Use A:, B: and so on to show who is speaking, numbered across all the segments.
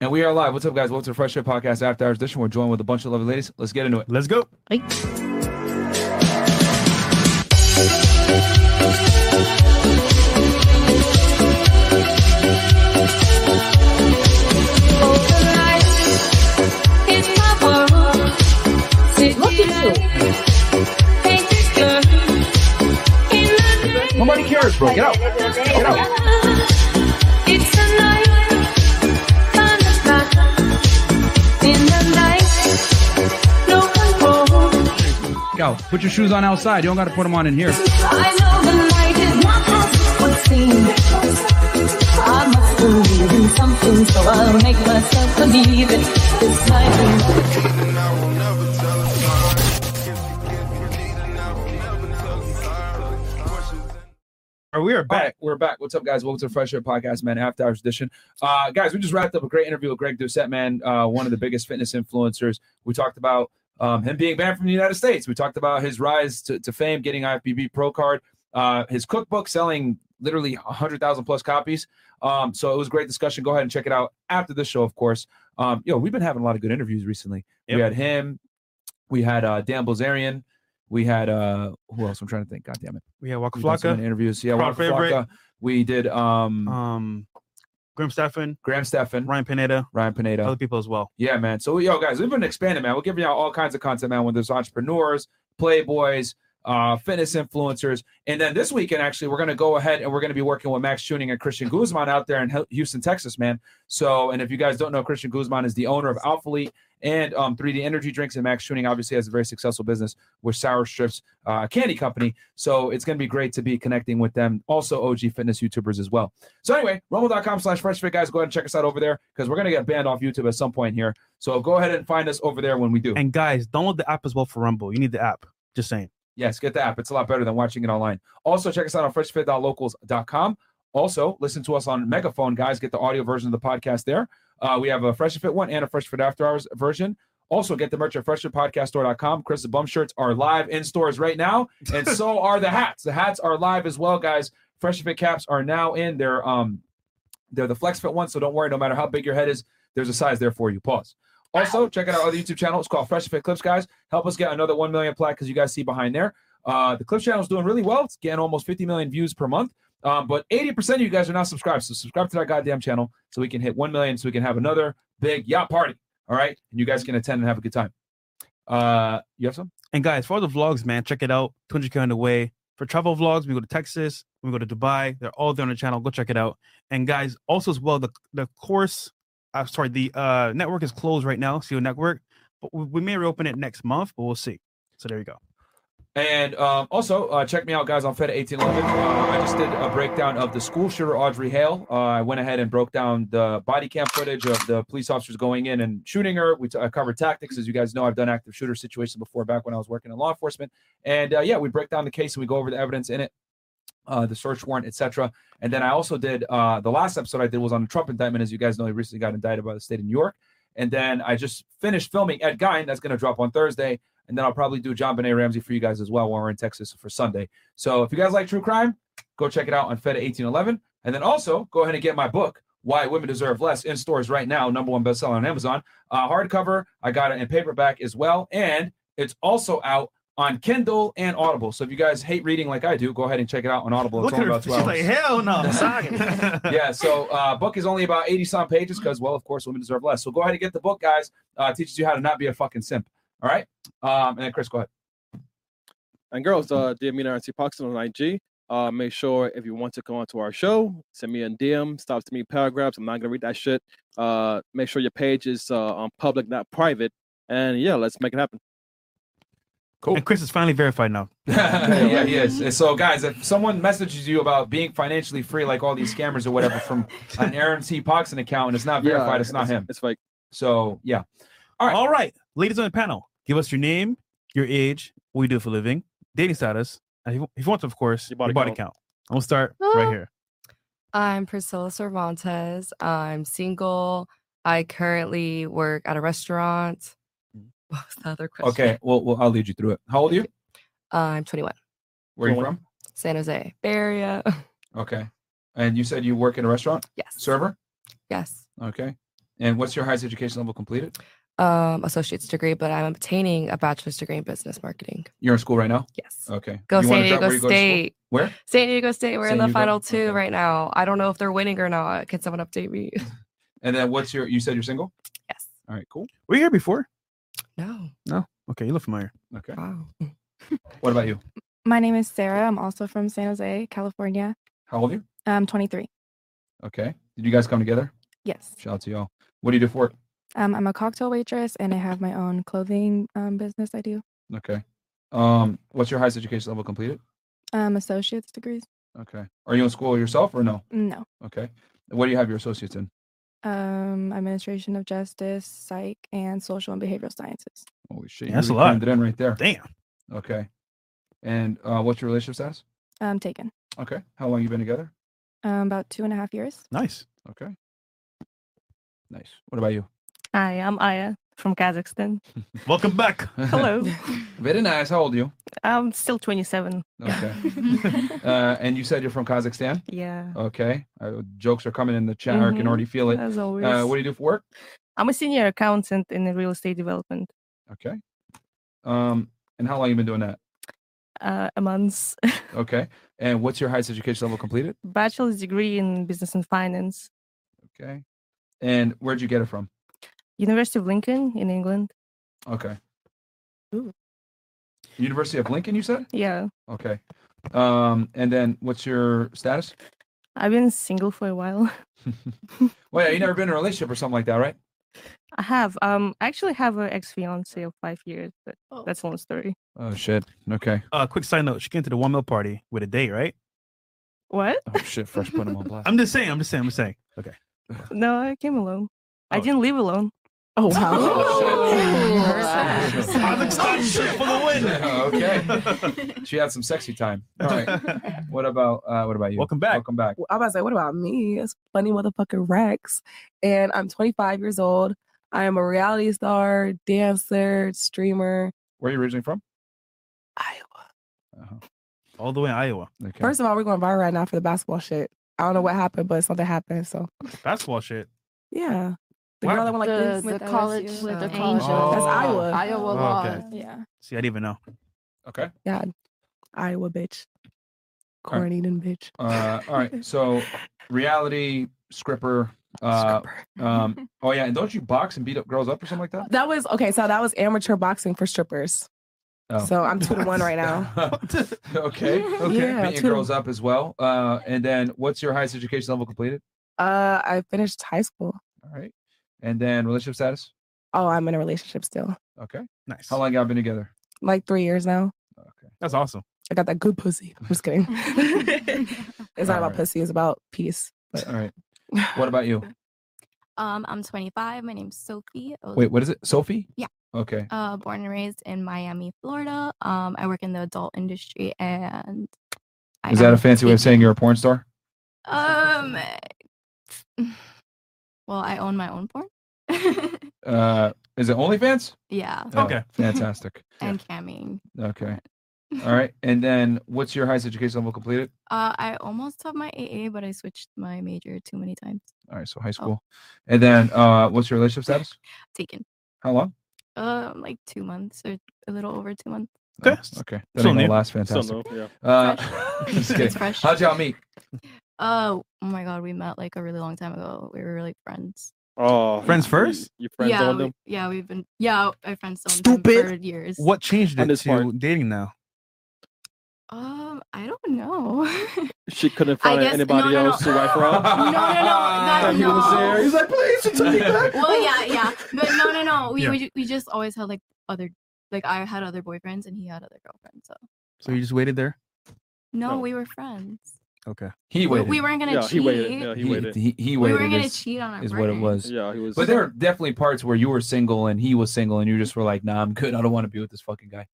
A: And we are live. What's up, guys? Welcome to the Fresh Air Podcast After Hours Edition. We're joined with a bunch of lovely ladies. Let's get into it.
B: Let's go.
C: Look at
A: My money cares, bro. Get out. Get out.
D: Yo, put your shoes on outside. You don't got to put them on in here.
C: Something so I'll make myself believe it. This night will
B: All right, we are
A: All
B: back.
A: right, we're back. What's up, guys? Welcome to the Fresh Air Podcast, man. After Hours Edition. Uh, guys, we just wrapped up a great interview with Greg Doucette, man. Uh, one of the biggest fitness influencers. We talked about um, him being banned from the United States. We talked about his rise to, to fame, getting IFBB Pro Card, uh, his cookbook selling literally 100,000 plus copies. Um, so it was a great discussion. Go ahead and check it out after the show, of course. Um, yo, we've been having a lot of good interviews recently.
B: Yep.
A: We had him. We had uh, Dan Bilzerian. We had uh, who else? I'm trying to think. God damn it.
B: We have Waka
A: We've done so many
B: Flocka,
A: interviews. Yeah,
B: Crowd
A: Waka Flocka. We did um,
B: um, Grim Stefan,
A: Graham Stefan,
B: Ryan
A: Ryan,
B: Pineda,
A: Pineda.
B: other people as well.
A: Yeah, man. So yo, guys, we've been expanding, man. We're giving y'all all kinds of content, man. When there's entrepreneurs, playboys, uh, fitness influencers, and then this weekend actually, we're gonna go ahead and we're gonna be working with Max Tuning and Christian Guzman out there in Hou- Houston, Texas, man. So, and if you guys don't know, Christian Guzman is the owner of Alpha Elite and um, 3D Energy Drinks, and Max Tuning obviously has a very successful business with Sour Strips uh, Candy Company. So it's gonna be great to be connecting with them. Also, OG fitness YouTubers as well. So anyway, rumble.com slash fresh fit guys. Go ahead and check us out over there because we're gonna get banned off YouTube at some point here. So go ahead and find us over there when we do.
B: And guys, download the app as well for Rumble. You need the app. Just saying.
A: Yes, get the app. It's a lot better than watching it online. Also, check us out on freshfit.locals.com. Also, listen to us on Megaphone, guys. Get the audio version of the podcast there. Uh, we have a Fresh Fit one and a Fresh Fit After Hours version. Also, get the merch at freshfitpodcaststore.com. Chris' bum shirts are live in stores right now, and so are the hats. The hats are live as well, guys. Fresh Fit caps are now in. They're um, they're the Flex Fit ones, so don't worry. No matter how big your head is, there's a size there for you. Pause. Also, check out our other YouTube channel. It's called Fresh Fit Clips, guys. Help us get another 1 million plaque because you guys see behind there. Uh, the Clips channel is doing really well. It's getting almost 50 million views per month. Um, but 80% of you guys are not subscribed. So subscribe to that goddamn channel so we can hit 1 million so we can have another big yacht party. All right. And you guys can attend and have a good time. Uh, you have some?
B: And guys, for all the vlogs, man, check it out. 200k on the way. For travel vlogs, we go to Texas, we go to Dubai. They're all there on the channel. Go check it out. And guys, also as well, the the course, uh, sorry, the uh network is closed right now, CEO Network. But we, we may reopen it next month, but we'll see. So there you go.
A: And um, also, uh, check me out, guys, on Fed 1811. Uh, I just did a breakdown of the school shooter, Audrey Hale. Uh, I went ahead and broke down the body cam footage of the police officers going in and shooting her. We t- I covered tactics. As you guys know, I've done active shooter situations before back when I was working in law enforcement. And uh, yeah, we break down the case and we go over the evidence in it. Uh, the search warrant, etc. And then I also did uh, the last episode I did was on the Trump indictment. As you guys know, he recently got indicted by the state of New York. And then I just finished filming Ed Gein. That's going to drop on Thursday. And then I'll probably do John Benet Ramsey for you guys as well when we're in Texas for Sunday. So if you guys like true crime, go check it out on Fed 1811. And then also go ahead and get my book, Why Women Deserve Less, in stores right now, number one bestseller on Amazon. Uh, hardcover, I got it in paperback as well. And it's also out on Kindle and Audible. So if you guys hate reading like I do, go ahead and check it out on Audible. It's
B: Look
A: only
B: at her.
A: about two
B: She's
A: hours
B: like, hell no. Saga.
A: yeah so uh book is only about 80 some pages because well of course women deserve less so go ahead and get the book guys uh it teaches you how to not be a fucking simp all right um and then chris go ahead
E: and girls, uh, DM me Nancy Paxton on IG. Uh, make sure if you want to come on to our show, send me a DM. Stop to me paragraphs. I'm not gonna read that shit. Uh, make sure your page is uh, on public, not private. And yeah, let's make it happen.
B: And Chris is finally verified now.
A: yeah he is And so guys if someone messages you about being financially free like all these scammers or whatever from an aaron c Paxton account and it's not verified
E: yeah,
A: it's not him
E: It's like
A: so yeah All right.
B: All right, ladies on the panel, give us your name, your age, what you do for a living, dating status, and if, if you want to, of course, your
E: Your
B: body,
E: body
B: count. And we'll start right
F: Ah.
B: here.
F: I'm Priscilla Cervantes. I'm single. I currently work at a restaurant. What was the other question?
A: Mm. okay well, well i'll lead you through it how old are you
F: I'm 21.
A: where are you
E: Twenty.
A: from
F: San Jose Bay Area.
A: okay and you said you work in a restaurant
F: yes.
A: server
F: Yes.
A: okay And what's your highest education level completed?
F: um, associate's degree, but I'm obtaining a bachelor's degree in business marketing.
A: You're in school right now.
F: Yes.
A: Okay.
F: Go
A: You wanna
F: San
A: drop
F: Diego
A: where you go to school?
F: State.
A: Where?
F: San Diego State. We're
A: San
F: in the
A: Diego?
F: final two
A: Okay.
F: right now. I don't know if they're winning or not. Can someone update me?
A: And then what's your? You said you're single.
F: yes.
A: All right. Cool.
B: Were you here before?
F: No.
B: Okay, you look familiar.
A: Okay.
F: Wow.
A: What about you?
G: My name is Sarah. I'm also from San Jose, California.
A: How old are you?
G: I'm 23.
A: Okay. Did you guys come together?
G: Yes.
A: Shout out to y'all. What do you do for work?
G: Um, I'm a cocktail waitress and I have my own clothing um, business I do.
A: Okay. Um, what's your highest education level completed?
G: Um, associate's degrees?
A: Okay. Are you in school yourself or no?
B: Mm.
G: No.
A: Okay. What do you have your associates in?
G: Um, administration of justice, psych, and social and behavioral sciences.
A: Holy shit. you
B: That's a
A: really crammed
B: lot.
A: It in right there.
B: Damn.
A: Okay. And uh, what's your relationship status?
G: Um, taken.
A: Okay. How long you been together?
G: Um, about two and a half years.
B: Nice.
A: Okay. Nice. What about you?
H: Hi, I'm Aya from Kazakhstan.
B: Welcome back.
H: Hello.
A: Very nice. How old are you?
H: I'm still 27.
A: Okay. uh, and you said you're from Kazakhstan.
H: Yeah,
A: Okay. Uh, jokes are coming in the chat. I can
H: Mhm.
A: already feel it.
H: as always.
A: Uh, what do you do for work?
H: I'm a senior accountant in the real estate development.
A: Okay. Um, and how long you been doing that?
H: Uh, a month's
A: Okay. And what's your highest education level completed?
H: bachelor's degree in business and finance,
A: Okay. And where'd you get it from?
H: University of Lincoln in England.
A: Okay.
H: Ooh.
A: University of Lincoln, you said?
H: Yeah,
A: Okay. Um, and then what's your status?
H: I've been single for a while.
A: Well, yeah, you never been in a relationship or something like that, right?
H: I have. Um, I actually have an ex fiance of five years, but
G: Oh.
H: that's a long story.
A: Oh shit. Okay.
B: Uh, quick side note: She came to the one meal party with a date, right?
H: What?
A: Oh shit, fresh put him on blast.
B: I'm just saying. I'm just saying. I'm just saying. Okay.
H: No, I came alone. I
B: Oh.
H: didn't live alone.
G: Oh,
A: Oh, shit.
B: Kazakhstan shit for the
A: okay. She had some sexy time. All right.
B: win.
A: What about uh what about you?
B: Welcome back.
A: Welcome back.
I: I was like, what about me? It's funny motherfucking Rex. And I'm 25 years old. I am a reality star, dancer, streamer.
A: Where are you originally from?
I: Iowa.
A: Uh-huh.
B: All the way in Iowa.
A: Okay.
I: First of all, we're going viral right now for the basketball shit. I don't know what happened, but something happened. So
B: Basketball shit.
I: yeah. The
B: What
I: girl that went like
J: the,
I: this.
J: the
G: with
J: college
G: LSU,
J: with the
G: uh,
J: college
B: Oh.
I: That's Iowa.
J: Iowa
B: Oh,
J: law.
B: okay.
G: Yeah.
B: See, I didn't even know.
A: okay.
I: Yeah. Iowa bitch.
A: All right.
I: Corny and bitch.
A: Uh all right. So reality scripper uh
I: Stripper.
A: um oh yeah, and don't you box and beat up girls up or something like that?
I: that was okay. So that was amateur boxing for strippers.
A: Oh.
I: So I'm two to one right now.
A: okay. Okay.
I: Yeah,
A: Beating
I: two.
A: girls up as well. Uh, and then what's your highest education level completed?
I: Uh, I finished high school.
A: All right. And then relationship status.
I: Oh, I'm in a relationship still.
A: Okay.
B: Nice.
A: How long y'all been together?
I: Like three years now.
A: Okay.
B: That's awesome.
I: I got that good pussy. I'm just kidding. it's not about
A: Alright.
I: pussy. It's about peace.
A: All right. What about you?
J: Um, I'm 25. My name's Sophie. I was,
A: Wait, what is it? Sophie?
J: Yeah.
A: Okay.
J: Uh, born and raised in Miami, Florida. Um, I work in the adult industry, and I
A: Is that
J: am
A: a fancy way of saying you're a porn star?
J: Um, eh, well, I own my own porn.
A: Uh, is it OnlyFans?
J: yeah,
A: Oh,
B: Okay.
A: fantastic.
J: and camming.
A: Okay. All right. And then what's your highest education level completed?
J: Uh, I almost have my AA, but I switched my major too many times.
A: All right. So
J: Oh.
A: high school. And then uh, what's your relationship status?
J: Taken.
A: How long?
J: Um, like two months or a little over two months.
B: Okay.
A: Oh, okay. That
B: Still
A: ain't gonna
B: new.
A: last.
E: So
A: Fantastic.
E: no, yeah.
A: Uh,
J: Fresh.
A: just
J: It's
A: kidding.
J: fresh.
A: How'd y'all meet?
J: Oh, oh my god, we met like a really long time ago. We were like friends.
E: Oh,
B: Friends
E: you-
B: first?
E: You friends
J: yeah,
E: on
J: we-
E: them?
J: yeah, we've been yeah, our friends on
B: Stupid.
J: them for years.
B: What changed
E: On
B: it
E: this
B: to
E: part.
B: dating now?
J: Um, I don't know.
E: She couldn't find
J: guess- no,
E: anybody
J: no, no.
E: else to wipe her out.
J: no, no, that-
E: He was
J: no.
E: there. He's like, please, you took me back.
J: well, yeah, yeah, but no, no, no. We
B: Yeah.
J: we, ju- we just always had like other like I had other boyfriends and he had other girlfriends. So
B: So you just waited there?
J: no,
E: No.
J: we were friends.
B: Okay.
A: He
J: We,
A: waited.
J: we weren't gonna
E: Yeah,
J: cheat.
E: he waited. Yeah, he
A: he,
E: waited.
A: he, he
J: we
A: waited.
J: weren't gonna
A: is,
J: cheat on our
A: is what it
J: partner.
A: was.
E: Yeah, he was.
A: But there are definitely parts where you were single and he was single, and you just were like, "Nah, I'm good. I don't want to be with this fucking guy."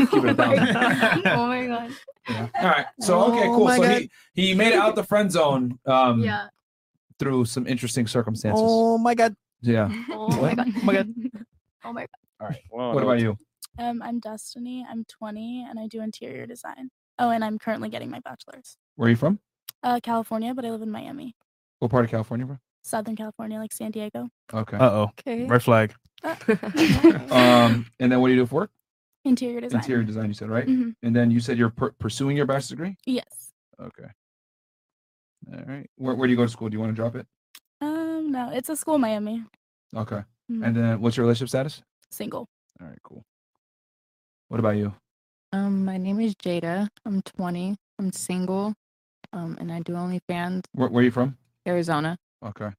J: oh,
A: it a
J: my
B: thousand.
J: god. oh my god.
A: Yeah. All right. So okay,
I: Oh
A: cool.
I: my
A: So
I: God.
A: he he made it out the friend zone um,
J: Yeah.
A: through some interesting circumstances.
B: Oh my god.
A: Yeah.
J: Oh my
A: What?
J: god.
A: Oh my God.
J: Oh my god.
E: Wow,
A: What about you?
G: Um, I'm Destiny. I'm 20 and I do interior design. Oh, and I'm currently getting my bachelor's.
A: Where are you from?
G: Uh, California, but I live in Miami.
A: What part of California, bro?
K: Southern California, like San Diego.
A: Okay.
B: Uh oh.
K: Okay. Uh,
B: Red flag.
G: Uh,
A: um, and then what do you do for work?
K: Interior design.
A: Interior design, you said, right?
K: Mhm.
A: And then you said you're per- pursuing your bachelor's degree?
K: Yes.
A: Okay. All right. Where, where do you go to school? Do you want to drop it?
K: Um, no, it's a school in Miami.
A: Okay.
K: Mhm.
A: And then what's your relationship status?
K: Single.
A: All right, cool. What about you?
L: Um, my name is Jada. I'm 20. I'm single. Um, and I do OnlyFans,
A: Where, where are you from?
L: Arizona.
A: Okay.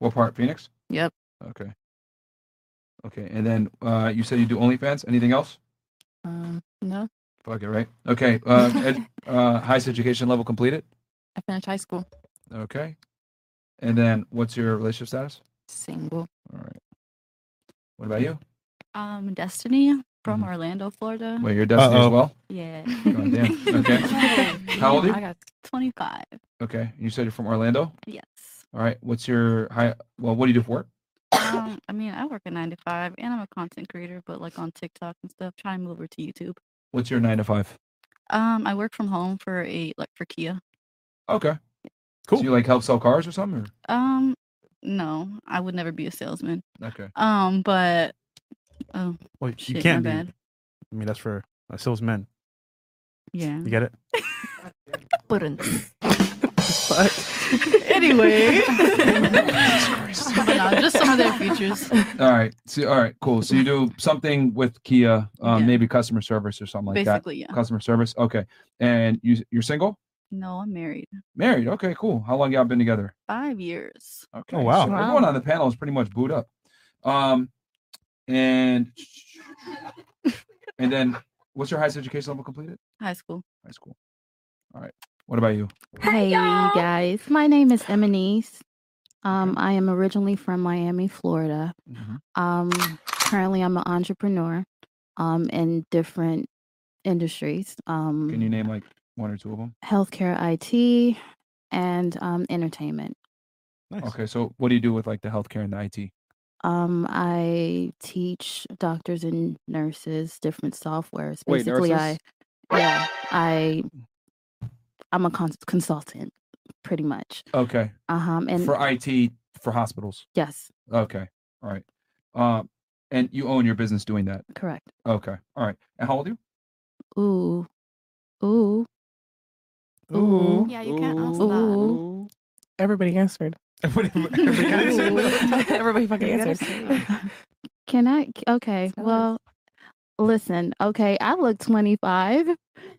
A: What part? Phoenix?
L: Yep.
A: Okay. Okay. And then uh, you said you do OnlyFans. Anything else?
L: Um, no,
A: Fuck it, right? Okay. Uh, ed, uh, highest education level completed.
L: I finished high school.
A: Okay. And then what's your relationship status?
L: Single.
A: All right. What about you?
J: Um, Destiny from Orlando, Florida.
A: Wait, you're Destiny as well?
J: Yeah.
A: God damn. Okay. How old are you?
J: I got 25.
A: Okay. You said you're from Orlando.
J: Yes.
A: All right. What's your high? Well, what do you do for work?
J: Um, I mean, I work at 95 and I'm a content creator, but like on TikTok and stuff, trying to move over to YouTube.
A: What's your nine to five?
J: Um, I work from home for a like for Kia.
A: Okay. Cool. So you like help sell cars or something? Or?
J: Um, no, I would never be a salesman.
A: Okay.
J: Um, but oh,
B: Well,
J: shit,
B: you
J: my
B: can't be.
J: bad.
B: I mean, that's for uh, salesmen.
J: Yeah.
B: You get it?
J: Wouldn't.
C: Anyway.
J: No, just some of their features.
A: All right. So all right, cool. So you do something with Kia, um, maybe customer service or something like
J: Basically,
A: that.
J: yeah.
A: Customer service. Okay. And you you're single?
J: No, I'm married.
A: Married. Okay, cool. How long y'all been together?
J: Five years.
M: Oh,
B: Oh,
A: Okay. so everyone on the panel is pretty much booed up. Um and and then what's your highest education level completed?
J: High school.
A: High school. All right. What about you?
N: Hey guys, my name is Emanise.
A: Mm-hmm.
N: Um, I am originally from Miami, Florida. Um, currently, I'm an entrepreneur um, in different industries. Um,
A: Can you name like one or two of them?
N: healthcare, IT, and um, entertainment.
A: Okay, so what do you do with like the healthcare and the IT?
N: Um, I teach doctors and nurses different softwares.
A: Wait,
N: Basically,
A: nurses?
N: I yeah, I I'm a cons- consultant, pretty much.
A: Okay.
N: Uh huh. And
A: for IT for hospitals.
N: yes,
A: Okay. All right. Um, and you own your business doing that.
N: correct.
A: Okay. All right. And how old are you?
N: Ooh, ooh,
I: Ooh.
N: Yeah,
I: you can't ask
N: ooh.
I: Everybody answered.
N: Ooh.
I: Everybody fucking
N: You gotta
I: answered.
N: Can I? Okay. Well, listen. Okay, I look 25,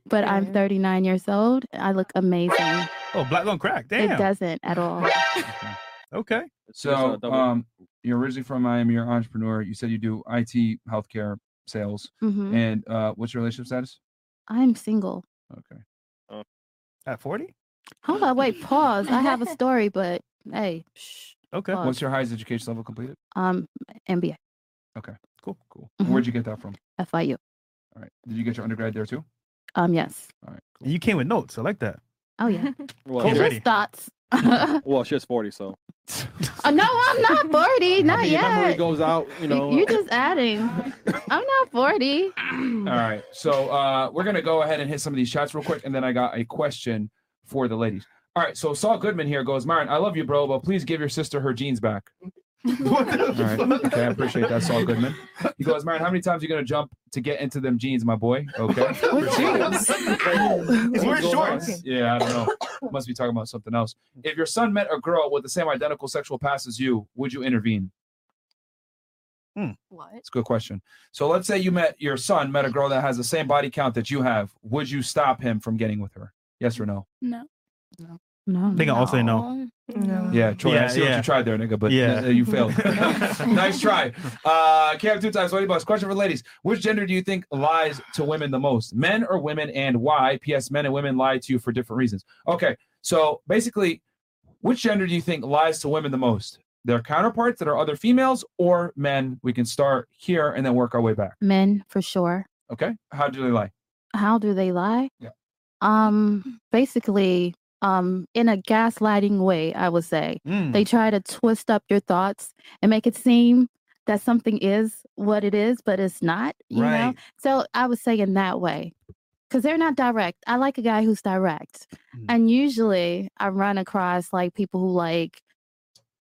N: but I'm 39 years old. I look amazing.
B: Oh, black on crack. Damn.
N: It doesn't at all.
B: Okay.
A: So, um, you're originally from Miami. You're an entrepreneur. You said you do IT, healthcare, sales.
N: Mhm.
A: And uh, what's your relationship status?
N: I'm single.
A: Okay.
B: At 40?
N: Hold on. Wait. Pause. I have a story, but hey. Shh,
B: Okay.
N: pause.
A: What's your highest education level completed?
N: um MBA?
A: Okay.
B: Cool.
A: Cool.
N: Mhm.
A: Where'd you get that from?
N: FIU.
A: All right. Did you get your undergrad there too?
N: Um. Yes.
B: And you came with notes. I like that.
N: Oh yeah.
E: Well,
N: It's
E: she-
N: just thoughts.
E: well, she's 40, so.
N: Oh, no, I'm not 40. Not
E: Yeah, remember he
N: yet.
E: goes out, you know.
N: You're just adding. I'm not 40.
A: All right. So uh, we're gonna go ahead and hit some of these shots real quick, and then I got a question for the ladies. All right. So Saul Goodman here goes, Myron, I love you, bro, but please give your sister her jeans back. All right. Okay, I appreciate that, Saul Goodman. He goes, Myron, how many times you gonna jump to get into them jeans, my boy? Okay.
C: He's
A: What's going on? Yeah, I don't know. Must be talking about something else. If your son met a girl with the same identical sexual past as you, would you intervene?
J: What?
A: It's Hmm. a good question. So let's say you met your son met a girl that has the same body count that you have. Would you stop him from getting with her? Yes or no?
K: No.
N: No.
B: They can all say no.
K: No.
A: Yeah, Troy, I
B: Yeah,
A: see what
B: yeah.
A: you tried there, nigga, but
B: Yeah.
A: yeah. you failed. nice try. Uh Cam two times, twenty bucks. Question for ladies. Which gender do you think lies to women the most? Men or women and why? PS men and women lie to you for different reasons. Okay. So basically, which gender do you think lies to women the most? Their counterparts that are other females or men? We can start here and then work our way back.
N: Men for sure.
A: Okay. How do they lie?
N: How do they lie?
A: Yeah.
N: Um basically um in a gaslighting way, I would say.
C: Mm.
N: They try to twist up your thoughts and make it seem that something is what it is, but it's not, you know.
C: Right.
N: So I would say in that way. Cause they're not direct. I like a guy
C: Mm.
N: who's direct. And usually I run across like people who like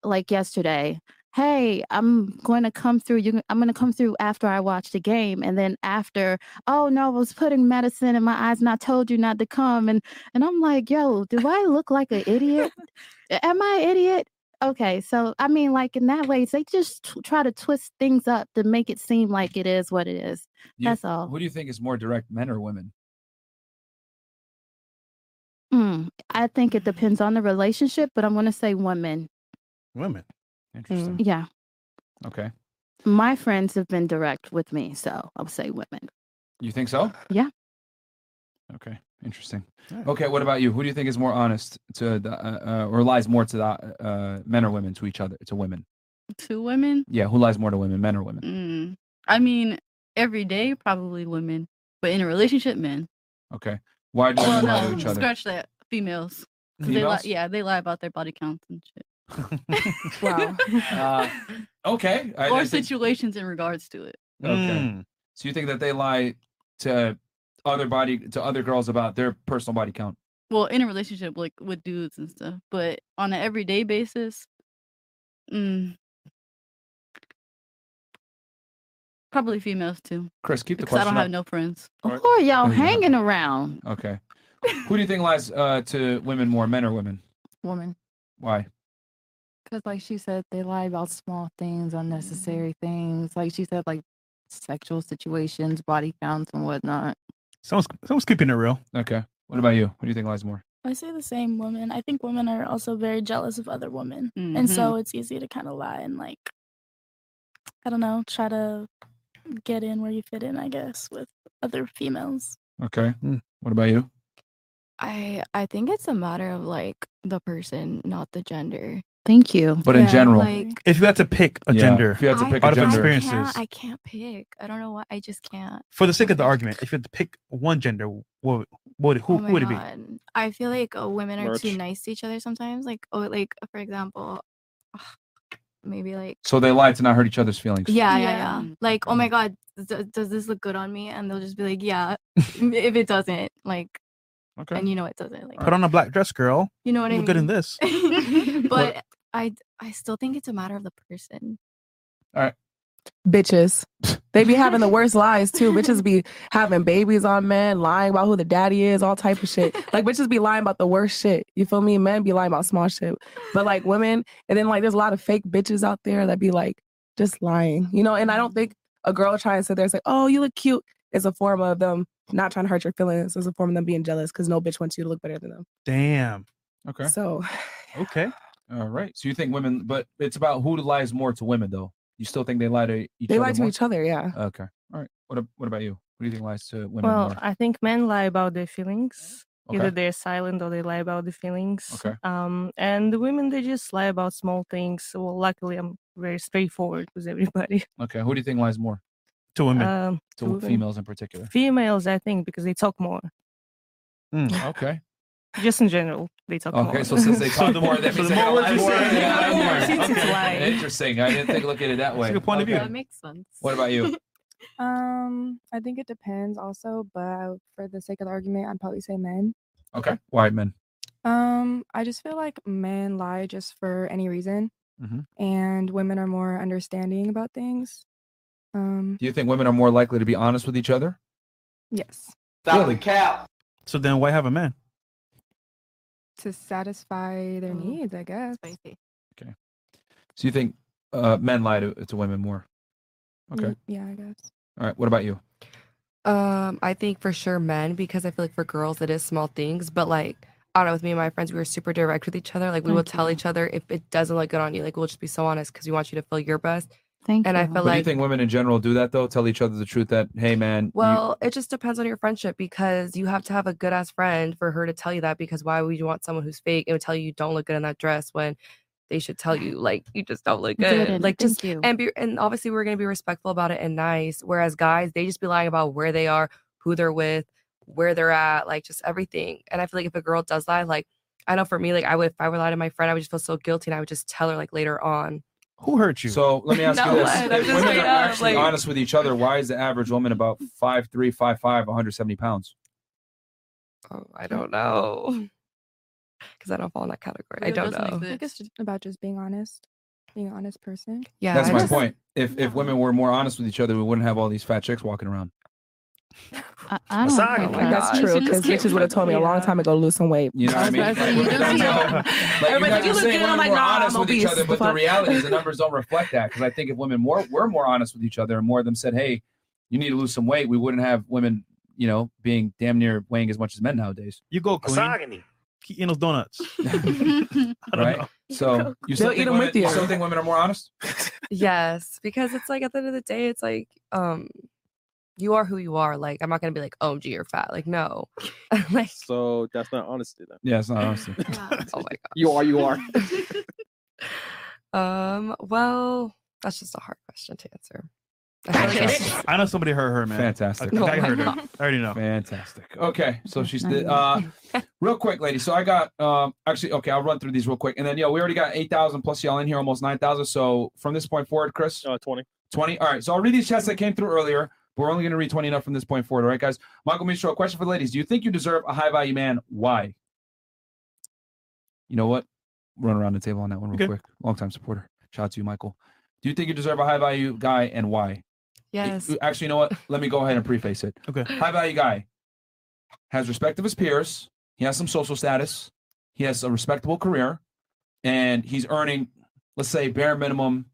N: like yesterday, hey, I'm going to come through. You, I'm going to come through after I watch the game, and then after, oh no, I was putting medicine in my eyes, and I told you not to come, and and I'm like, yo, do I look like an idiot? Am I an idiot? Okay, so I mean, like in that way, they just t- try to twist things up to make it seem like it is what it is.
A: You-
N: That's all.
A: Who do you think is more direct, men or women?
N: Mm, I think it depends on the relationship, but I'm going to say women.
B: Women.
A: Interesting.
N: Yeah.
A: Okay.
N: My friends have been direct with me, so I'll say women.
A: You think so?
N: Yeah.
A: Okay. Interesting. Okay. What about you? Who do you think is more honest to the, uh, uh, or lies more to the, uh, men or women to each other, to women?
M: Two women.
A: Yeah. Who lies more to women, men or women?
M: Mm. I mean, every day probably women, but in a relationship, men.
A: Okay. Why do
M: Mm. Well,
A: women lie to
M: no,
A: each other?
M: scratch that. Females. 'Cause They lie,
A: Females?
M: yeah, they lie about their body counts and shit.
A: Wow. Uh, okay. I,
M: or
A: I think-
M: situations in regards to it.
A: okay.
N: Mm.
A: So you think that they lie to other body to other girls about their personal body count?
M: Well, in a relationship, like with dudes and stuff, but on an everyday basis, mm, probably females too.
A: Chris, keep the
M: Because I don't
A: question
M: have
A: up.
M: no friends.
A: Or-
N: Who are y'all
A: Oh, yeah.
N: hanging around?
A: Okay. Who do you think lies uh, to women more, men or women?
L: Woman.
A: Why?
L: Because, like she said, they lie about small things, unnecessary things. Like she said, like sexual situations, body counts, and whatnot.
B: Someone's someone's keeping it real.
A: Okay. What about you? What do you think lies more?
K: I say the same woman. I think women are also very jealous of other women, and so
M: Mhm.
K: it's easy to kind of lie and like, I don't know, try to get in where you fit in. I guess with other females.
A: Okay.
B: Hmm.
A: What about you?
J: I I think it's a matter of like the person, not the gender.
N: Thank you.
B: But in
J: Mm. Yeah,
B: general,
J: like-
B: if you had to pick a
A: Yeah,
B: gender,
A: if you had to
J: I-
A: pick a
J: I
B: out of
A: gender.
B: experiences,
J: can't, I can't pick. I don't know why. I just can't.
B: for the sake of the argument, if you had to pick one gender, what would- what would- who,
J: Oh
B: who
J: my
B: would it be?
J: God. I feel like uh, women are too
B: Merch.
J: nice to each other sometimes. Like oh, like for example, maybe like
A: So they lie to not hurt each other's feelings.
J: yeah, yeah, yeah.
B: mm,
J: Like oh my God, d- does this look good on me? And they'll just be like, yeah. m- if it doesn't, like,
B: Okay.
J: and you know it doesn't. Like
B: Put on a black dress, girl.
J: You know what
B: you
J: I
B: look
J: mean?
B: good in this.
J: but I I still think it's a matter of the person.
I: bitches. They be having the worst lies too. Bitches be having babies on men, lying about who the daddy is, all type of shit. Like bitches be lying about the worst shit. You feel me? Men be lying about small shit. But like women, and then like there's a lot of fake bitches out there that be like just lying. You know, and I don't think a girl trying to sit there and say, Oh, you look cute is a form of them not trying to hurt your feelings. It's a form of them being jealous because no bitch wants you to look better than them.
B: Damn.
A: Okay.
I: So
B: Okay.
A: All right. So you think women, but it's about who lies more to women, though. You still think they lie to each
I: they
A: other?
I: lie to
A: more?
I: each other, yeah.
A: Okay. All right. What, ab- what about you? What do you think lies to women
H: well,
A: more?
H: I think men lie about their feelings. Either
A: Okay.
H: they're silent or they lie about the feelings.
A: Okay.
H: Um, and the women they just lie about small things. Well, luckily I'm very straightforward with everybody.
A: Okay. Who do you think lies more?
B: To
H: women. Um,
A: to
H: to women.
A: females in particular.
H: Females, I think, because they talk more.
B: Hmm.
A: Okay.
H: Just in general, they talk more.
A: Okay. So since they talk more, that means they
B: more words
A: lie
B: you
A: more.
B: say,
A: They lie
B: the more
A: more.
B: since it's
A: Okay.
B: lying.
A: Interesting. I didn't think look at it that way.
B: a good point of
A: Okay.
B: view.
J: makes sense.
A: What about you?
G: Um, I think it depends also, but I, would- for the sake of the argument, I'd probably say men.
A: Okay. Why men?
G: Um, I just feel like men lie just for any reason,
B: Mm-hmm.
A: Mhm.
G: and women are more understanding about things. Um,
A: Do you think women are more likely to be honest with each other?
G: yes,
A: Stop
B: cap. So then why have a man?
G: to satisfy
F: Oh,
G: their needs, I guess.
A: So you think uh, men lie to, to women more? Okay.
G: Y- Yeah, I guess.
A: All right. What about you?
F: Um, I think for sure men because I feel like for girls it is small things, but like I don't know, with me and my friends, we were super direct with each other. Like we will
N: Thank
F: tell each other if it doesn't look good on you, like we'll just be so honest because we want you to feel your best.
N: Thank
F: and I
A: But
F: feel
A: do you
F: like
A: think women in general do that though? Tell each other the truth that hey man, you-
F: well, it just depends on your friendship because you have to have a good ass friend for her to tell you that. Because why would you want someone who's fake and would tell you you don't look good in that dress when they should tell you like you just don't look
N: You
F: good.
N: didn't.
F: Like just
N: Thank you.
F: and be and obviously we're gonna be respectful about it and nice. Whereas guys, they just be lying about where they are, who they're with, where they're at, like just everything. And I feel like if a girl does lie, like I know for me, like I would if I were lie to my friend, I would just feel so guilty and I would just tell her like later on.
B: Who hurt you?
A: So let me ask
F: No,
A: you this:
F: I- I'm just
A: If women
F: straight
A: are
F: up,
A: actually
F: like-
A: honest with each other. Why is the average woman about 5'3", 5'5", 170 pounds?
F: Oh, I don't know. Because I don't fall in that category. I
G: It
F: don't
G: doesn't
F: know.
G: I think it's about just being honest. being an honest person.
F: Yeah,
A: that's
F: I
A: my
F: just-
A: point. If if women were more honest with each other, we wouldn't have all these fat chicks walking around.
N: I, I don't
A: Massage.
N: think
A: Oh my
N: that-
I: That's true. Because bitches would have told me a long time ago, lose some weight.
A: You know what I mean?
I: Everybody's
A: Like,
I: like,
A: you
I: "You
A: guys
I: look
A: are
I: good,"
A: saying
I: I'm
A: women
I: like,
A: were
I: "Nah,
A: honest
I: I'm
A: with each
I: obese."
A: other, but the
I: Fuck.
A: reality is the numbers don't reflect that. Because I think if women more were more honest with each other and more of them said, "Hey, you need to lose some weight," we wouldn't have women, you know, being damn near weighing as much as men nowadays.
B: You go, queen. Keep eating those donuts.
A: right? So you still
F: They'll eat them
A: think women,
F: with you.
A: still think women are more honest?
F: yes, because it's like at the end of the day, it's like um, you are who you are. Like I'm not gonna be like, OMG, you're fat. Like no,
E: So that's not honesty then.
A: Yeah, it's not honesty.
F: oh my god.
E: You are, you are.
F: Um, well, that's just a hard question to answer.
B: I know somebody hurt her, man.
A: Fantastic.
B: I,
A: Oh my
B: heard her.
A: God.
B: I already know.
A: Fantastic. Okay, so she's the uh, real quick, lady. So I got um actually okay, I'll run through these real quick, and then yo, we already got eight thousand plus y'all in here, almost nine thousand. So from this point forward, Chris,
E: uh, twenty,
A: twenty. All right, so I'll read these chats that came through earlier. But we're only going to read 20 enough from this point forward. All right, guys. Michael Mistro, a question for the ladies. Do you think you deserve a high value man? Why? You know what? Run around the table on that one real quick. Longtime supporter. Shout out to you, Michael. Do you think you deserve a high value guy and why?
F: Yes.
A: Actually, you know what? Let me go ahead and preface it.
B: Okay.
A: High value guy has respect of his peers. He has some social status. He has a respectable career, and he's earning, let's say, bare minimum,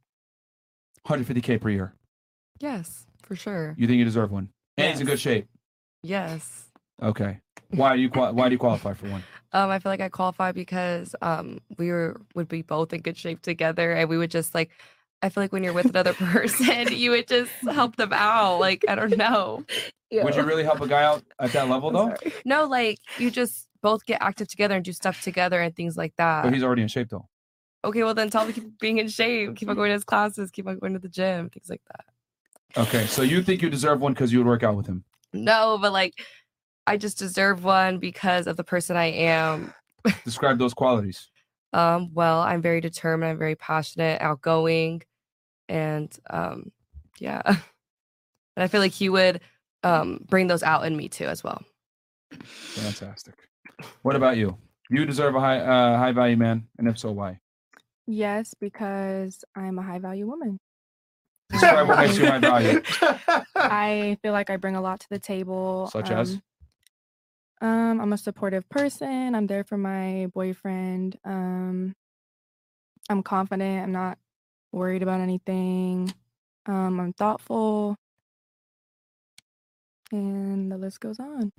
A: 150k per year.
F: Yes, for sure.
A: You think you deserve one, and he's in good shape.
F: Yes.
A: Okay. Why do you qual- Why do you qualify for one?
F: Um, I feel like I qualify because um we were would be both in good shape together and we would just like I feel like when you're with another person, you would just help them out. Like, I don't know.
A: Would you really help a guy out at that level though?
F: No, like you just both get active together and do stuff together and things like that.
A: But he's already in shape though.
F: okay, well then tell him to keep being in shape, keep on going to his classes, keep on going to the gym, things like that.
A: Okay, so you think you deserve one because you would work out with him?
F: No, but like I just deserve one because of the person I am.
A: Describe those qualities.
F: Um, well, I'm very determined, I'm very passionate, outgoing, and um, yeah. And I feel like he would um bring those out in me too as well.
A: Fantastic. What about you? You deserve a high uh, high value man, and if so, why?
G: Yes, because I'm a high value woman.
A: Describe what makes you high value.
G: I feel like I bring a lot to the table.
A: Such as?
G: um, um, I'm a supportive person. I'm there for my boyfriend. Um, I'm confident. I'm not worried about anything. Um, I'm thoughtful. And the list goes on.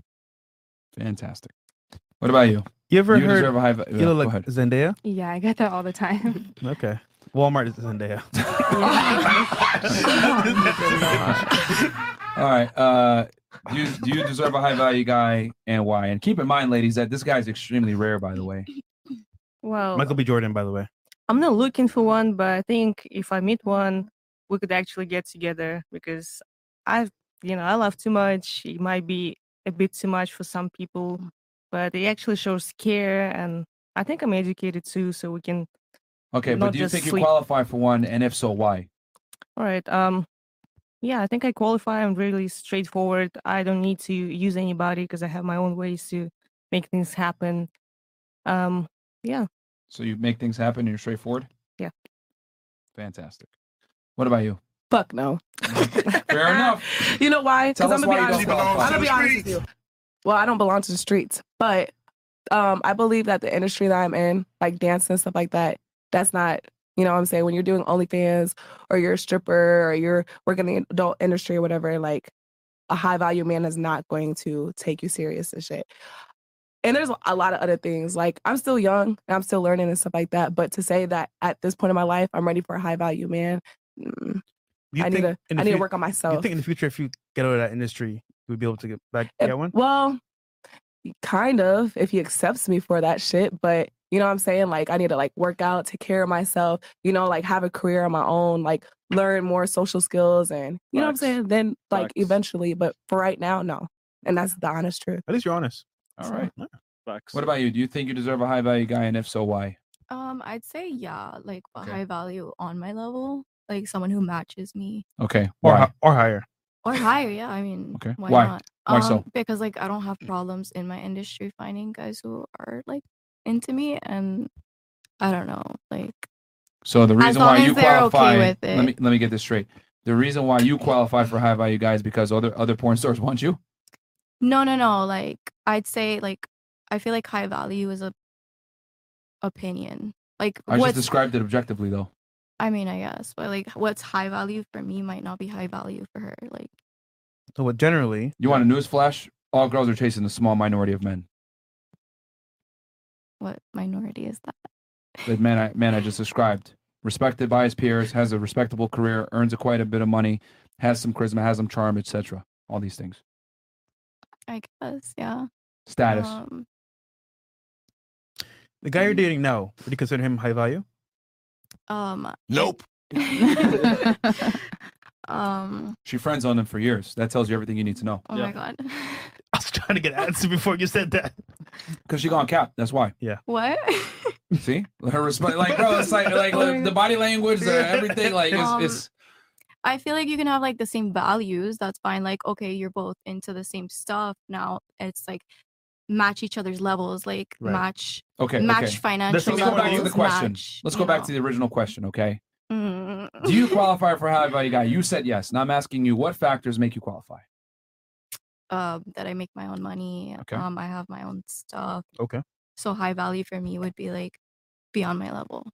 A: Fantastic. What about you?
B: You ever
A: You
B: heard?
A: deserve a high va- yeah,
B: you
A: go
B: look like Zendaya.
G: Yeah, I get that all the time.
B: Okay. Walmart is Zendaya.
A: All right. Uh, do you, do you deserve a high value guy, and why? And keep in mind, ladies, that this guy's extremely rare, by the way.
I: Oh.
H: Well,
B: Michael B. Jordan, by the way.
H: I'm not looking for one, but I think if I meet one, we could actually get together because I, you know, I love too much. It might be a bit too much for some people,
A: Mm.
H: but it actually shows care, and I think I'm educated too, so we can.
A: Okay, but
H: not
A: do you
H: just
A: think you
H: sleep.
A: qualify for one, and if so, why?
H: All right. Um, yeah, I think I qualify. I'm really straightforward. I don't need to use anybody because I have my own ways to make things happen. Um, yeah,
A: So you make things happen, and you're straightforward.
H: yeah.
A: Fantastic. What about you?
I: Fuck no.
A: Fair enough.
I: You know why?
A: Tell
I: Because
A: us
I: I'm gonna
A: why
I: be
A: you
I: honest.
A: don't
I: I'm
A: qualify.
I: gonna be honest with you. Well, I don't belong to the streets, but um, I believe that the industry that I'm in, like dance and stuff like that, that's not. You know what I'm saying? When you're doing OnlyFans or you're a stripper or you're working in the adult industry or whatever, like a high value man is not going to take you serious and shit and there's a lot of other things. Like I'm still young and I'm still learning and stuff like that. But to say that at this point in my life, I'm ready for a high value man. mm,
B: You
I: I need
B: think
I: to.
B: in the
I: I need to
B: fut-
I: work on
B: You
I: myself.
B: think in the future, if you get out of that industry, you would be able to get back
I: If-
B: get one?
I: Well, kind of. If he accepts me for that shit, but you know what I'm saying? Like I need to like work out, take care of myself. You know, like have a career on my own. Like learn more social skills and you know what I'm saying. Then like eventually, but for right now, no. And that's the honest truth.
B: At least you're honest.
A: All
I: So-
A: right. What about you? Do you think you deserve a high value guy, and if so, why?
J: Um, I'd say yeah, like a high value on my level, like someone who matches me
A: Okay.
B: Or
A: why?
B: hi- or higher.
J: or higher. Yeah, I mean,
A: Okay.
J: why,
A: Why?
J: not? Um,
A: Why so?
J: Because like I don't have problems in my industry finding guys who are like into me, and I don't know, like
A: So the
J: As
A: reason
J: long
A: why
J: as
A: you
J: they're okay
A: qualify,
J: with it.
A: let me let me get this straight. The reason why you qualify for high value guys because other other porn stores want you.
J: No, no, no. Like I'd say, like I feel like high value is a opinion. Like
A: I just
J: what's
A: described it objectively though.
J: I mean, I guess, but like what's high value for me might not be high value for her. Like
B: So what generally
A: you want a news flash? All girls are chasing a small minority of men.
J: what minority is that?
A: That man, I, man, I just described. Respected by his peers, has a respectable career, earns a quite a bit of money, has some charisma, has some charm, etc. All these things.
J: I guess, yeah.
A: Status.
J: Um,
B: the guy you're dating now, would you consider him high value?
J: um,
A: Nope.
J: um.
A: She friends on them for years. That tells you everything you need to know.
J: Oh my god.
B: I was trying to get an answer before you said that.
A: Because she gone cap. That's why.
B: Yeah.
J: What?
A: See her response, like bro, it's like like the, the body language, the everything, like it's,
J: Um,
A: it's
J: I feel like you can have like the same values. That's fine. Like, okay, you're both into the same stuff. Now it's like match each other's levels, like
A: Right.
J: match
A: okay.
J: match
A: okay.
J: financial
A: Let's go back to
J: levels,
A: the question.
J: match,
A: Let's go
J: you
A: back
J: know.
A: to the original question. Okay.
J: Mm.
A: Do you qualify for high value guy? You said yes. Now I'm asking you, what factors make you qualify?
J: um, that I make my own money.
A: Okay.
J: Um, I have my own stuff.
B: Okay.
J: So high value for me would be like beyond my level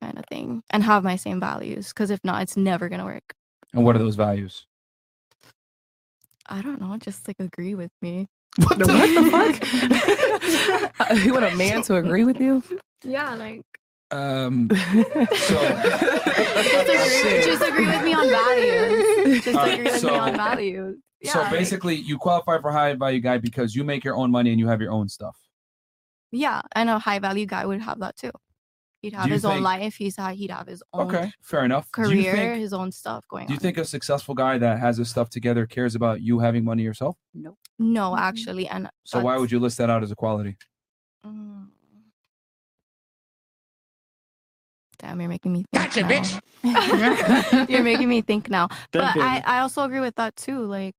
J: kind of thing and have my same values because if not it's never gonna work
A: And what are those values?
J: i don't know just like agree with me
I: What the, fuck? you want a man to agree with you?
J: yeah like
A: Um,
J: just agree, just agree with me on values just
A: Alright,
J: agree with me on
A: so-
J: values yeah
A: so
J: like-
A: basically, you qualify for high value guy because you make your own money and you have your own stuff.
J: yeah and a high value guy would have that too he'd have
A: you
J: his own
A: think-
J: life he's ha- he'd have his own
A: Okay, fair enough. Do you
J: career
A: think-
J: his own stuff going
A: Do you
J: on
A: think a successful guy that has his stuff together cares about you having money yourself?
J: no actually and
A: So why would you list that out as a quality?
J: Mm. Damn, you're making me think.
M: Gotcha, bitch.
J: now. you're making me think now. But
M: Thank you.
J: I, I also agree with that too. Like,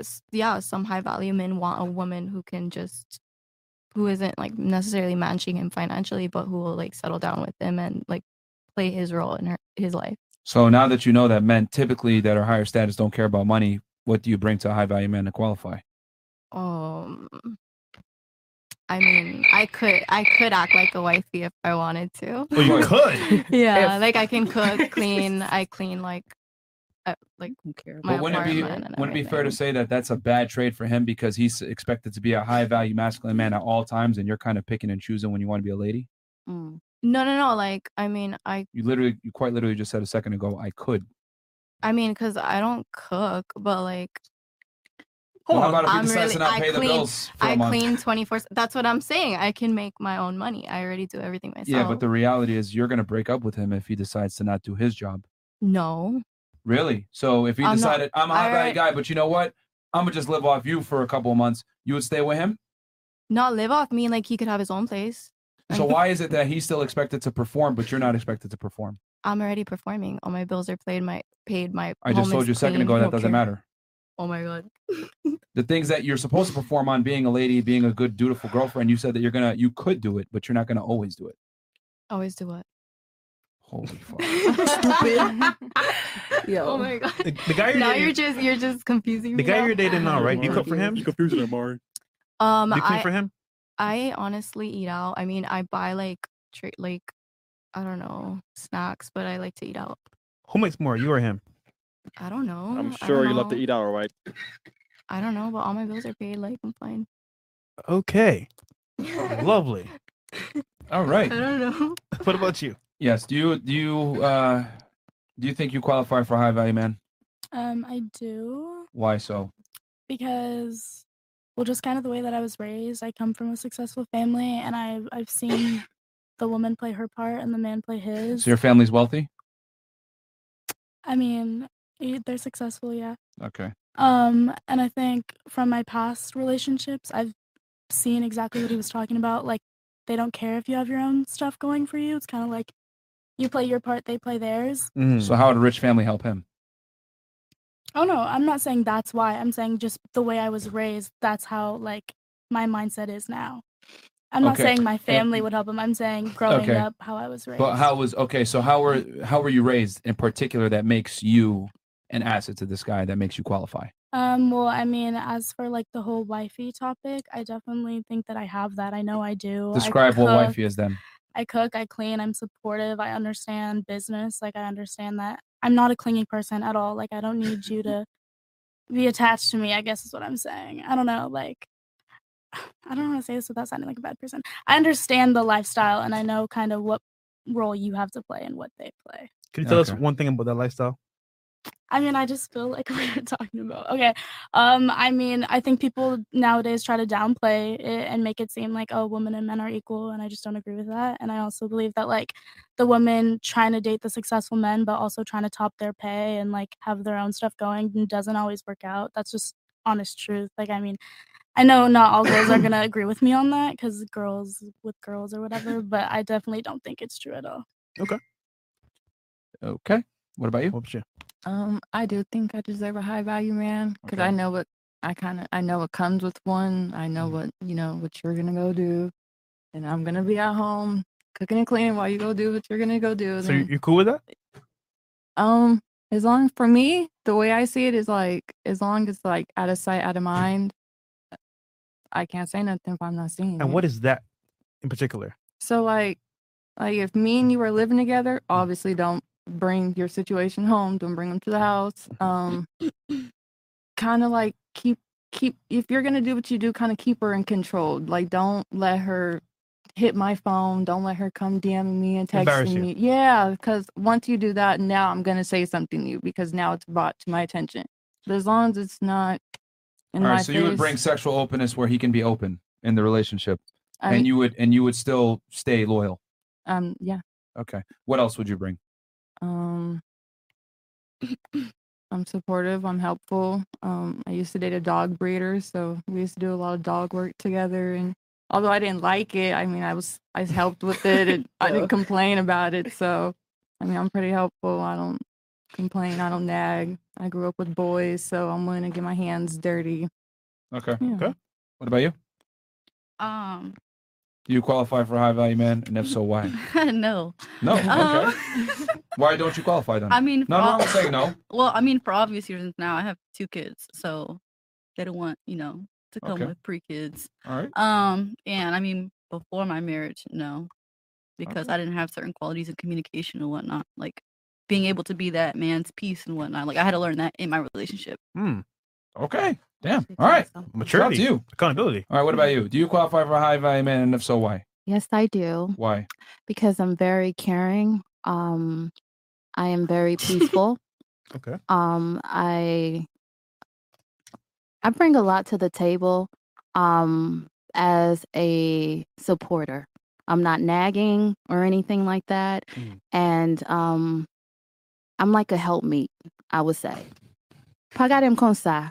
J: s- yeah, some high value men want a woman who can just, who isn't like necessarily matching him financially, but who will like settle down with him and like play his role in her, his life.
A: So now that you know that men typically that are higher status don't care about money, what do you bring to a high value man to qualify?
J: Um, I mean, I could, I could act like a wifey if I wanted to.
A: Well, Oh, you
B: could.
J: yeah like i can cook clean i clean like I, like my
A: But wouldn't it be
J: apartment and
A: wouldn't it be fair to say that that's a bad trade for him because he's expected to be a high value masculine man at all times, and you're kind of picking and choosing when you want to be a lady?
J: everything. no no no like i mean i
A: You literally, you quite literally just said a second ago, I could.
J: i mean because i don't cook but like
A: Well, how about if he
J: I'm
A: decides to
J: really-
A: not
J: I
A: pay the
J: clean-
A: bills for a
J: I
A: month?
J: clean 24. That's what I'm saying. I can make my own money. I already do everything myself.
A: Yeah, but the reality is you're gonna break up with him if he decides to not do his job.
J: no.
A: Really? So if he
J: I'm not-
A: decided I'm a high value
J: alright.
A: guy, but you know what? I'm gonna just live off you for a couple of months. You would stay with him.
J: Not live off me. Like he could have his own place.
A: So why is it that he's still expected to perform, but you're not expected to perform?
J: I'm already performing. All my bills are paid. My paid. My
A: I just
J: home
A: told
J: is
A: you a second
J: clean.
A: ago that
J: Don't
A: doesn't
J: care.
A: matter.
J: Oh my god.
A: The things that you're supposed to perform on being a lady, being a good, dutiful girlfriend, you said that you're gonna, you could do it, but you're not gonna always do it.
J: Always do what?
A: Holy fuck!
J: Oh my god.
B: The, the guy you're
J: now
B: dating,
J: you're just you're just confusing
B: the
J: me.
B: guy
J: now.
B: you're dating now, right? Do you cook for him? You
E: confusing him, Mari.
J: Um,
B: You clean
J: I,
B: for him?
J: I honestly eat out. I mean, I buy like tra- like I don't know snacks, but I like to eat out.
B: Who makes more, you or him?
J: I don't know.
E: I'm
J: I
E: sure
J: don't
E: you love to
J: know.
E: eat out, all right?
J: I don't know, but all my bills are paid. Like I'm fine.
B: Okay. Lovely.
A: All right.
J: I don't know.
B: What about you?
A: Yes. Do you do you uh, do you think you qualify for high value man?
K: Um, I do.
A: Why so?
K: because well just kind of the way that i was raised i come from a successful family and i've, I've seen the woman play her part and the man play his
A: So your family's wealthy?
K: i mean eh, they're successful yeah
A: Okay.
K: um and i think from my past relationships i've seen exactly what he was talking about like they don't care if you have your own stuff going for you it's kind of like you play your part they play theirs
B: Mm-hmm.
A: So how would a rich family help him?
K: Oh no, I'm not saying that's why. I'm saying just the way I was raised, that's how like my mindset is now. I'm not
A: Okay.
K: saying my
A: Yeah.
K: family would help him. I'm saying growing
A: Okay.
K: up, how I was raised.
A: But how was okay? So how were how were you raised in particular that makes you an asset to this guy that makes you qualify?
K: Um, well, I mean, as for like the whole wifey topic, I definitely think that I have that. I know I do. I
A: Describe what
K: cook-
A: wifey is then.
K: I cook, I clean, I'm supportive, I understand business, like I understand that. I'm not a clingy person at all. Like I don't need you to be attached to me, I guess is what I'm saying. I don't know, like I don't want to say this without sounding like a bad person. I understand the lifestyle and I know kind of what role you have to play and what they play.
B: Can you tell us one thing about that lifestyle?
K: I mean, I just feel like we're talking about. Okay. Um, I mean, I think people nowadays try to downplay it and make it seem like, oh, women and men are equal. And I just don't agree with that. And I also believe that, like, the women trying to date the successful men, but also trying to top their pay and, like, have their own stuff going doesn't always work out. That's just honest truth. Like, I mean, I know not all girls are going to agree with me on that because girls with girls or whatever, but I definitely don't think it's true at all.
B: Okay.
A: Okay. What about you?
L: Um, I do think I deserve a high value man because I
A: Okay.
L: know what I kind of I know what comes with one. I
B: Mm-hmm.
L: know what you know what you're gonna go do, and I'm gonna be at home cooking and cleaning while you go do what you're gonna go do.
B: So
L: then-
B: you, you cool with that?
L: Um, as long for me, the way I see it is like as long as like out of sight, out of
B: Mm-hmm.
L: mind. I can't say nothing if I'm not seeing.
B: And
J: Mm-hmm.
L: it.
B: what is that in particular?
L: So like, like if me and you are living together, obviously don't bring your situation home. Don't bring them to the house. Um, kind of like keep keep if you're gonna do what you do, kind of keep her in control. Like don't let her hit my phone. Don't let her come DMing me and
B: Embarrass
L: texting
B: you.
L: me. Yeah, because once you do that, now I'm gonna say something to you because now it's brought to my attention. But as long as it's not in
A: All
L: my
A: right, so you would
L: face-
A: bring sexual openness where he can be open in the relationship,
L: I
A: and
L: mean-
A: you would and you would still stay loyal.
L: um yeah.
A: Okay. What else would you bring?
L: Um, I'm supportive. I'm helpful. Um, I used to date a dog breeder, so we used to do a lot of dog work together. And although I didn't like it, I mean, I was I helped with it, and I
M: Yeah.
L: didn't complain about it. So, I mean, I'm pretty helpful. I don't complain. I don't nag. I grew up with boys, so I'm willing to get my hands dirty.
A: Okay.
L: Yeah.
A: Okay. What about you?
M: Um,
A: Do you qualify for high value man? And if so, why?
M: no.
A: No. Okay.
M: Um,
A: why don't you qualify then?
M: I mean,
A: no, no,
M: for-
A: I'm not saying no.
M: Well, I mean, for obvious reasons now, I have two kids, so they don't want, you know, to come
A: Okay.
M: with pre kids.
A: All right.
M: Um, and I mean, before my marriage, no, because
A: Okay.
M: I didn't have certain qualities of communication and whatnot, like being able to be that man's peace and whatnot. Like I had to learn that in my relationship.
B: Hmm.
A: Okay. Damn. All right.
B: Maturity.
A: Shout out to you.
B: Accountability.
A: All right. What about you? Do you qualify for high value man? And if so, why?
N: Yes, I do.
A: Why?
N: because I'm very caring. Um, I am very peaceful.
B: Okay.
N: Um, I I bring a lot to the table. Um, as a supporter, I'm not nagging or anything like that, and um, I'm like a helpmeet. I would say. Pagad em konsa.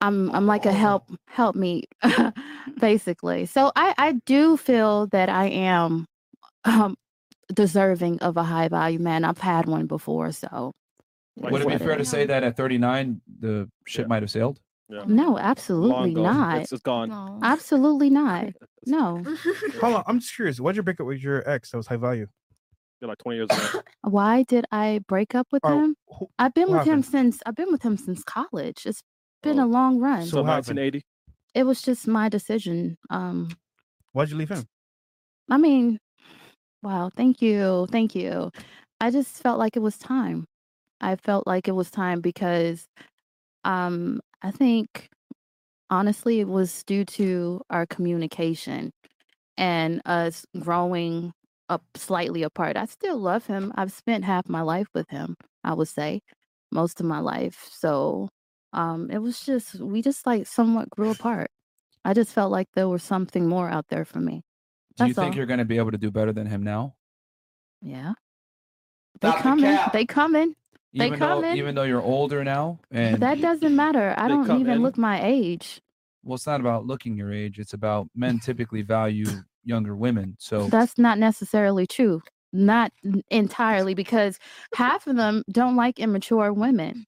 N: I'm I'm like a help help me basically. So I I do feel that I am um deserving of a high value man. I've had one before, so
A: Would it be fair to say that at 39, the ship might have sailed?
N: no, absolutely
A: gone.
N: not.
A: It's- it's gone.
N: Absolutely not. No.
B: Hold on, I'm just curious. Why'd you break up with your ex that was high value?
E: You're like 20 years old.
N: Why did I break up with
B: Oh,
N: him? I've been
B: what
N: with him since I've been with him since college. It's been
A: Oh,
N: a long run.
E: So 1980.
N: it was just my decision. Um
B: Why'd you leave him?
N: I mean, wow, thank you. Thank you. I just felt like it was time. I felt like it was time because um I think honestly it was due to our communication and us growing up slightly apart. I still love him. I've spent half my life with him, I would say, most of my life. So um it was just we just like somewhat grew apart. I just felt like there was something more out there for
A: Do
N: me.
A: you
N: That's
A: think
N: all.
A: you're going to be able to do better than him now?
N: Yeah. They coming. They coming. They
A: even Though,
N: coming.
A: even though you're older now,
N: But
A: and
N: that doesn't matter. I
A: They
N: don't
A: come
N: even
A: in.
N: look my age.
A: well, it's not about looking your age. It's about men typically value younger women. So
N: That's not necessarily true. Not n- entirely because half of them don't like immature women.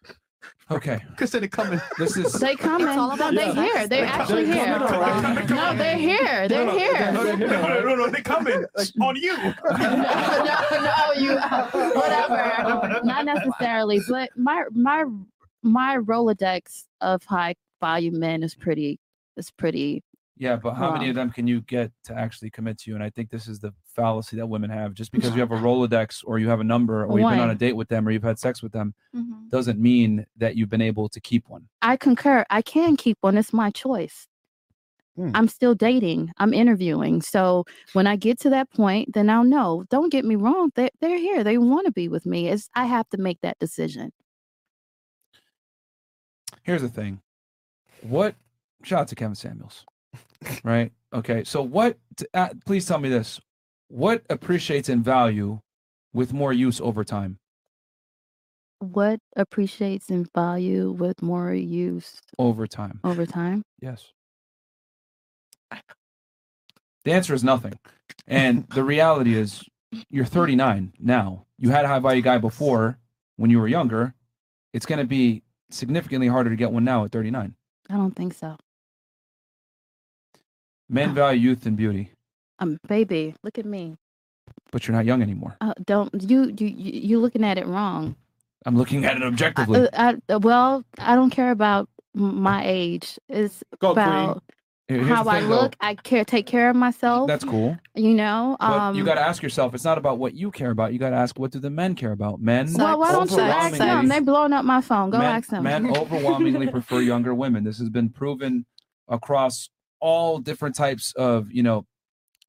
A: Okay.
B: Consider coming.
A: This is.
L: They coming.
A: It's all about
L: they're
A: the
L: here.
A: sex.
L: They're
A: They
L: actually
A: coming.
L: here. Um,
A: They coming.
L: No, they're here. They're
A: No, no,
L: here.
A: no, no, no,
B: no, no, they're coming on you.
L: no, no, you whatever.
N: Not necessarily, but my my my Rolodex of high volume men is pretty is pretty
A: Yeah, but how many
N: Wow.
A: of them can you get to actually commit to you? And I think this is the fallacy that women have. Just because you have a Rolodex or you have a number or you've been on
N: One.
A: a date with them or you've had sex with them
N: Mhm.
A: doesn't mean that you've been able to keep one.
N: I concur. I can keep one. It's my choice.
A: Hmm.
N: I'm still dating. I'm interviewing. So when I get to that point, then I'll know. Don't get me wrong. They they're here. They want to be with me. It's I have to make that decision.
A: Here's the thing. What shout out to Kevin Samuels. Right? Okay. So what t- uh, please tell me this. What appreciates in value with more use over time?
N: What appreciates and value with more use
A: Over time.
N: over time?
A: Yes. The answer is nothing. And the reality is you're 39 now. You had a high value guy before when you were younger. It's going to be significantly harder to get one now at 39.
N: I don't think so.
A: Men value youth and beauty,
N: Um, baby, look at me.
A: but you're not young anymore.
N: Uh, don't you you you you looking at it wrong.
A: I'm looking at it
N: I-
A: objectively.
N: uh, I, uh, well, I don't care about m- my age. It's
A: Go, queen.
N: about
A: Here- here's
N: how
A: the
N: I
A: thing, though.
N: look. I care, take care of myself.
A: That's cool.
N: You know,
A: But
N: um,
A: you got to ask yourself, it's not about what you care about. You got to ask, what do the men care about? Men.
N: Well, why don't you ask
A: overwhelmingly-
N: them? They blowing up my phone. Go
A: men,
N: ask them.
A: men overwhelmingly prefer younger women. This has been proven across all different types of, you know,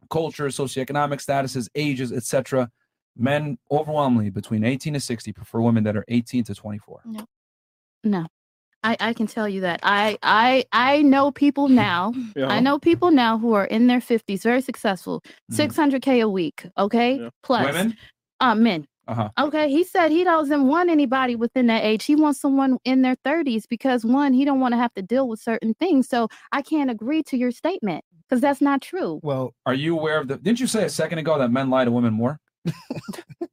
A: culture, socioeconomic statuses, ages, etc. Men overwhelmingly between 18 to 60 prefer women that are 18 to 24.
N: No. No. I, I can tell you that. I I I know people now.
A: Yeah.
N: I know people now who are in their fifties, very successful, six hundred K a week, okay? Plus
A: Mm. Women?
N: uh men.
A: Uh-huh.
N: Okay, he said he doesn't want anybody within that age. He wants someone in their 30s because one, he don't want to have to deal with certain things. So I can't agree to your statement because that's not true.
B: Well,
A: Are you aware of the Didn't you say a second ago that men lie to women more?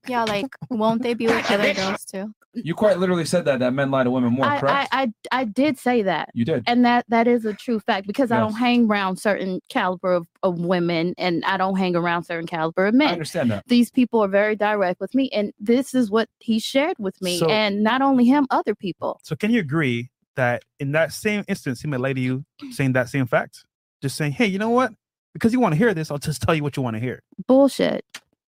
J: Yeah, like won't they be with other girls too?
A: You quite literally said that that men lie to women more, correct?
N: I, I, I I did say that.
A: You did.
N: And that that is a true fact because I don't
A: Yes.
N: hang around certain caliber of, of women and I don't hang around certain caliber of men.
A: understand that.
N: These people are very direct with me and this is what he shared with me
B: So-
N: and not only him, other people.
B: So can you agree that in that same instance, he might lie to you saying that same fact? Just saying, hey, you know what? Because you want to hear this, I'll just tell you what you want to hear.
N: Bullshit.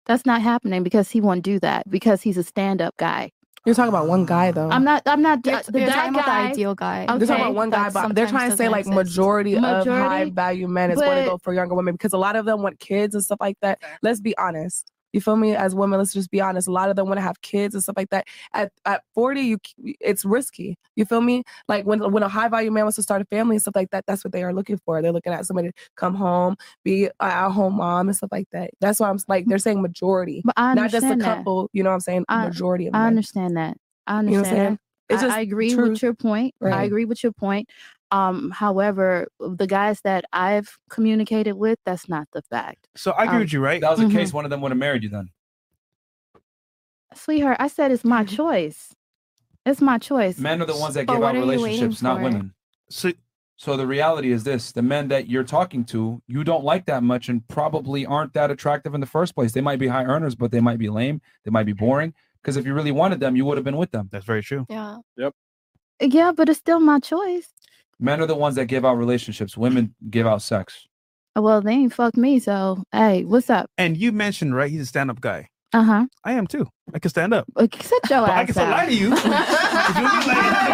N: That's not happening because he won't do that because he's a stand-up guy.
I: You're talking about one guy though.
N: I'm not I'm not uh,
J: You're-
N: the,
J: you're
N: that
J: talking about the
N: guy-
J: ideal guy.
I: They're talking about
N: Okay,
I: one guy,
N: that
I: but they're
N: sometimes
I: trying to say
N: doesn't
I: like
N: exist.
I: majority, of
N: Majority,
I: high value men is going to go
N: but-
I: for younger women because a lot of them want kids and stuff like that. Let's be honest. You feel me? As women, let's just be honest. A lot of them want to have kids and stuff like that. At at 40, you c- it's risky. You feel me? Like when when a high value man wants to start a family and stuff like that, that's what they are looking for. They're looking at somebody to come home, be a at home mom and stuff like that. That's why I'm s- like they're saying majority,
N: But I
I: not just a
N: understand that.
I: couple. You know what I'm saying? majority of
N: I
I: men.
N: understand that.
I: You know what
N: I
I: I'm
N: understand.
I: saying?
N: that.
I: It's
N: I-
I: just
N: I, agree
I: truth.
N: with your point. I
I: Right.
N: agree with your point. Um, however, the guys that I've communicated with, that's not the fact.
B: So
N: I agree with you,
B: right?
A: That was the
N: Mhm.
A: case one of them would have married you then.
N: Sweetheart, I said it's my choice. It's my choice.
A: Men are the ones that
N: But
A: give out
N: what are you waiting
A: relationships, not
N: for?
A: women.
B: So,
A: so the reality is this: the men that you're talking to, you don't like that much, and probably aren't that attractive in the first place. They might be high earners, but they might be lame. They might be boring. Because if you really wanted them, you would have been with them.
B: That's very true.
N: Yeah.
E: Yep.
N: Yeah, but it's still my choice.
A: Men are the ones that give out relationships. Women give out sex.
N: Well, they ain't fucked me, so hey, what's up?
B: And you mentioned, right? He's a stand up guy.
N: Uh huh.
B: I am too. I can stand up.
N: Set Uh,
B: But
N: your ass
B: I can still
N: out.
B: lie to you. If you don't lie, it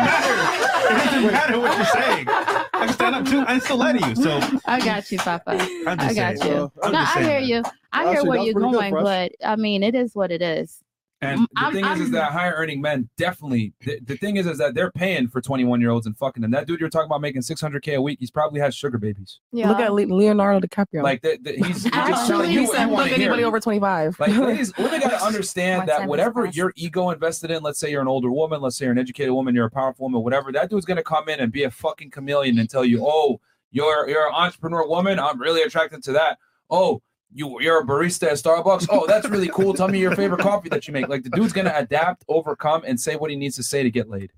B: doesn't matter. It doesn't matter what you're saying. I can stand up too. I can still lie to you. So
N: I got you, Papa. i
B: just
N: got
B: saying.
N: you.
B: Well, I'm
N: no,
B: just
N: I
B: saying
N: hear
B: that.
N: you. I
B: Well,
N: hear
B: actually,
N: where
B: that was
N: you're
B: pretty good
N: going,
B: for us.
N: but I mean, it is what it is.
A: And
N: Mm,
A: the
N: I'm-
A: thing is, is
N: I'm-
A: that higher earning men definitely. The, the thing is, is that they're paying for 21 year olds and fucking them. That dude you're talking about making 600k a week, he's probably had sugar babies.
I: Look at Le- Leonardo DiCaprio.
A: Like the, the, he's, he's just telling
I: Actually,
A: you
I: he
A: what you
I: said,
A: want
I: look
A: to hear.
I: anybody over 25.
A: Like ladies, women gotta understand that
I: time is
A: whatever
I: passed.
A: your ego invested in, let's say you're an older woman, let's say you're an educated woman, you're a powerful woman, whatever, that dude's gonna come in and be a fucking chameleon and tell you,
N: Mm-hmm.
A: oh, you're you're an entrepreneur woman, I'm really attracted to that. Oh, you you're a barista at Starbucks. Oh, that's really cool. Tell me your favorite coffee that you make. Like the dude's gonna adapt, overcome, and say what he needs to say to get laid.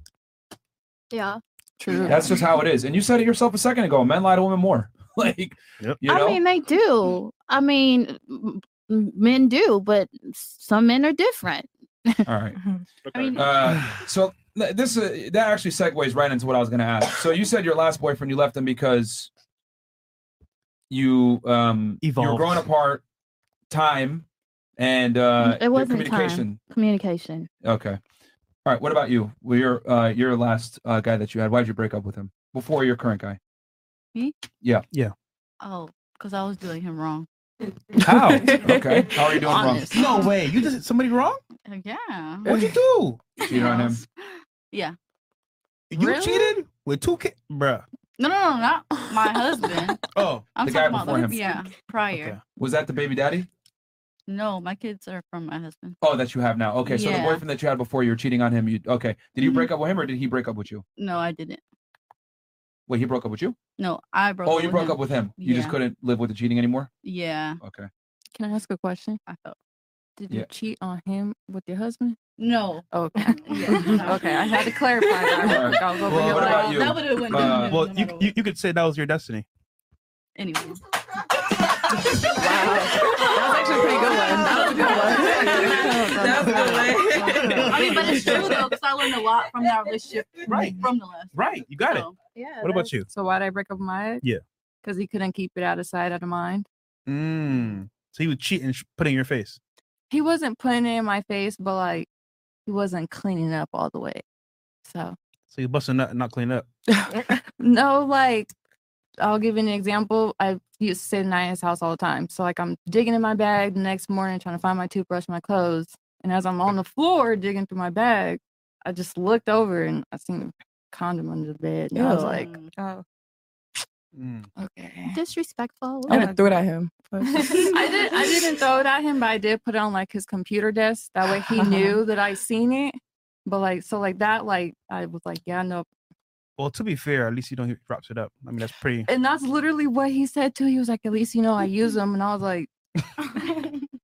J: Yeah.
N: True.
A: That's just how it is. And you said it yourself a second ago. Men lie to women more. like, you know,
N: I mean, they do. I mean, m- m- men do, but some men are different.
A: all right. Uh, so th- this uh, that actually segues right into what I was going to ask. So you said your last boyfriend you left him because you um you were
N: Evolved.
A: growing apart, time, and uh
N: Mm, it
A: your
N: wasn't
A: communication.
N: Time. Communication.
A: Okay. All right. What about you? Well, your uh your last uh, guy that you had. Why did you break up with him before your current guy?
M: Me?
A: Yeah. Yeah.
M: Oh, because I was doing him wrong.
A: How? Oh. okay. How are you doing wrong?
M: Honest. No
B: way. You did somebody wrong?
M: Uh, Yeah.
B: What'd you do?
A: Cheated on him.
M: Yeah.
B: You
M: Really?
B: cheated with two kids, bruh.
M: No, no, no, not my husband.
B: Oh,
M: I'm
A: the guy
M: talking
A: before
M: about
A: him.
M: yeah, prior.
A: Was that the baby daddy?
M: No, my kids are from my husband.
A: Oh, that you have now. Okay, so the
M: Yeah. Mm-hmm.
A: boyfriend that you had before, you were cheating on him. You okay? Did you break up with him, or did he break up with you?
M: No, I didn't.
A: Wait, he broke up with you?
M: No, I broke.
A: oh,
M: up
A: you
M: with
A: broke
M: him.
A: up with him. You just
M: Yeah. Mm-hmm.
A: couldn't live with the cheating anymore.
M: Yeah.
A: Okay.
L: Can I ask a question?
M: I felt.
L: Did you
A: Yeah.
L: cheat on him with your husband? Oh,
M: No.
L: Okay. okay. I had to clarify that. I was over
B: Well,
L: here
B: what
L: like,
B: about you?
M: that would've went down
B: Uh, well, you, you you could say that was your destiny.
M: Anyway.
I: That's actually a pretty good one. That was a good one. That was a good one.
M: I mean, but it's true though, because I learned a lot from that relationship.
L: Right.
M: From the last.
B: Right. You got it.
I: Oh.
L: Yeah.
B: What about
L: that's-
B: you?
L: So why did I break up with my ex?
B: Yeah.
L: Because he couldn't keep it out of sight, out of mind.
B: Mm. So you would cheat and sh- put it in your face.
L: He wasn't putting it in my face, but like he wasn't cleaning up all the way. So
B: So you bust a nut and not clean up.
L: no, like I'll give you an example. I used to sit in Naya's house all the time. So like I'm digging in my bag the next morning trying to find my toothbrush, my clothes. And as I'm on the floor digging through my bag, I just looked over and I seen a condom under the bed. And I was
I: Ew.
L: like,
J: Oh.
A: Mm.
L: okay.
J: Disrespectful.
I: I would have threw it at him.
L: I did. I didn't throw it at him, but I did put it on like his computer desk. That way he knew that I seen it. But like, so like that, like I was like, yeah, no.
B: Well, to be fair, at least you know he wraps it up. I mean, that's pretty.
L: And that's literally what he said too. He was like, at least you know I use them, and I was like,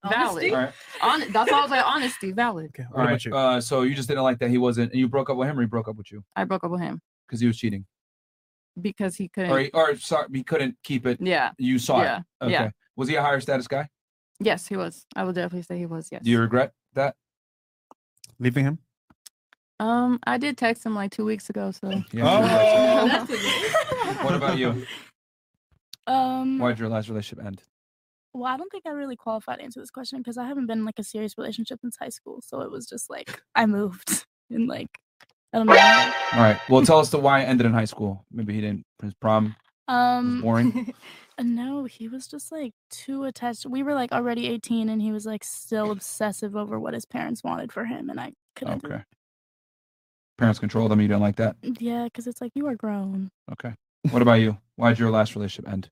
L: valid.
A: All right.
L: Hon- that's why I was like, honesty, valid.
A: All right. Uh, so you just didn't like that he wasn't, and you broke up with him, or he broke up with you
L: I broke up with him
A: because he was cheating,
L: because he couldn't.
A: or he, or sorry, he couldn't keep it.
L: Yeah.
A: You saw
L: Yeah,
A: it. Okay.
L: yeah.
A: Was he a higher status guy?
L: Yes, he was. I would definitely say he was. Yes.
A: Do you regret that?
B: Leaving him?
L: Um, I did text him like two weeks ago, so.
B: Oh!
A: Yeah. What about you?
K: Um,
A: Why did your last relationship end?
K: well, I don't think I really qualified to answer this question because I haven't been in like a serious relationship since high school. So it was just like I moved and like I don't know.
A: All right. Well, tell us the why it ended in high school. Maybe he didn't his prom.
K: Um,
A: boring?
K: uh, no, he was just like too attached. We were like already 18 and he was like still obsessive over what his parents wanted for him. And I couldn't,
A: Okay. Parents controlled him. You didn't like that.
K: yeah, because it's like you are grown.
A: Okay. What about you? Why did your last relationship end?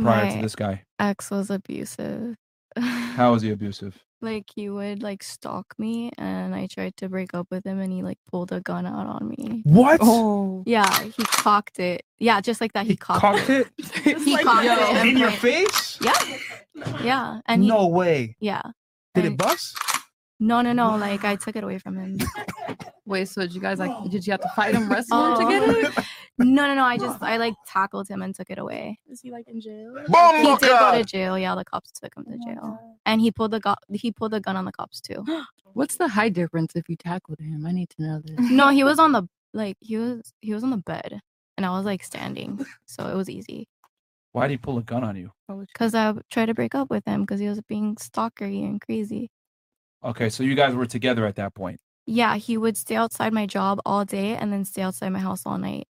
A: Prior to
J: My
A: this guy,
J: Ex was abusive.
A: how was he abusive?
J: Like he would like stalk me, and I tried to break up with him, and he like pulled a gun out on me.
B: What?
L: Oh.
J: Yeah, he cocked it. Yeah, just like that. He, cocked,
B: Cocked it
J: it. He cocked it and
B: in your
J: put-
B: face?
J: Yeah, yeah, and he,
B: No way.
J: yeah.
B: Did it bust?
J: No, no, no. Like I took it away from him.
L: Wait, so did you guys like? Did you have to fight him, wrestle him to get it?
J: Um, No, no, no. I just I like tackled him and took it away.
K: Is he like in jail?
J: he did go to jail. Yeah, the cops took him
L: Oh
J: to jail, and he pulled the go- he pulled the gun on the cops too.
L: What's the height difference if you tackled him? I need to know this.
J: no, he was on the like he was he was on the bed, and I was like standing, so it was easy.
A: Why did he pull a gun on you?
J: Cause I tried to break up with him because he was being stalkery and crazy.
A: Okay, so you guys were together at that point.
J: Yeah, he would stay outside my job all day and then stay outside my house all night.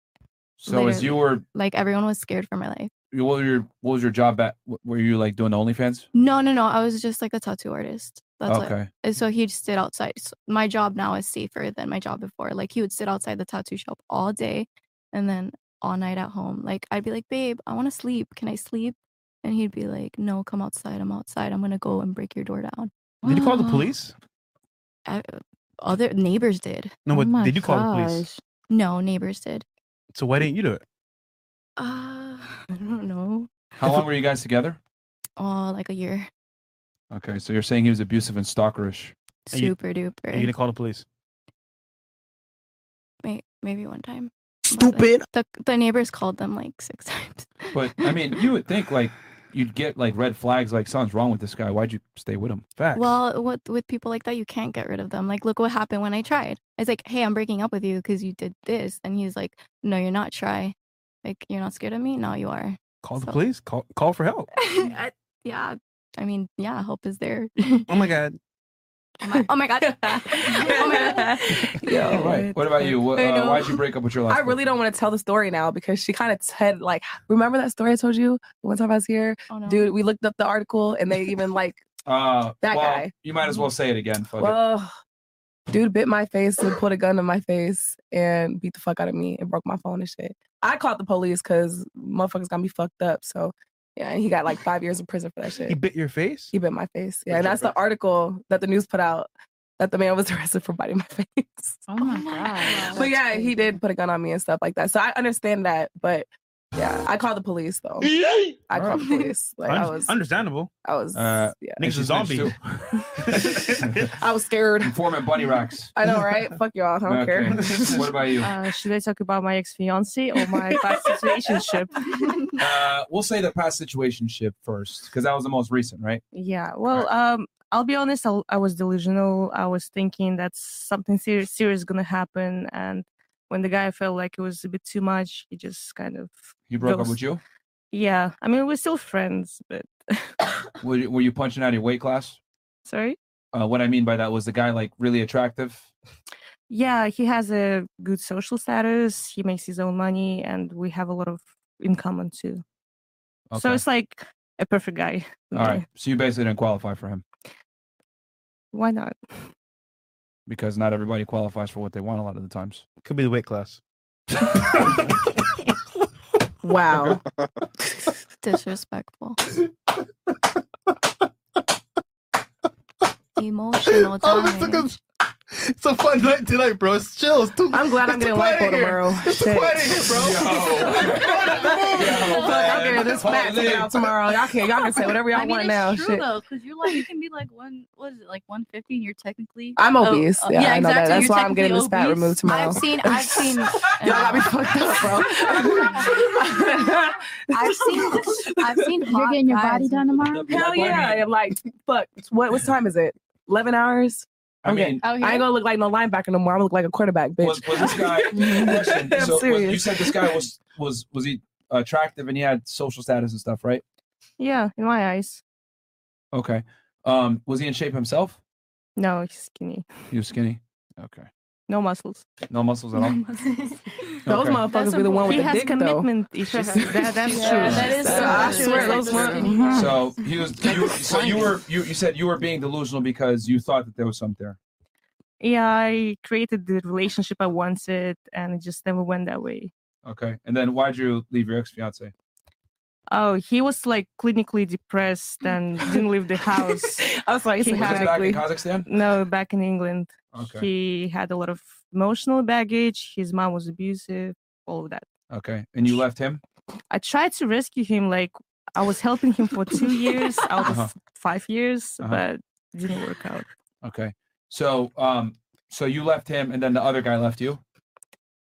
A: So as you
J: Literally.
A: were,
J: like everyone was scared for my life.
A: you- what were your what was your job at? Were you like doing the OnlyFans?
J: No, no, no. I was just like a tattoo artist. That's
A: Okay.
J: it. And so he just sit outside. S- my job now is safer than my job before. Like he would sit outside the tattoo shop all day and then all night at home. Like I'd be like, babe, I want to sleep. Can I sleep? And he'd be like, no, come outside. I'm outside. I'm going to go and break your door down.
B: Did you call
J: Mm.
B: the police?
J: I, uh, other neighbors did. Oh
B: No, but did you call the police?
J: No, neighbors did.
B: So why didn't you do it?
J: Uh, I don't know.
A: How long were you guys together?
J: Oh, like a year.
A: Okay, so you're saying he was abusive and stalkerish.
J: Super duper.
B: Are you gonna call the police?
J: may- maybe one time.
A: Stupid.
J: The, the neighbors called them like six times.
A: But I mean, you would think like you'd get like red flags, like something's wrong with this guy. Why'd you stay with him? Facts.
J: Well, with with people like that, you can't get rid of them. Like, look what happened when I tried. I was like, "Hey, I'm breaking up with you because you did this," and he's like, "No, you're not shy. Like, you're not scared of me. No, you are."
B: Call the police. Call call for help.
J: I- yeah, I mean, yeah, hope is there.
B: Oh my god.
J: oh, my, oh my god. oh my god.
A: Yeah, right. What about you? What,
I: I
A: uh,
I: know.
A: why'd you break up with your last?
I: I
A: girl?
I: really don't want to tell the story now because she kind of said like, remember that story I told you the one time I was here, dude. We looked up the article and they even like,
A: Uh,
I: That
A: well,
I: guy.
A: You might as well say it again. Fuck it.
I: well, dude bit my face and put a gun in my face and beat the fuck out of me and broke my phone and shit. I called the police because motherfuckers got me fucked up. So yeah, and he got like five years in prison for that shit.
B: He bit your face.
I: He bit my face. Yeah, and that's the article that the news put out that the man was arrested for biting my face.
L: Oh my god.
I: but yeah, he did put a gun on me and stuff like that. So I understand that, but yeah, I called the police though. I called the police. Like I
B: Under-
I: was,
B: understandable.
I: I was,
A: Uh,
I: yeah.
B: Niggas a zombie.
I: I was scared.
A: Informant Bunny Rocks.
I: I know, right? Fuck y'all. I don't care.
A: Okay. what about you?
H: Uh, should I talk about my ex fiance or my past relationship?
A: Uh, we'll say the past situationship first, because that was the most recent, right?
H: Yeah. Well, um, I'll be honest. i I was delusional. I was thinking that something serious serious gonna happen, and when the guy felt like it was a bit too much, he just kind of.
A: He broke up
H: ghost-
A: with you?
H: Yeah. I mean, we're still friends, but
A: Were you, were you punching out of your weight class?
H: sorry.
A: Uh, what I mean by that was the guy like really attractive.
H: Yeah, he has a good social status. He makes his own money, and we have a lot of in common too. So
A: Okay.
H: it's like a perfect guy.
A: All right, so you basically didn't qualify for him
H: Why not?
A: because not everybody qualifies for what they want a lot of the times.
B: Could be the weight class.
I: Wow.
J: Disrespectful. Emotional damage.
B: It's a fun night tonight, bro. It's chill. It's too,
I: I'm glad I'm
B: it's too
I: getting lipo
B: quiet in here.
I: tomorrow.
B: It's too
I: Shit.
B: quiet in here, bro.
I: Fuck, I'm getting this fat taken out tomorrow. Y'all can y'all can say whatever y'all
M: I mean,
I: want
M: it's
I: now.
M: True
I: Shit.
M: though, because you're like you can be like one, what is it, like 150, and you're technically
I: I'm
M: Oh,
I: obese.
M: uh,
I: yeah, I know that.
M: exactly,
I: That's
M: you're
I: why I'm getting
M: technically
I: this fat
M: obese.
I: removed tomorrow.
J: I've seen, I've seen,
M: uh,
I: Y'all got me fucked up, bro.
J: I've seen, I've seen.
I: You're getting your body done
J: tomorrow?
I: Hell
M: E
I: yeah! I'm like, fuck. What what time is it? Eleven
A: I
I: hours. I'm
A: mean-
I: getting.
A: Out
I: I
A: here?
I: ain't gonna look like no linebacker no more. I'm gonna look like a quarterback, bitch.
A: Was, was this guy? question,
I: I'm
A: so was- you
I: serious.
A: said this guy was was was he attractive and he had social status and stuff, right?
H: Yeah, in my eyes,
A: Okay. Um, was he in shape himself?
H: no, he's skinny,
A: He was skinny. Okay.
H: no muscles.
A: No muscles at all.
I: Those
A: Okay.
I: motherfuckers be the one with
H: He
I: the
H: has
I: dick
H: commitment
I: though.
H: issues. That- that's
I: Yeah,
H: true.
I: that is
H: That-
I: so
H: I
I: true.
H: swear
I: That's
H: those
I: so
H: were-
I: true. Mhm.
A: So he was. You, so you were. You, you said you were being delusional because you thought that there was something there.
H: Yeah, I created the relationship I wanted, and it just never went that way.
A: Okay. And then why'd you leave your ex fiance?
H: Oh, he was like clinically depressed and didn't leave the house.
I: I was like,
A: Was this back in Kazakhstan?
H: No, back in England.
A: Okay.
H: He had a lot of emotional baggage. His mom was abusive, all of that.
A: Okay. And you left him.
H: I tried to rescue him. Like I was helping him for two years out
A: Uh-huh.
H: of five years,
A: Uh-huh.
H: but it didn't work out.
A: Okay. So um. So you left him, and then the other guy left you.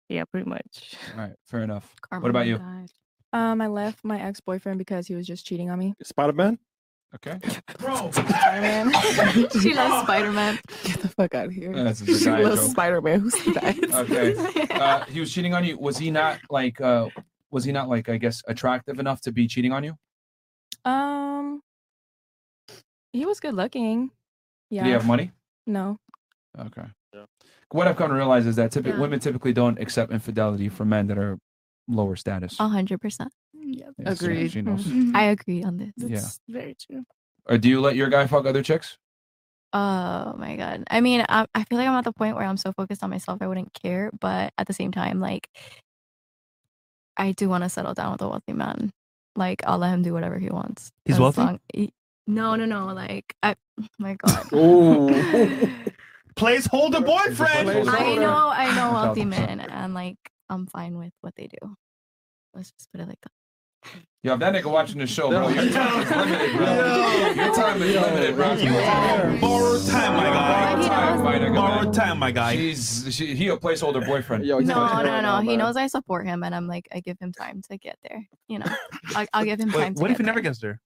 H: Yeah, pretty much.
A: All right. Fair enough. what about you?
G: Oh Um, I left my ex boyfriend because he was just cheating on me.
E: Spider Man.
A: Okay.
E: Bro.
G: Spider Man.
J: She loves Spider Man.
I: Get the fuck out of here.
A: Yeah, that's a
I: she
A: guy
I: loves
A: joke.
I: Spider Man. Who's that?
A: Okay. Uh, he was cheating on you. Was he not like? Uh, was he not like? I guess attractive enough to be cheating on you?
G: Um, he was good looking. Yeah.
A: Did he have money?
G: No.
A: Okay. What I've come to realize is that typically women typically don't accept infidelity from men that are lower status.
J: A hundred percent.
A: Yeah, she- Agreed. she knows.
J: Mhm. I agree on this.
A: Yeah.
J: That's very true.
A: Or do you let your guy fuck other chicks?
J: Oh my god. I mean, I, I feel like I'm at the point where I'm so focused on myself, I wouldn't care. But at the same time, like, I do want to settle down with a wealthy man. Like, I'll let him do whatever he wants.
B: He's
J: as
B: wealthy?
J: long- he- no, no, no. Like, I, oh my god.
B: Oh. Placeholder boyfriend.
J: I know, I know wealthy
A: 1000%.
J: men, and like, I'm fine with what they do. Let's just put it like that.
A: Yo, if that nigga watching the show, bro, your time is limited, bro. Your time is limited, bro.
B: You have borrowed time, my guy.
A: Time, my nigga, man.
B: Borrowed time, my guy.
A: She's she, he a placeholder boyfriend. Yo,
J: No, no, no. He knows I support him, and I'm like, I give him time to get there. You know, I'll, I'll give him
B: Wait,
J: time. to
B: what if
J: get
B: he never gets there?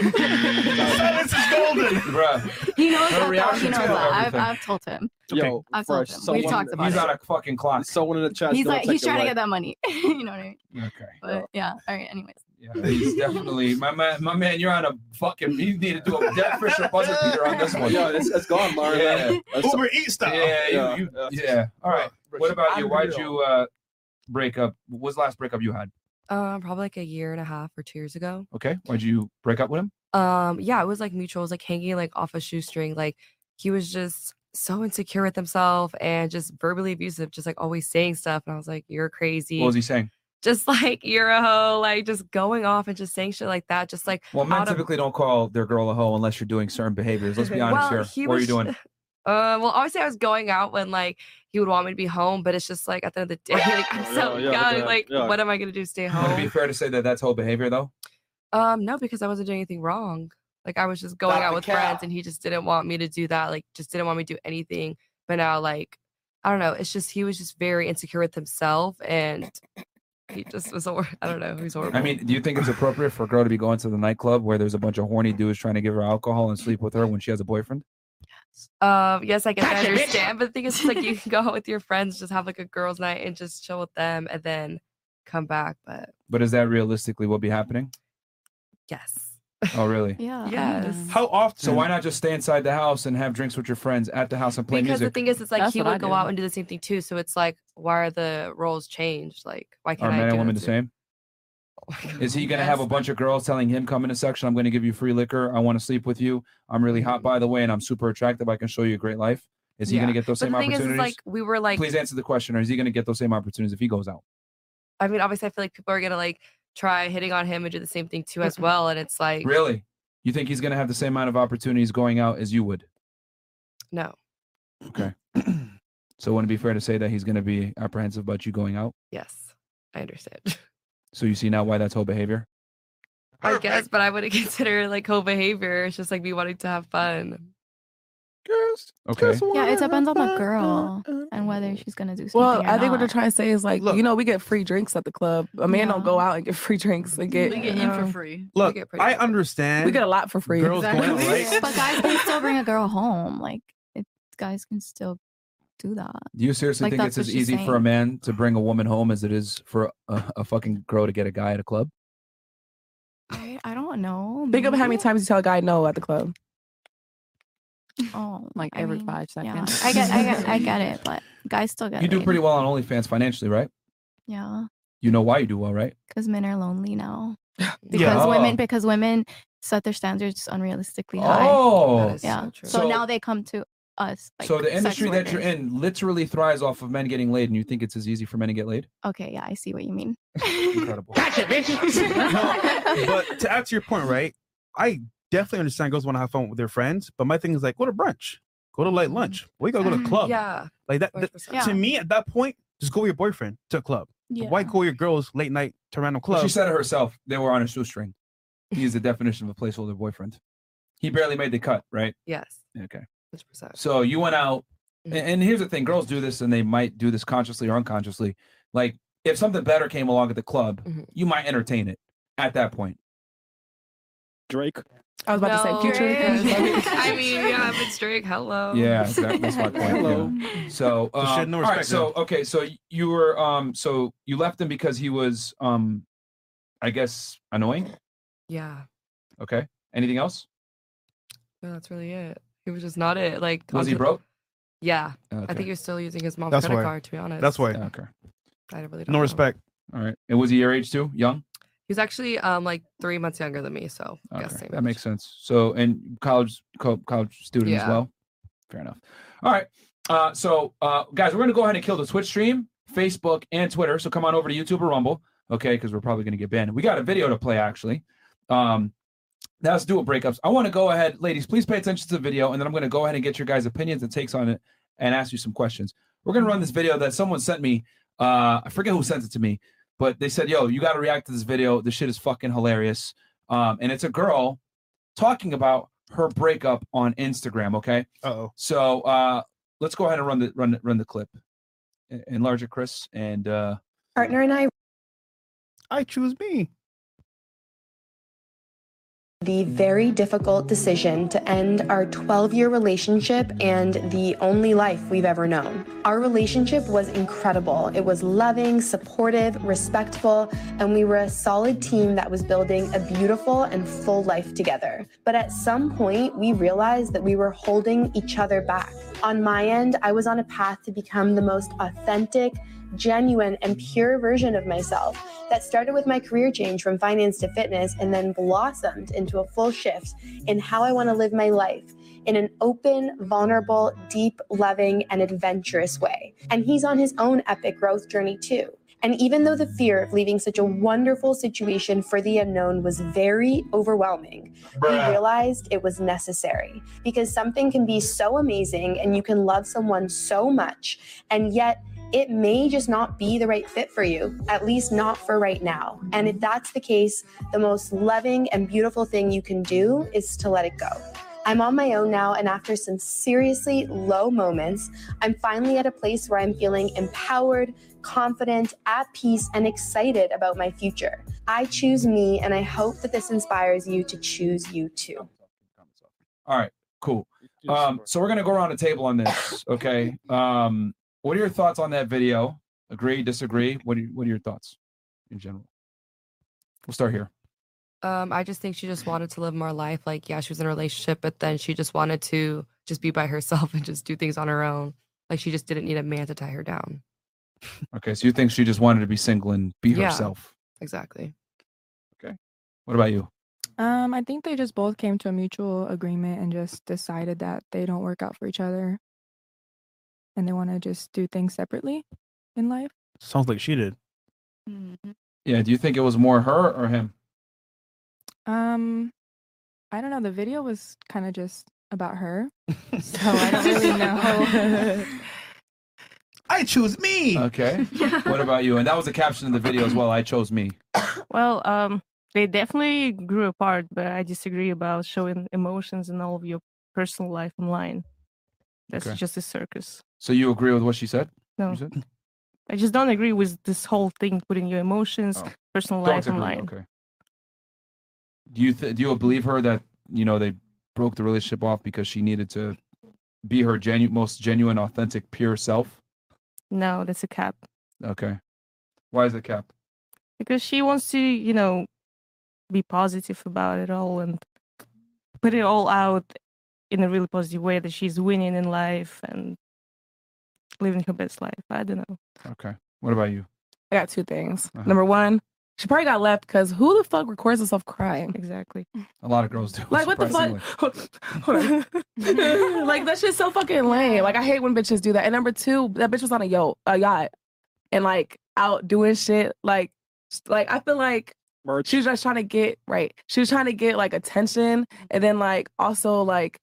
A: Silence is golden, bro.
J: there. He
A: Her
J: knows that. though. He
A: reaction
J: knows
A: to
J: that. I've,
A: everything.
J: I've told him.
E: Yo,
J: I've
E: for
J: told him. We've
E: someone-
J: talked about
A: He's
J: it.
A: on a fucking clock.
E: Someone in the chat.
J: He's like, he's trying to get that money. you know what I mean?
A: Okay.
J: But yeah. All right. Anyways.
A: Yeah, he's definitely my man. My man, you're on a fucking. You need to do a dead fish or buzzer beater on this one.
E: Yeah, it's- it's gone, Lauren, man. That's- Uber Eats style.
A: Yeah,
E: Yeah.
A: You, you, yeah. All right. What about you? Why'd you uh, break up? What was the last breakup you had?
F: Uh, probably like a year and a half or two years ago.
A: Okay. Why'd you break up with him?
F: um yeah it was like mutual it was like hanging like off a shoestring like he was just so insecure with himself and just verbally abusive just like always saying stuff and i was like you're crazy
A: What was he saying?
F: just like you're a hoe like just going off and just saying shit like that just like
A: Well, men
F: out of-
A: typically don't call their girl a hoe unless you're doing certain behaviors. Let's be honest
F: Well, he
A: here. What are you
F: was-
A: doing?
F: uh, well obviously i was going out when like he would want me to be home but it's just like at the end of the day like i'm so
A: Oh, Yeah, yeah, look at
F: young
A: that.
F: like
A: Yeah.
F: what am i gonna do stay
A: Would it be
F: home
A: fair to say that that's hoe behavior though?
F: um no because i wasn't doing anything wrong like i was just going
A: Stop
F: out
A: the
F: with
A: cap.
F: friends and he just didn't want me to do that like just didn't want me to do anything but now like i don't know it's just he was just very insecure with himself and he just was hor- i don't know he's horrible
A: I mean, do you think it's appropriate for a girl to be going to the nightclub where there's a bunch of horny dudes trying to give her alcohol and sleep with her when she has a boyfriend?
F: um yes i can
J: Gotcha, bitch.
F: understand but the thing is it's like you can go out with your friends just have like a girls night and just chill with them and then come back but
A: But is that realistically what be happening?
F: yes
A: Oh, really?
F: yeah yes
B: How often?
A: So why not just stay inside the house and have drinks with your friends at the house and play
F: because
A: music?
F: the thing is it's like
A: That's
F: he
A: what
F: would
A: I
F: go
A: do.
F: out and do the same thing too so it's like why are the roles changed like why can't
A: Are
F: i
A: men
F: do
A: and
F: it Oh
A: women the
F: too?
A: same? Is he gonna have a bunch of girls telling him, "Come in a section. I'm gonna give you free liquor. I want to sleep with you. I'm really hot, by the way, and I'm super attractive. I can show you a great life." Is he
F: Mm. Yeah.
A: gonna get those
F: But
A: same
F: the thing is, is,
A: opportunities?
F: like we were like
A: Please answer the question. Or is he gonna get those same opportunities if he goes out?
F: I mean, obviously, I feel like people are gonna like try hitting on him and do the same thing too as well, and it's like
A: Really? You think he's gonna have the same amount of opportunities going out as you would?
F: no,
A: Okay. so wouldn't it be fair to say that he's gonna be apprehensive about you going out?
F: yes, I understand.
A: So you see now why that's whole behavior?
F: I guess, but I wouldn't consider it, like whole behavior. It's just like me wanting to have fun.
A: Okay.
J: Yeah, it depends on the girl
A: Uh,
J: and whether she's gonna do something.
I: Well,
J: or
I: I think what they're
J: not.
I: trying to say is like, you know, we get free drinks at the club. A man don't go out and get free drinks and get. um,
J: We get
I: you
J: in for
I: know.
J: free.
B: Look, I understand.
I: We get a lot for free.
B: Girls going out, right?
J: but guys can still bring a girl home. Like, it, guys can still do that.
A: Do you seriously
J: Like,
A: think
J: that's
A: it's as
J: what she's
A: easy for a
J: saying.
A: man to bring a woman home as it is for a, a fucking girl to get a guy at a club?
J: I, I don't know.
I: Think of how many times you tell a guy no at the club.
J: Oh,
L: like every five
J: yeah.
L: seconds.
J: I get, I get, I get it. But guys still get.
A: You do
J: laid.
A: pretty well on OnlyFans financially, right?
J: Yeah,
A: You know why you do well, right?
J: because men are lonely now. Because
A: Yeah.
J: women,
A: Oh.
J: because women set their standards unrealistically high.
A: Oh. That is so
J: yeah.
A: true.
J: So,
A: So-
J: now they come to us. Like,
A: so the
J: sex
A: industry that you're
J: workers.
A: in literally thrives off of men getting laid, and you think it's as easy for men to get laid?
J: Okay, yeah, I see what you mean.
A: Incredible.
B: but to add to your point, right? I definitely understand girls want to have fun with their friends, but my thing is like, go to brunch, go to light lunch. We gotta go to a club.
F: Mm-hmm. Yeah.
B: Like that, that-
F: 100%.
B: to me at that point, just go with your boyfriend to a club.
F: Yeah.
B: Why go with your girls late night to random
A: Well,
B: club?
A: she said it herself. They were on a shoestring. He is the definition of a placeholder boyfriend. He barely made the cut, right?
F: Yes.
A: Okay.
F: 100%.
A: So you went out, and,
F: Mm-hmm.
A: and here's the thing: girls do this, and they might do this consciously or unconsciously. Like if something better came along at the club,
F: Mm-hmm.
A: you might entertain it at that point.
E: Drake.
I: I was about to say future.
F: Drake. I mean, yeah, if it's Drake, hello.
A: Yeah, exactly. That's my point.
F: Hello.
A: yeah. So,
B: So she had
A: um,
B: no
A: all right.
B: respect
A: So, okay. So y- you were, um, so you left him because he was, um, I guess, annoying.
F: Yeah.
A: Okay. Anything else?
F: No, that's really it. He was just not it. Like,
A: Was he
F: onto-
A: broke?
F: Yeah. I
A: Okay.
F: think he was still using his mom's
A: That's
F: credit
A: why.
F: card. To be honest.
A: That's why. Okay.
F: I really don't
B: no
F: know.
B: respect.
A: All right. And was he your age too? Young?
F: He's actually um like three months younger than me, so I
A: Okay,
F: guess same
A: that makes sense. So, and college co- college student as
F: Yeah.
A: well. Fair enough. All right. Uh, so, uh, guys, we're gonna go ahead and kill the Twitch stream, Facebook, and Twitter. So come on over to YouTube or Rumble, okay? Because we're probably gonna get banned. We got a video to play actually. Um, now let's do a breakups. I want to go ahead, ladies. Please pay attention to the video, and then I'm gonna go ahead and get your guys' opinions and takes on it, and ask you some questions. We're gonna run this video that someone sent me. Uh, I forget who sent it to me, but they said, "Yo, you got to react to this video. This shit is fucking hilarious." Um, and it's a girl talking about her breakup on Instagram. Okay.
B: Oh.
A: So uh, let's go ahead and run the run run the clip. En- Enlarge it, Chris, and uh,
O: partner and I
B: I choose me.
O: The very difficult decision to end our 12 year relationship and the only life we've ever known. Our relationship was incredible. It was loving, supportive, respectful, and we were a solid team that was building a beautiful and full life together. But at some point, we realized that we were holding each other back. On my end, I was on a path to become the most authentic, genuine, and pure version of myself that started with my career change from finance to fitness and then blossomed into a full shift in how I want to live my life in an open, vulnerable, deep, loving, and adventurous way. And he's on his own epic growth journey too. And even though the fear of leaving such a wonderful situation for the unknown was very overwhelming, we
P: Bruh.
O: realized it was necessary because something can be so amazing and you can love someone so much, and yet it may just not be the right fit for you, at least not for right now. And if that's the case, the most loving and beautiful thing you can do is to let it go. I'm on my own now, and after some seriously low moments, I'm finally at a place where I'm feeling empowered, confident, at peace, and excited about my future. I choose me, and I hope that this inspires you to choose you too.
A: all right, cool. Um, so we're gonna go around the table on this. Okay. Um, what are your thoughts on that video? Agree, disagree? What are, what are your thoughts in general? We'll start here.
F: Um, I just think she just wanted to live more life. Like, yeah, she was in a relationship, but then she just wanted to just be by herself and just do things on her own. Like, she just didn't need a man to tie her down.
A: Okay, so you think she just wanted to be single and be
F: Yeah.
A: herself?
F: Exactly.
A: What about you?
G: Um, I think they just both came to a mutual agreement and just decided that they don't work out for each other and they want to just do things separately in life.
B: Sounds like she did.
A: Mm-hmm. Yeah. Do you think it was more her or him?
G: Um, I don't know. The video was kind of just about her, so I don't really know.
B: I choose me.
A: Okay. what about you? And that was the caption of the video as well. I chose me.
H: Well, um, they definitely grew apart, but I disagree about showing emotions in all of your personal life online. That's
A: Okay.
H: just a circus.
A: So you agree with what she said?
H: No.
A: You said?
H: I just don't agree with this whole thing putting your emotions, personal
A: Oh. Don't
H: life
A: agree,
H: online.
A: Okay. Do you th- do you believe her that you know they broke the relationship off because she needed to be her genu- most genuine, authentic, pure self?
H: No, that's a cap.
A: Okay. Why is it cap?
H: Because she wants to, you know, be positive about it all and put it all out in a really positive way that she's winning in life and living her best life. I don't know.
A: Okay. What about you?
I: I got two things. Number one, she probably got left because who the fuck records herself crying?
H: Exactly.
A: A lot of girls do.
I: Like what the fuck?
A: surprisingly.
I: Hold on. like that's just so fucking lame. Like I hate when bitches do that. And number two, that bitch was on a yacht, a yacht, and like out doing shit. Like, s- like I feel like she was just trying to get right. She was trying to get like attention, and then like also like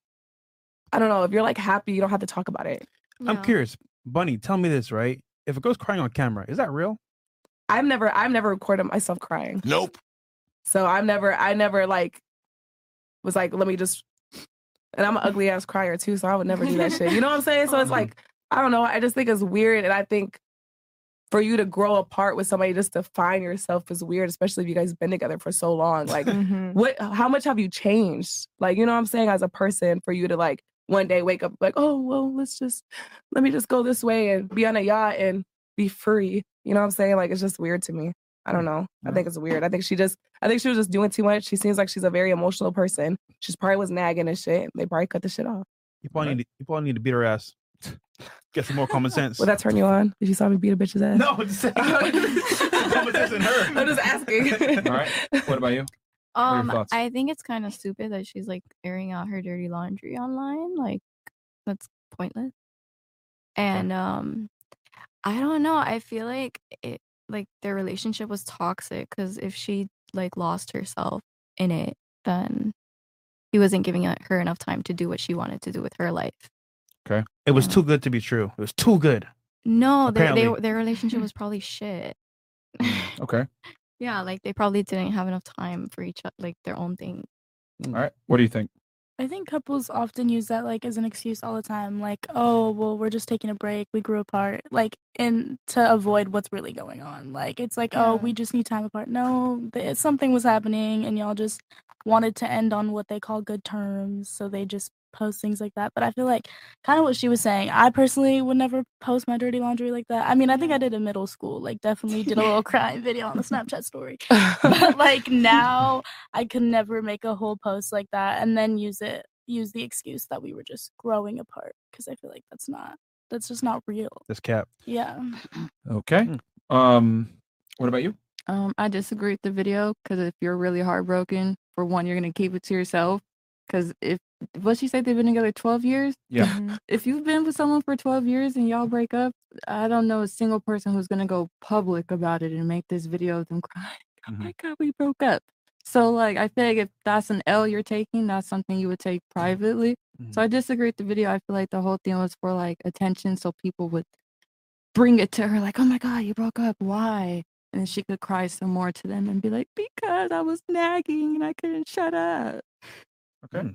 I: I don't know. If you're like happy, you don't have to talk about it.
B: I'm curious, Bunny. Tell me this, right? If a girl's crying on camera, is that real?
I: I've never, I've never recorded myself crying.
B: Nope.
I: So I've never, I never like was like, let me just, and I'm an ugly ass crier too, so I would never do that shit. You know what I'm saying? So it's like, I don't know. I just think it's weird, and I think for you to grow apart with somebody just to find yourself is weird, especially if you guys been together for so long. Like,
G: Mhm.
I: what? How much have you changed? Like, you know what I'm saying? As a person, for you to like one day wake up like, oh well, let's just let me just go this way and be on a yacht and be free. You know what I'm saying? Like, it's just weird to me. I don't know. I think it's weird. I think she just, I think she was just doing too much. She seems like she's a very emotional person. She's probably was nagging and shit. They probably cut the shit off.
B: You probably need to, you probably need to beat her ass. Get some more common sense.
I: Would that turn you on if you saw me beat a bitch's ass?
B: No, just her.
I: I'm just asking.
A: All right. What about you? What are your
J: Um,
A: thoughts?
J: I think it's kind of stupid that she's like airing out her dirty laundry online. Like, that's pointless. And um, I don't know. I feel like it, like their relationship was toxic because if she like lost herself in it, then he wasn't giving it- her enough time to do what she wanted to do with her life.
A: Okay.
B: It was too good to be true. It was too good.
J: No, their,
B: Apparently.
J: their their relationship was probably shit.
A: Okay.
J: yeah, like they probably didn't have enough time for each other, like their own thing.
E: Hmm.
A: All right. What do you think?
K: I think couples often use that like as an excuse all the time, like, "Oh, well, we're just taking a break. We grew apart." Like, and to avoid what's really going on. Like, it's like, "Oh, we just need time apart." No, th- something was happening, and y'all just wanted to end on what they call good terms, so they just post things like that. But I feel like kind of what she was saying. I personally would never post my dirty laundry like that. I mean, I think I did in middle school. Like, definitely did a little crying video on the Snapchat story but like now I could never make a whole post like that and then use it use the excuse that we were just growing apart because I feel like that's not that's just not real.
A: This cap.
K: Yeah.
A: Okay.
B: Hmm.
A: Um, what about you?
L: Um, I disagree with the video because if you're really heartbroken, for one, you're gonna keep it to yourself. Because if what she said, they've been together 12 years.
A: Yeah.
L: Mhm. if you've been with someone for 12 years and y'all break up, I don't know a single person who's gonna go public about it and make this video of them crying. Oh my god, we broke up. So like, I feel like if that's an L you're taking, that's something you would take
A: Mm-hmm.
L: privately. So I disagree with the video. I feel like the whole thing was for like attention, so people would bring it to her like, "Oh my god, you broke up. Why?" And then she could cry some more to them and be like, "Because I was nagging and I couldn't shut up."
A: Okay.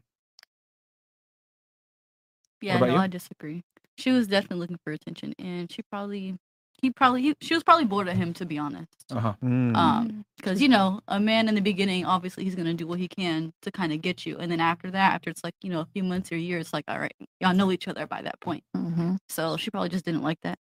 M: Yeah,
L: about
M: no,
L: you?
M: I disagree. She was definitely looking for attention, and she probably, he probably, he, she was probably bored of him, to be honest.
A: Uh huh.
L: Mm.
M: Um, because you know, a man in the beginning, obviously, he's gonna do what he can to kind of get you, and then after that, after it's like you know a few months or a year, it's like all right, y'all know each other by that point.
L: Mhm.
M: So she probably just didn't like that,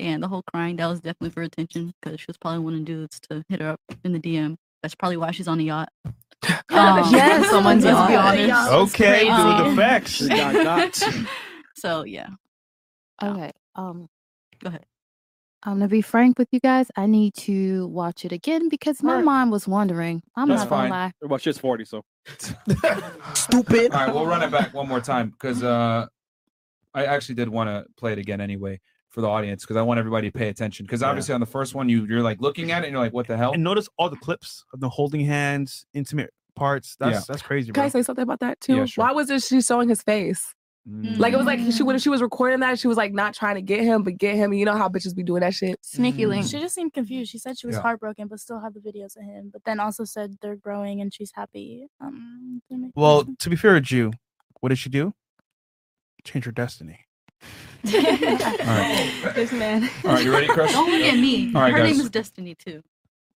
M: and the whole crying that was definitely for attention because she was probably wanting dudes to hit her up in the DM. That's probably why she's on the yacht. Um,
L: yes,
M: someone's
L: on
M: let's
L: the
M: be
L: yacht.
M: honest.
L: Okay, dude, the facts.
A: She got got.
M: so yeah,
L: Oh.
N: Okay. Um,
M: go ahead.
N: I'm gonna be frank with you guys. I need to watch it again because my mind was wandering. I'm
A: That's
N: not gonna
A: fine.
N: lie.
E: Well, she's forty, so
A: Stupid. All right, we'll run it back one more time because uh, I actually did want to play it again anyway for the audience because I want everybody to pay attention because obviously on the first one you you're like looking at it and you're like, what the hell?
B: And notice all the clips of the holding hands, intimate parts. That's
A: Yeah.
B: that's crazy,
I: Can
B: bro.
I: I say something about that too?
B: Yeah, sure.
I: Why was it she showing his face? Like it was like she
N: Mm.
I: when she was recording that, she was like not trying to get him, but get him. And you know how bitches be doing that shit.
B: Mm.
K: She just seemed confused. She said she was
I: Mm. Yeah.
K: heartbroken but still had the videos of him, but then also said they're growing and she's happy. Um didn't make-
B: Well,
N: Mm-hmm.
B: to be fair, Jew, what did she do? Change her destiny.
L: this man.
B: All right, you ready, Chris?
M: Don't look at me.
B: All right,
M: Her
B: guys.
M: name is Destiny too.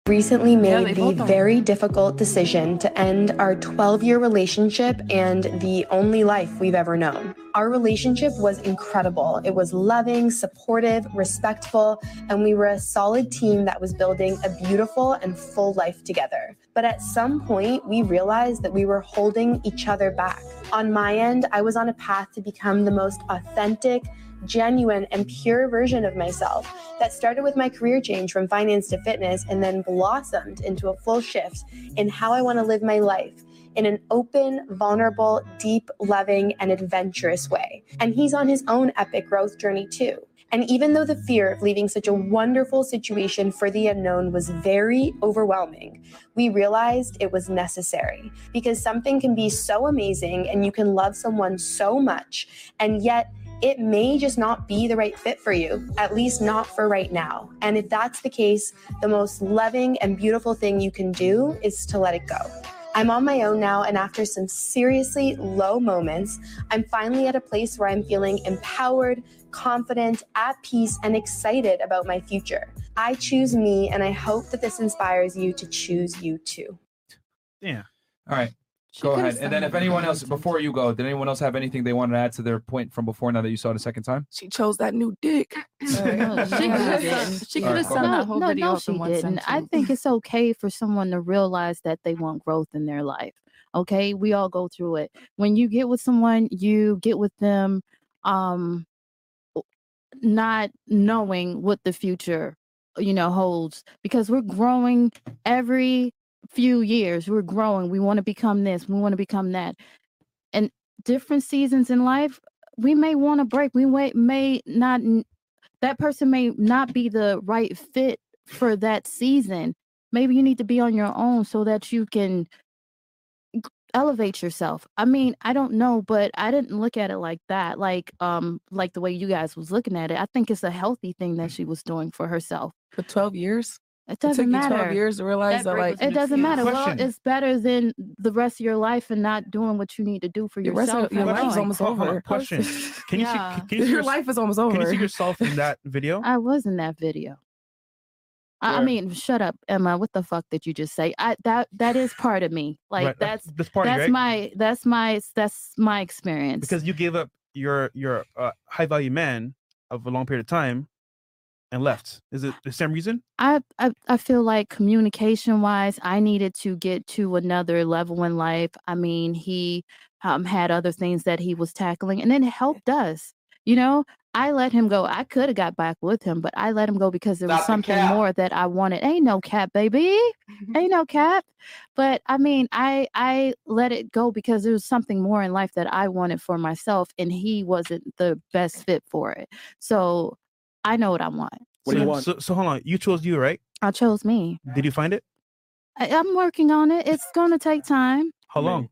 O: recently
M: Yeah,
O: made
M: they both
O: the
M: are.
O: very difficult decision to end our 12 year relationship and the only life we've ever known. Our relationship was incredible. It was loving, supportive, respectful, and we were a solid team that was building a beautiful and full life together. But at some point, we realized that we were holding each other back. On my end, I was on a path to become the most authentic, genuine and pure version of myself that started with my career change from finance to fitness and then blossomed into a full shift in how I want to live my life in an open, vulnerable, deep, loving, and adventurous way. And he's on his own epic growth journey too. And even though the fear of leaving such a wonderful situation for the unknown was very overwhelming, we realized it was necessary because something can be so amazing and you can love someone so much, and yet it may just not be the right fit for you, at least not for right now. And if that's the case, the most loving and beautiful thing you can do is to let it go. I'm on my own now, and after some seriously low moments, I'm finally at a place where I'm feeling empowered, confident, at peace, and excited about my future. I choose me, and I hope that this inspires you to choose you too.
B: Yeah.
A: All right. go
B: could've
A: ahead. And then
B: sounded
A: if anyone
B: really
A: else before you go, did anyone else have anything they wanted to add to their point from before now that you saw it a second time?
I: She chose that new dick.
L: She
A: All
L: could have
A: right, go
L: summed
A: ahead.
L: that whole
N: no,
L: video
N: no,
L: up in
N: she
L: one
N: didn't. I
L: sentence.
N: think it's okay for someone to realize that they want growth in their life. Okay, we all go through it. When you get with someone, you get with them, um, not knowing what the future, you know, holds because we're growing every few years. We're growing. We want to become this. We want to become that and different seasons in life, we may want a break. We may, may not, n- that person may not be the right fit for that season. Maybe you need to be on your own so that you can g- elevate yourself. I mean, I don't know, but I didn't look at it like that, like um like the way you guys was looking at it. I think it's a healthy thing that she was doing for herself.
I: For 12 Mm. years?
N: It
I: took you
N: doesn't
I: 12
N: matter.
I: years to realize That that, break like- was
N: it
I: an
N: doesn't
I: excuse.
N: matter.
I: Question.
N: Well, it's better than the rest of your life and not doing what you need to do for
I: Your rest of-
N: yourself.
I: your
N: and
I: life is
N: growing.
I: almost Hold on, over.
B: Question. Can you
N: Yeah.
B: see? Can you see
N: Your
B: yours-
N: life is almost
B: Can you
N: over.
B: see yourself in that video?
N: I was in that video. I, I
B: Where?
N: mean, shut up, Emma. What the fuck did you just say? I that that is part of me. Like
B: Right,
N: that's
B: that's- that's part of you,
N: that's
B: right?
N: my that's my that's my experience.
B: because you gave up your your uh, high value man of a long period of time and left. Is it the same reason?
N: I, I I feel like communication wise, I needed to get to another level in life. I mean, he um, had other things that he was tackling, and it helped us. You know, I let him go. I could have got back with him, but I let him go because there was
P: Stop the
N: something
P: cap. Mm-hmm.
N: more that I wanted. Ain't no cap, baby. Ain't no cap. But I mean, I I let it go because there was something more in life that I wanted for myself, and he wasn't the best fit for it. So I know what I want.
B: so, So, so hold on. You chose you, right?
N: I chose me.
B: Did you find it?
N: I, I'm working on it. It's going to take time.
B: How long?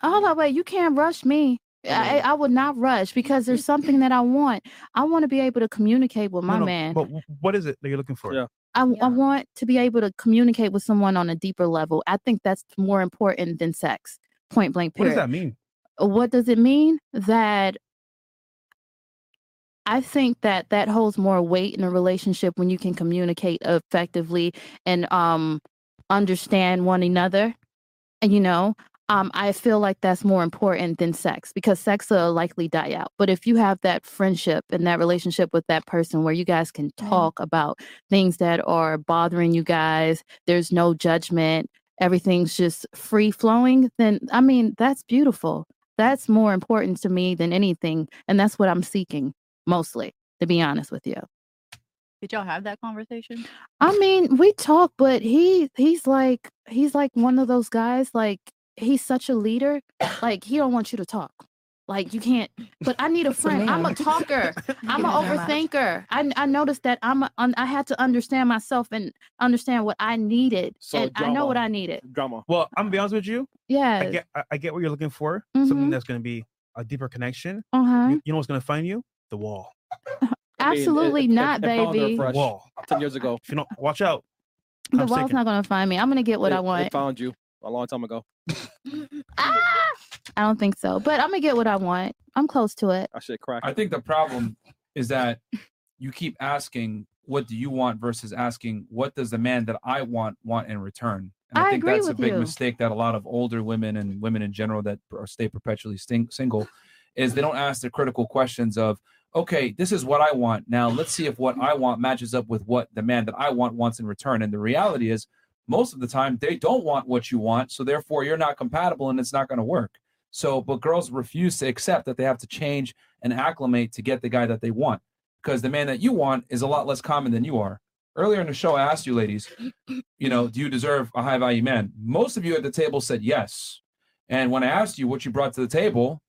N: Hold on, wait. You can't rush me. I, I would not rush because there's something that I want. I want to be able to communicate with my
B: No, no,
N: man.
B: But w- what is it that you're looking for? Yeah.
N: I, I want to be able to communicate with someone on a deeper level. I think that's more important than sex. Point blank.
B: What
N: Period
B: does that mean?
N: what does it mean that I think that that holds more weight in a relationship when you can communicate effectively and um understand one another and you know um I feel like that's more important than sex because sex will likely die out but if you have that friendship and that relationship with that person where you guys can talk about things that are bothering you guys there's no judgment everything's just free flowing, then I mean, that's beautiful. That's more important to me than anything. And that's what I'm seeking mostly, to be honest with you.
M: Did y'all have that conversation?
N: I mean, we talk, but he he's like he's like one of those guys, like he's such a leader. Like he don't want you to talk. Like you can't but I need a friend. I'm a
L: man.
N: talker. I'm an
L: Yeah.
N: overthinker. I I noticed that I'm a, un, I had to understand myself and understand what I needed.
B: So
N: and I know
B: drama.
N: what I needed.
E: Drama.
B: Well, I'm gonna be honest with you. I
N: Yes.
B: get I, I get what you're looking for. Something
N: Mhm.
B: that's gonna be a deeper connection.
N: Uh-huh.
B: You, you know what's gonna find you? The wall.
E: I mean, it-
N: Absolutely
E: it- it-
N: not,
E: it found her
N: baby.
E: fresh
B: Wall.
E: Ten years ago.
B: If you don't watch out.
N: The wall's not gonna find me. I'm gonna get what
E: it,
N: I
E: It
N: want.
E: found you a long time ago.
N: I don't think so, but I'm gonna get what I want. I'm close to it.
E: I should crack.
A: I think the problem is that you keep asking, "What do you want?" versus asking, "What does the man that I want want in return?" And I,
N: I
A: think
N: agree
A: that's a
N: with
A: big
N: you.
A: mistake that a lot of older women and women in general that are, stay perpetually sting- single is they don't ask the critical questions of, "Okay, this is what I want. Now let's see if what I want matches up with what the man that I want wants in return." And the reality is, most of the time they don't want what you want, so therefore you're not compatible and it's not going to work. So, but girls refuse to accept that they have to change and acclimate to get the guy that they want because the man that you want is a lot less common than you are. Earlier in the show, I asked you ladies, you know, do you deserve a high value man? Most of you at the table said yes. And when I asked you what you brought to the table,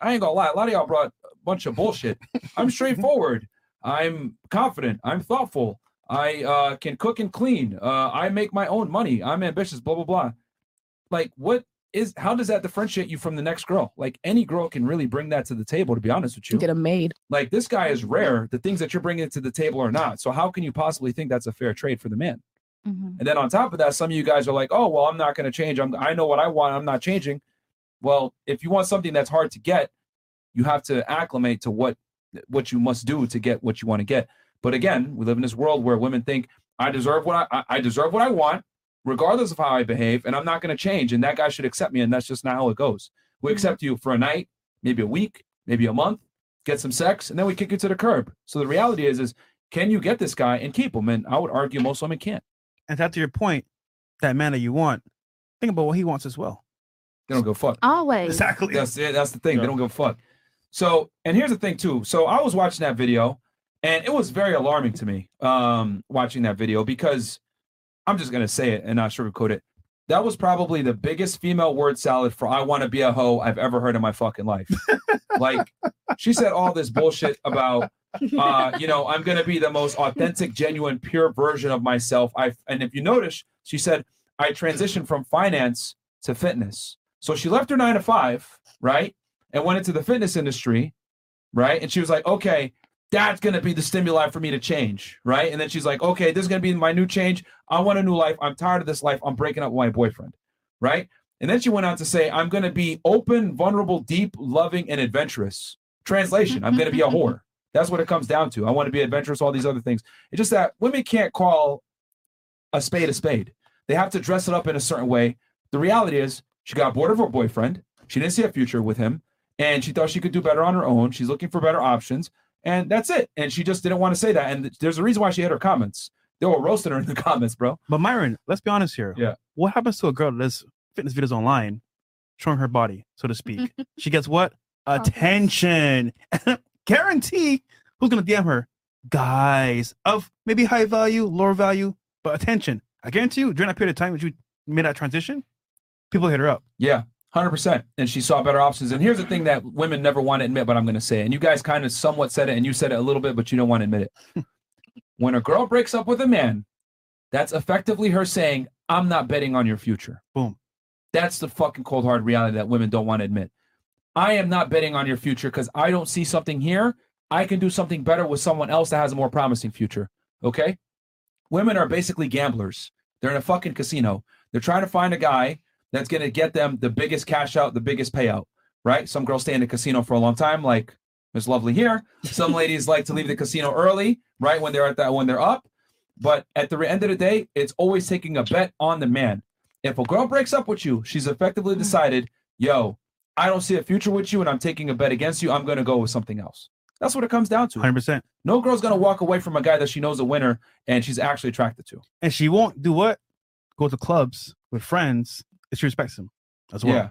A: I ain't gonna lie, a lot of y'all brought a bunch of bullshit. I'm straightforward. I'm confident. I'm thoughtful. I uh, can cook and clean. Uh, I make my own money. I'm ambitious. Blah blah blah. Like, what is? How does that differentiate you from the next girl? Like, any girl can really bring that to the table. To be honest with you,
I: Get a maid.
A: like this guy is rare. The things that you're bringing to the table are not. So how can you possibly think that's a fair trade for the man? And then on top of that, some of you guys are like, "Oh, well, I'm not going to change. I'm I know what I want. I'm not changing." Well, if you want something that's hard to get, you have to acclimate to what what you must do to get what you want to get. But again, we live in this world where women think I deserve what I I I deserve what I want, regardless of how I behave, and I'm not going to change. And that guy should accept me, and that's just not how it goes. We
B: Mm-hmm.
A: accept you for a night, maybe a week, maybe a month, get some sex, and then we kick you to the curb. So the reality is, is can you get this guy and keep him? And I would argue most women can't.
B: And that's your point, that man that you want, think about what he wants as well.
A: They don't give a fuck.
N: Always.
B: Exactly.
A: That's it. That's the thing. They don't give a fuck. So, and here's the thing too. So I was watching that video, and it was very alarming to me. Um, watching that video because I'm just gonna say it and not sugarcoat it. That was probably the biggest female word salad for "I want to be a hoe" I've ever heard in my fucking life. like, she said all this bullshit about, uh, you know, I'm gonna be the most authentic, genuine, pure version of myself. I and if you notice, she said I transitioned from finance to fitness. So she left her nine to five, right, and went into the fitness industry, right? And she was like, okay, that's going to be the stimuli for me to change, right? And then she's like, okay, this is going to be my new change. I want a new life. I'm tired of this life. I'm breaking up with my boyfriend, right? And then she went on to say, I'm going to be open, vulnerable, deep, loving, and adventurous. Translation, I'm going to be a whore. That's what it comes down to. I want to be adventurous, all these other things. It's just that women can't call a spade a spade. They have to dress it up in a certain way. The reality is, she got bored of her boyfriend. She didn't see a future with him, and she thought she could do better on her own. She's looking for better options, and that's it. And she just didn't want to say that. And th- there's a reason why she had her comments. They were roasting her in the comments, bro.
B: But Myron, let's be honest here.
A: Yeah.
B: What happens to a girl that does fitness videos online, showing her body, so to speak? she gets what? Attention. Guarantee who's gonna DM her? Guys of maybe high value, lower value, but attention. I guarantee you, during that period of time that you made that transition, people hit her up.
A: Yeah, 100%. And she saw better options. And here's the thing that women never want to admit, but I'm going to say it. And you guys kind of somewhat said it, and you said it a little bit, but you don't want to admit it. when a girl breaks up with a man, that's effectively her saying, I'm not betting on your future.
B: Boom.
A: That's the fucking cold hard reality that women don't want to admit. I am not betting on your future because I don't see something here. I can do something better with someone else that has a more promising future. Okay? Women are basically gamblers. They're in a fucking casino. They're trying to find a guy that's going to get them the biggest cash out, the biggest payout, right? Some girls stay in the casino for a long time, like it's lovely here. Some ladies like to leave the casino early, right when they're at that when they're up. But at the end of the day, it's always taking a bet on the man. If a girl breaks up with you, she's
B: Mm.
A: effectively decided, yo, I don't see a future with you, and I'm taking a bet against you. I'm going to go with something else. That's what it comes down to.
B: 100%.
A: No girl's going to walk away from a guy that she knows a winner and she's actually attracted to.
B: And she won't do what? Go to clubs with friends if she respects him as well.
A: Yeah.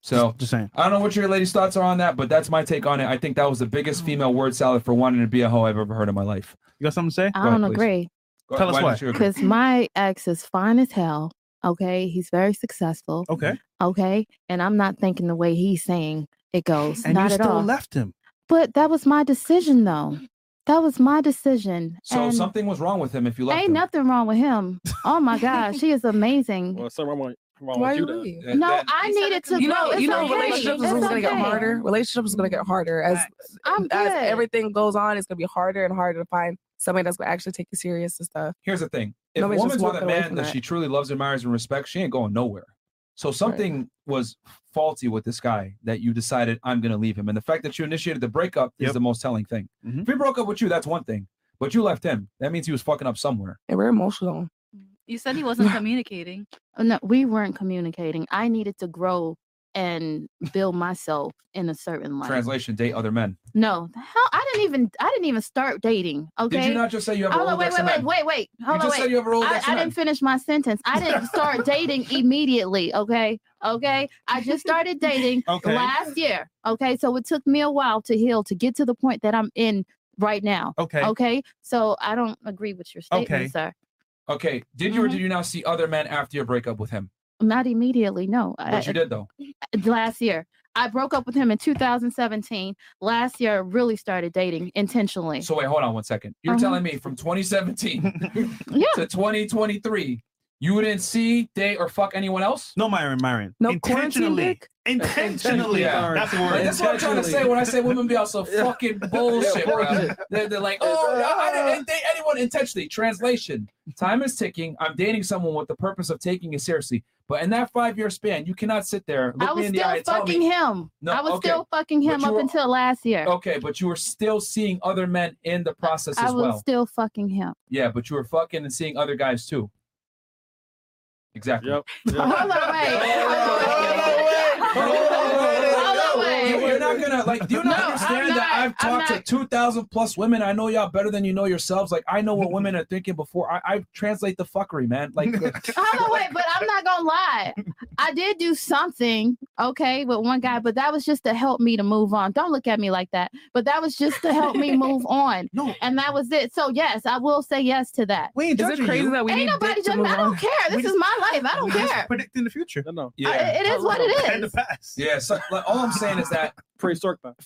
A: So
B: just, just saying.
A: I don't know what your ladies' thoughts are on that, but that's my take on it. I think that was the biggest female word salad for wanting to be a hoe I've ever heard in my life.
B: Oh. You got something to say?
N: I don't agree.
A: Go ahead, Tell us why why. don't you agree?
N: Because my ex is fine as hell. Okay. He's very successful.
B: Okay.
N: Okay. And I'm not thinking the way he's saying it goes.
B: And
N: not
B: you
N: at
B: still
N: all.
B: left him.
N: But that was my decision, though. That was my decision.
A: So
N: and
A: something was wrong with him if you left
N: ain't
A: him.
N: nothing wrong with him. Oh my gosh, she is amazing.
E: Well, something wrong with, wrong
N: Why
E: with you.
N: you
E: then.
N: leave? No, I needed to.
I: You
N: grow.
I: know,
N: It's
I: you know,
N: okay.
I: relationships is
N: It's
I: gonna get
N: okay.
I: harder. Relationships is gonna get harder as
N: I'm
I: as
N: good.
I: everything goes on. It's gonna be harder and harder to find somebody that's gonna actually take you serious and stuff.
A: Here's the thing: if a
I: Nobody's just
A: woman's with a
I: walking away
A: man
I: from
A: that
I: that.
A: she truly loves, admires, and respects, she ain't going nowhere. So something was faulty with this guy that you decided I'm going to leave him, and the fact that you initiated the breakup is the most telling thing. If he broke up with you, that's one thing, but you left him. That means he was fucking up somewhere.
I: And we're emotional.
M: You said he wasn't communicating.
N: Oh, No, we weren't communicating. I needed to grow and build myself in a certain light.
A: Translation: Date other men.
N: No, the hell, I didn't even. I didn't even start dating. Okay.
A: Did you not just say you have a
N: Hold on, wait,
A: Rolodex
N: wait,
A: of
N: wait,
A: men?
N: wait, wait.
A: You
N: Hold on,
A: just said
N: wait.
A: you have a Rolodex
N: I,
A: of
N: I
A: men.
N: didn't finish my sentence. I didn't start dating immediately. Okay. Okay. I just started dating
P: Okay.
N: last year. Okay. So it took me a while to heal to get to the point that I'm in right now.
B: Okay.
N: Okay. So I don't agree with your statement,
A: Okay.
N: sir.
A: Okay, did you
I: Mm-hmm.
A: or did you not see other men after your breakup with him?
N: Not immediately. No. I-
A: But you did though.
N: last year. I broke up with him in 2017. Last year, I really started dating intentionally.
A: So wait, hold on one second. You're
N: Uh-huh.
A: telling me from 2017 to 2023, you didn't see, date, or fuck anyone else?
B: No, Myron, Myron.
A: No,
B: intentionally. Intentionally. That's the word.
A: Like, that's what I'm trying to say when I say women be also fucking bullshit, bro.
B: bullshit.
A: They're, they're like, oh, no, I didn't date anyone intentionally. Translation: Time is ticking. I'm dating someone with the purpose of taking it seriously. But in that five year span, you cannot sit there, look
N: I was
A: me in the
N: still
A: eye, and tell
N: fucking
A: me.
N: him.
A: No,
N: I was
A: okay.
N: still fucking
A: But
N: him
A: you
N: up
A: were-
N: until last year.
B: Oh,
A: Okay, but you were still seeing other men in the process
N: I
A: as
N: was
A: well.
N: still fucking him.
A: yeah, but you were fucking and seeing other guys too. Exactly.
N: Hold on, wait.
A: You- You're not gonna like. Do you not understand that I've talked to two thousand plus women? I know y'all better than you know yourselves. Like I know what women are thinking before I, I translate the fuckery, man. Like
N: Hold on, wait, but I'm not gonna lie. I did do something, okay, with one guy, but that was just to help me to move on. Don't look at me like that. But that was just to help me move on.
B: No.
N: And that was it. So yes, I will say yes to that.
B: We ain't Is it judging crazy you. that we
N: ain't
B: need dick
N: nobody
B: to
N: judging.
B: move
N: I don't
B: on?
N: care.
B: We
N: This
B: just-
N: is my life. I don't
B: We're just
N: care.
B: Predicting the future. No,
E: no.
A: Yeah.
N: it is what it is.
A: Yeah, so, like, all I'm saying is that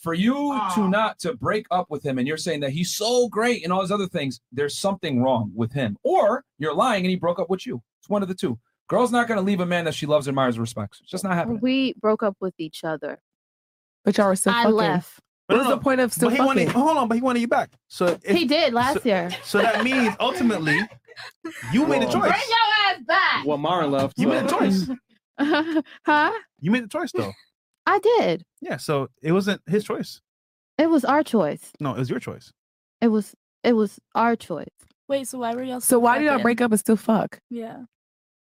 A: for you to not to break up with him, and you're saying that he's so great and all these other things, there's something wrong with him, or you're lying and he broke up with you. It's one of the two. Girl's not gonna leave a man that she loves, admires, and respects. It's just not happening.
N: We broke up with each other.
I: But y'all are still
N: I
I: fucking.
N: left.
B: But
I: What's the point of still
B: but he wanted,
I: fucking?
B: hold on, but he wanted you back. So if,
N: He did last year.
B: So that means ultimately, you made a
N: Bring your
B: choice.
N: ass back.
E: Well, Mara left.
B: You made a
E: so-
B: choice.
N: huh?
B: You made the choice though.
N: I did.
B: Yeah. So it wasn't his choice.
N: It was our choice.
B: No, it was your choice.
N: It was it was our choice.
K: Wait, so why were y'all?
I: So why did y'all
N: fucking-
I: break up and still fuck?
K: Yeah.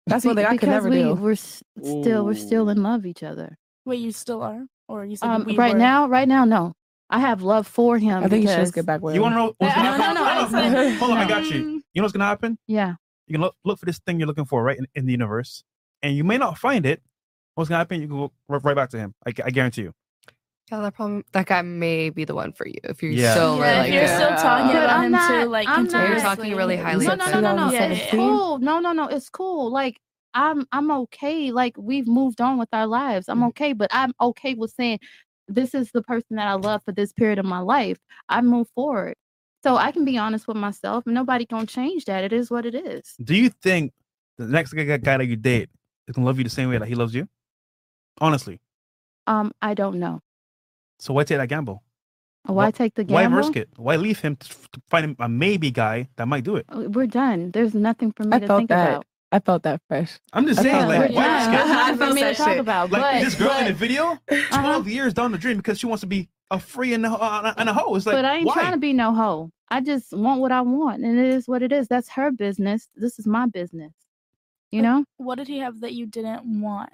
I: That's one
N: Be-
I: thing I could
N: because
I: never
N: we,
I: do.
N: We're s- still we're still in love with each other.
K: Wait, you still are, or you said
N: Um,
K: we
N: right
K: were?
N: now, right now, no. I have love for him.
I: I think you should just
N: because-
I: get back with
B: You want to know what's gonna
N: No, no,
B: happen?
N: no,
B: Hold on,
N: I'm
B: Hold on, I
N: saying-
B: got you. You know what's gonna happen?
N: Yeah.
B: You can look, look for this thing you're looking for right in, in the universe, and you may not find it. What's gonna happen? You can go r- right back to him. I, gu- I guarantee you.
F: Yeah, that problem. That guy may be the one for you if you're uh,
B: Yeah.
F: still
B: Yeah, if
F: really.
K: you're
F: good.
K: still talking But about I'm him not- too, like, I'm
F: You're
K: not-
F: talking really highly.
N: No,
F: of
N: no, no,
F: him.
N: no, no.
K: Yeah.
N: It's cool. No, no, no. It's cool. Like I'm, I'm okay. Like we've moved on with our lives. I'm okay, but I'm okay with saying this is the person that I love for this period of my life. I move forward, so I can be honest with myself. Nobody gonna change that. It is what it is.
B: Do you think the next guy, guy that you date is gonna love you the same way that he loves you? Honestly,
N: Um, I don't know.
B: so why take that gamble?
N: Why take the gamble?
B: Why risk it? Why leave him to, to find him a maybe guy that might do it?
N: Uh, We're done. There's nothing for me
I: I
N: to
I: felt
N: think
I: that.
N: about.
I: I felt that fresh.
B: I'm just
I: I
B: saying,
I: felt
B: like,
I: that.
B: why
N: Yeah,
B: risk it?
N: I nothing for felt me to that talk shit. about,
B: Like
N: but-
B: this girl in the
N: but- Uh-huh.
B: video, 12 years down the dream because she wants to be a free and a, uh, and a hoe. It's like,
N: but I ain't
B: why?
N: trying to be no hoe. I just want what I want, and it is what it is. That's her business. This is my business. You know.
K: What did he have that you didn't want?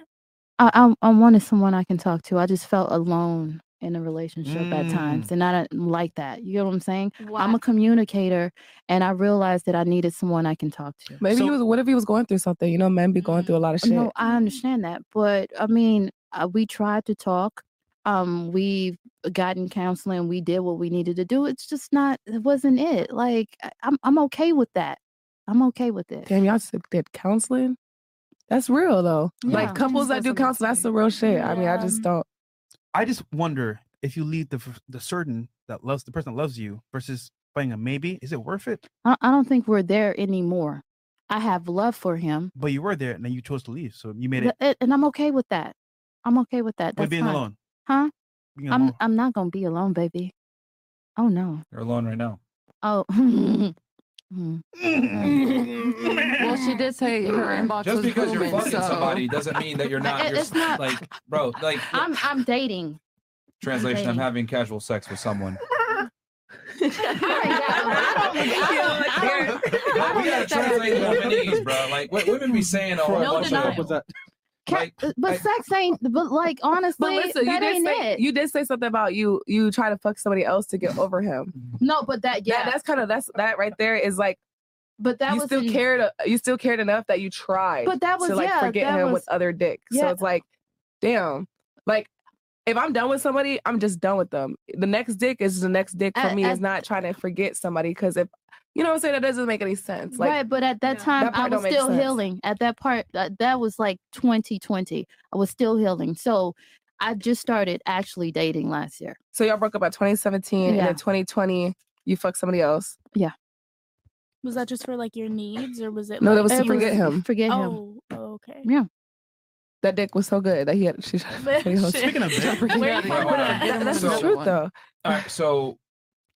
N: I, I I wanted someone I can talk to. I just felt alone in a relationship at
B: Mm.
N: times, and I didn't like that. You know what I'm saying? I'm a communicator, and I realized that I needed someone I can talk to.
I: Maybe he was. What if he was going through something? You know, men be going through a lot of shit.
N: Mm, No, I understand that, but I mean, uh, we tried to talk. Um, we've gotten counseling. We did what we needed to do. It's just not. It wasn't it. Like I- I'm, I'm okay with that. I'm okay with it.
I: Damn, y'all just did counseling. That's real though.
N: Yeah.
I: like couples that do counseling, that's the real shit. I mean, I just
N: Yeah.
I: don't.
B: I just wonder if you leave the f- the certain that loves the person that loves you versus finding a maybe. Is it worth it?
N: I, I don't think we're there anymore. I have love for him.
B: But you were there and then you chose to leave, so you made
N: Th-
B: it.
N: it- and I'm okay with that. I'm okay with that.
B: But
N: That's
B: being
N: fine.
B: alone.
N: huh?
B: Being
N: I'm
B: alone.
N: I'm not gonna be alone, baby. Oh no.
A: You're alone right now.
N: Oh. Mm.
L: Well, she did say her inbox
A: Just
L: was
A: because you're
L: booming,
A: fucking
L: so-
A: somebody doesn't mean that you're not.
N: It-
A: You're,
N: it's
A: s-
N: not-
A: like, bro, like
N: I'm I'm dating.
A: translation. I'm
N: dating.
A: having casual sex with someone. Like, we gotta translate Lebanese, bro. Like what women be saying a whole
E: No
A: bunch
E: denial.
A: of.
N: uh, But sex ain't. But like honestly,
I: you
N: that
I: did
N: ain't
I: say
N: it.
I: you did say something about you you try to fuck somebody else to get over him.
N: No, but that yeah.
I: that's kind of that's that right there is like.
N: But that
I: you
N: was
I: still
N: in-
I: cared. You still cared enough that you tried.
N: But that was-
I: to like
N: yeah,
I: forget
N: that
I: him
N: was-
I: with other dick. So
N: yeah.
I: it's like, damn, like. If I'm done with somebody, I'm just done with them. The next dick is the next dick for
N: At-
I: me.
N: at-
I: Is not trying to forget somebody because if you know what I'm saying, that doesn't make any sense. Like,
N: right, but at that time
I: That
N: I
I: part don't
N: was
I: make
N: still
I: sense.
N: healing. At that part, that, that was like 2020. I was still healing. So I just started actually dating last year.
I: So y'all broke up at 2017, and
N: Yeah.
I: in 2020 you fucked somebody else.
N: Yeah.
K: Was that just for like your needs, or was it?
I: No,
K: like,
I: that was to forget him.
N: Forget
K: oh, okay.
N: Yeah.
I: That dick was so good that he had. She tried to forget him.
K: Speaking
B: of
I: Tried to forget
K: Where
I: him.
K: you from?
I: That- That's the
A: So-
I: truth, though.
A: All right, so,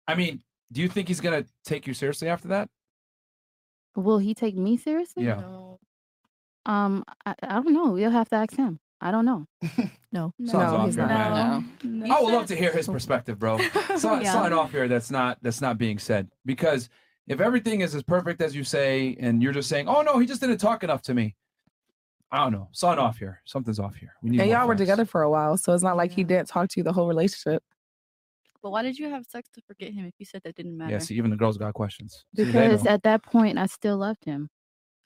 A: I mean, do you think he's gonna take you seriously after that?
N: Will he take me seriously?
A: Yeah.
N: Um, I, I don't know. You'll have to ask him. I don't know. no.
A: Sounds off here, man.
K: No.
A: I would love to hear his perspective, bro. So,
N: Yeah.
A: Something off here that's not that's not being said because if everything is as perfect as you say, and you're just saying, "Oh no, he just didn't talk enough to me," I don't know. Something off here. Something's off here. We need.
I: And
A: more
I: y'all were
A: facts.
I: together for a while, so it's not like he didn't talk to you the whole relationship.
M: But why did you have sex to forget him if you said that didn't matter?
A: Yeah. See, even the girls got questions. See, they
N: Because
A: know.
N: at that point, I still loved him.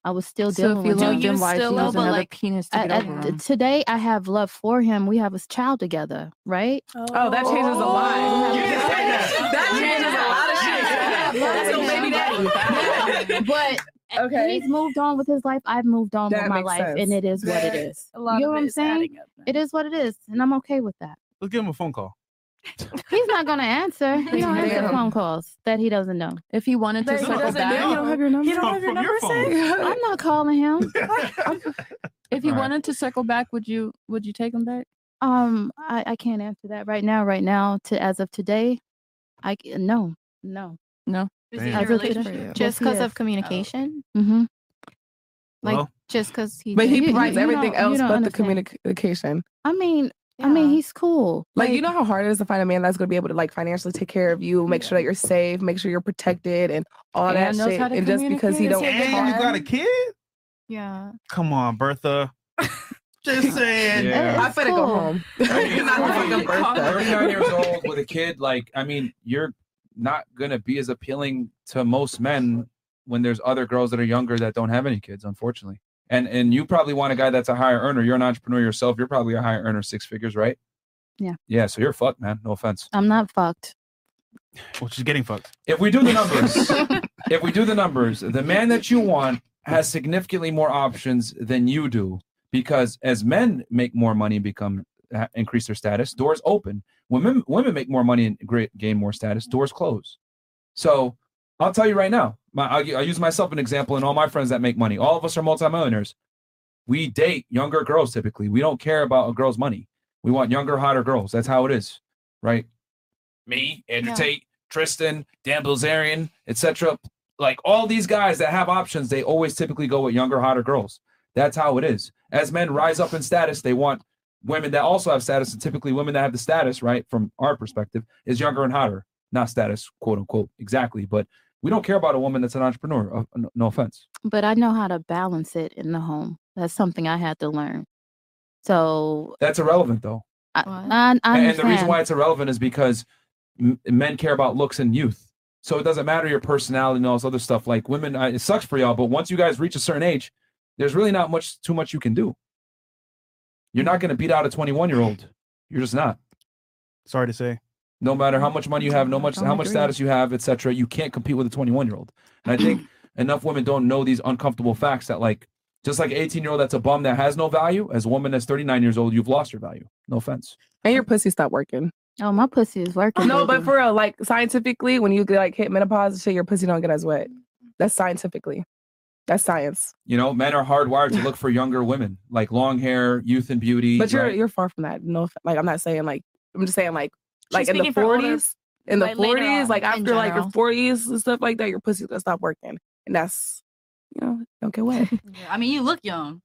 N: I was still
L: So if
N: dealing
L: you
N: with him.
L: loved Do him, you why'd you still use love him? another Like, penis to
N: at-
L: get
N: at-
L: over
N: t-
L: him?
N: Today, I have love for him. We have a child together, right?
I: Oh, that changes a lot. You didn't say that. That changes a lot of shit. That's your baby daddy.
N: but
I: Okay.
N: he's moved on with his life. I've moved on
I: That
N: with my
I: makes
N: life,
I: sense.
N: and it is what it
I: That-
N: is.
I: a lot
N: you know
I: of
N: what
I: it
N: I'm
I: is adding
N: saying? It is what it is, and I'm okay with that.
B: Let's give him a phone call.
N: He's not gonna answer. He don't answer
L: Damn.
N: phone calls that he doesn't know.
L: If he wanted to
N: But he
L: circle
N: doesn't know.
L: back,
N: You don't have your number? You don't have your
L: From
N: number saved? I'm not calling him.
L: if he
N: All right.
L: wanted to circle back, would you would you take him back?
N: Um, I, I can't answer that right now. Right now, to as of today, I c- no, no, no.
J: Is it Damn. your relationship? Just 'cause of communication?
N: Mm-hmm.
J: Like just because he.
I: But
J: did-
I: he
J: you-
I: provides
J: you
I: everything
J: don't- you
I: else
J: don't
I: but the
J: understand.
I: communication.
N: I mean, I mean, he's cool.
I: Like, you know how hard it is to find a man that's gonna be able to like financially take care of you, make sure that you're safe, make sure you're protected, and all
L: And
I: that
L: knows
I: shit.
L: how to
I: And just because he don't,
L: communicate.
B: And you got a kid?
J: Yeah.
B: Come on, Bertha. Just saying.
A: Yeah.
I: I better go home.
A: Right. 39 years old with a kid, like, I mean, you're not going to be as appealing to most men when there's other girls that are younger that don't have any kids, unfortunately. And and you probably want a guy that's a higher earner. You're an entrepreneur yourself. You're probably a higher earner, six figures, right?
N: Yeah.
A: Yeah, so you're fucked, man. No offense.
N: I'm not fucked.
B: Well, she's getting fucked.
A: If we do the numbers, if we do the numbers, the man that you want has significantly more options than you do because as men make more money and become ha- increase their status, doors open. Women women make more money and great, gain more status, doors close. So I'll tell you right now, my, I'll, u- I'll use myself an example and all my friends that make money. All of us are multimillionaires. We date younger girls typically. We don't care about a girl's money. We want younger, hotter girls. That's how it is, right? Me, Andrew
P: Yeah.
A: Tate, Tristan, Dan Bilzerian, etc. Like all these guys that have options, they always typically go with younger, hotter girls. That's how it is. As men rise up in status, they want women that also have status, and typically women that have the status, right, from our perspective, is younger and hotter, not status, quote unquote, exactly. But we don't care about a woman that's an entrepreneur. Uh, no, no offense.
N: but I know how to balance it in the home. That's something I had to learn. So
A: That's irrelevant, though.
N: I, I,
A: and,
N: I
A: and the reason
N: understand.
A: why it's irrelevant is because m- men care about looks and youth. So it doesn't matter your personality and all this other stuff. Like women, I, it sucks for y'all, but once you guys reach a certain age, there's really not much too much you can do. You're not going to beat out a 21 year old. You're just not.
B: Sorry to say.
A: No matter how much money you have, no much
B: Don't
A: how much
B: agree.
A: status you have, etc., you can't compete with a 21 year old. And I think enough women don't know these uncomfortable facts that like just like 18 year old that's a bum that has no value, as a woman that's 39 years old, you've lost your value. No offense.
I: and your pussy stopped working.
N: Oh, my pussy is working.
I: No, but
N: baby.
I: for real, like scientifically, when you get like hit menopause and shit, your pussy don't get as wet. That's scientifically. That's science.
A: You know, men are hardwired to look for younger women, like long hair, youth and beauty.
I: But you're
A: right?
I: you're far from that. No, off- like I'm not saying like I'm just saying like like in the
N: speaking for older-
I: forties, in the
N: like, later
I: forties,
N: on,
I: like
N: in
I: after like your
N: general.
I: forties and stuff like that, your pussy's gonna stop working, and that's you know don't get wet.
M: Yeah, I mean, you look young.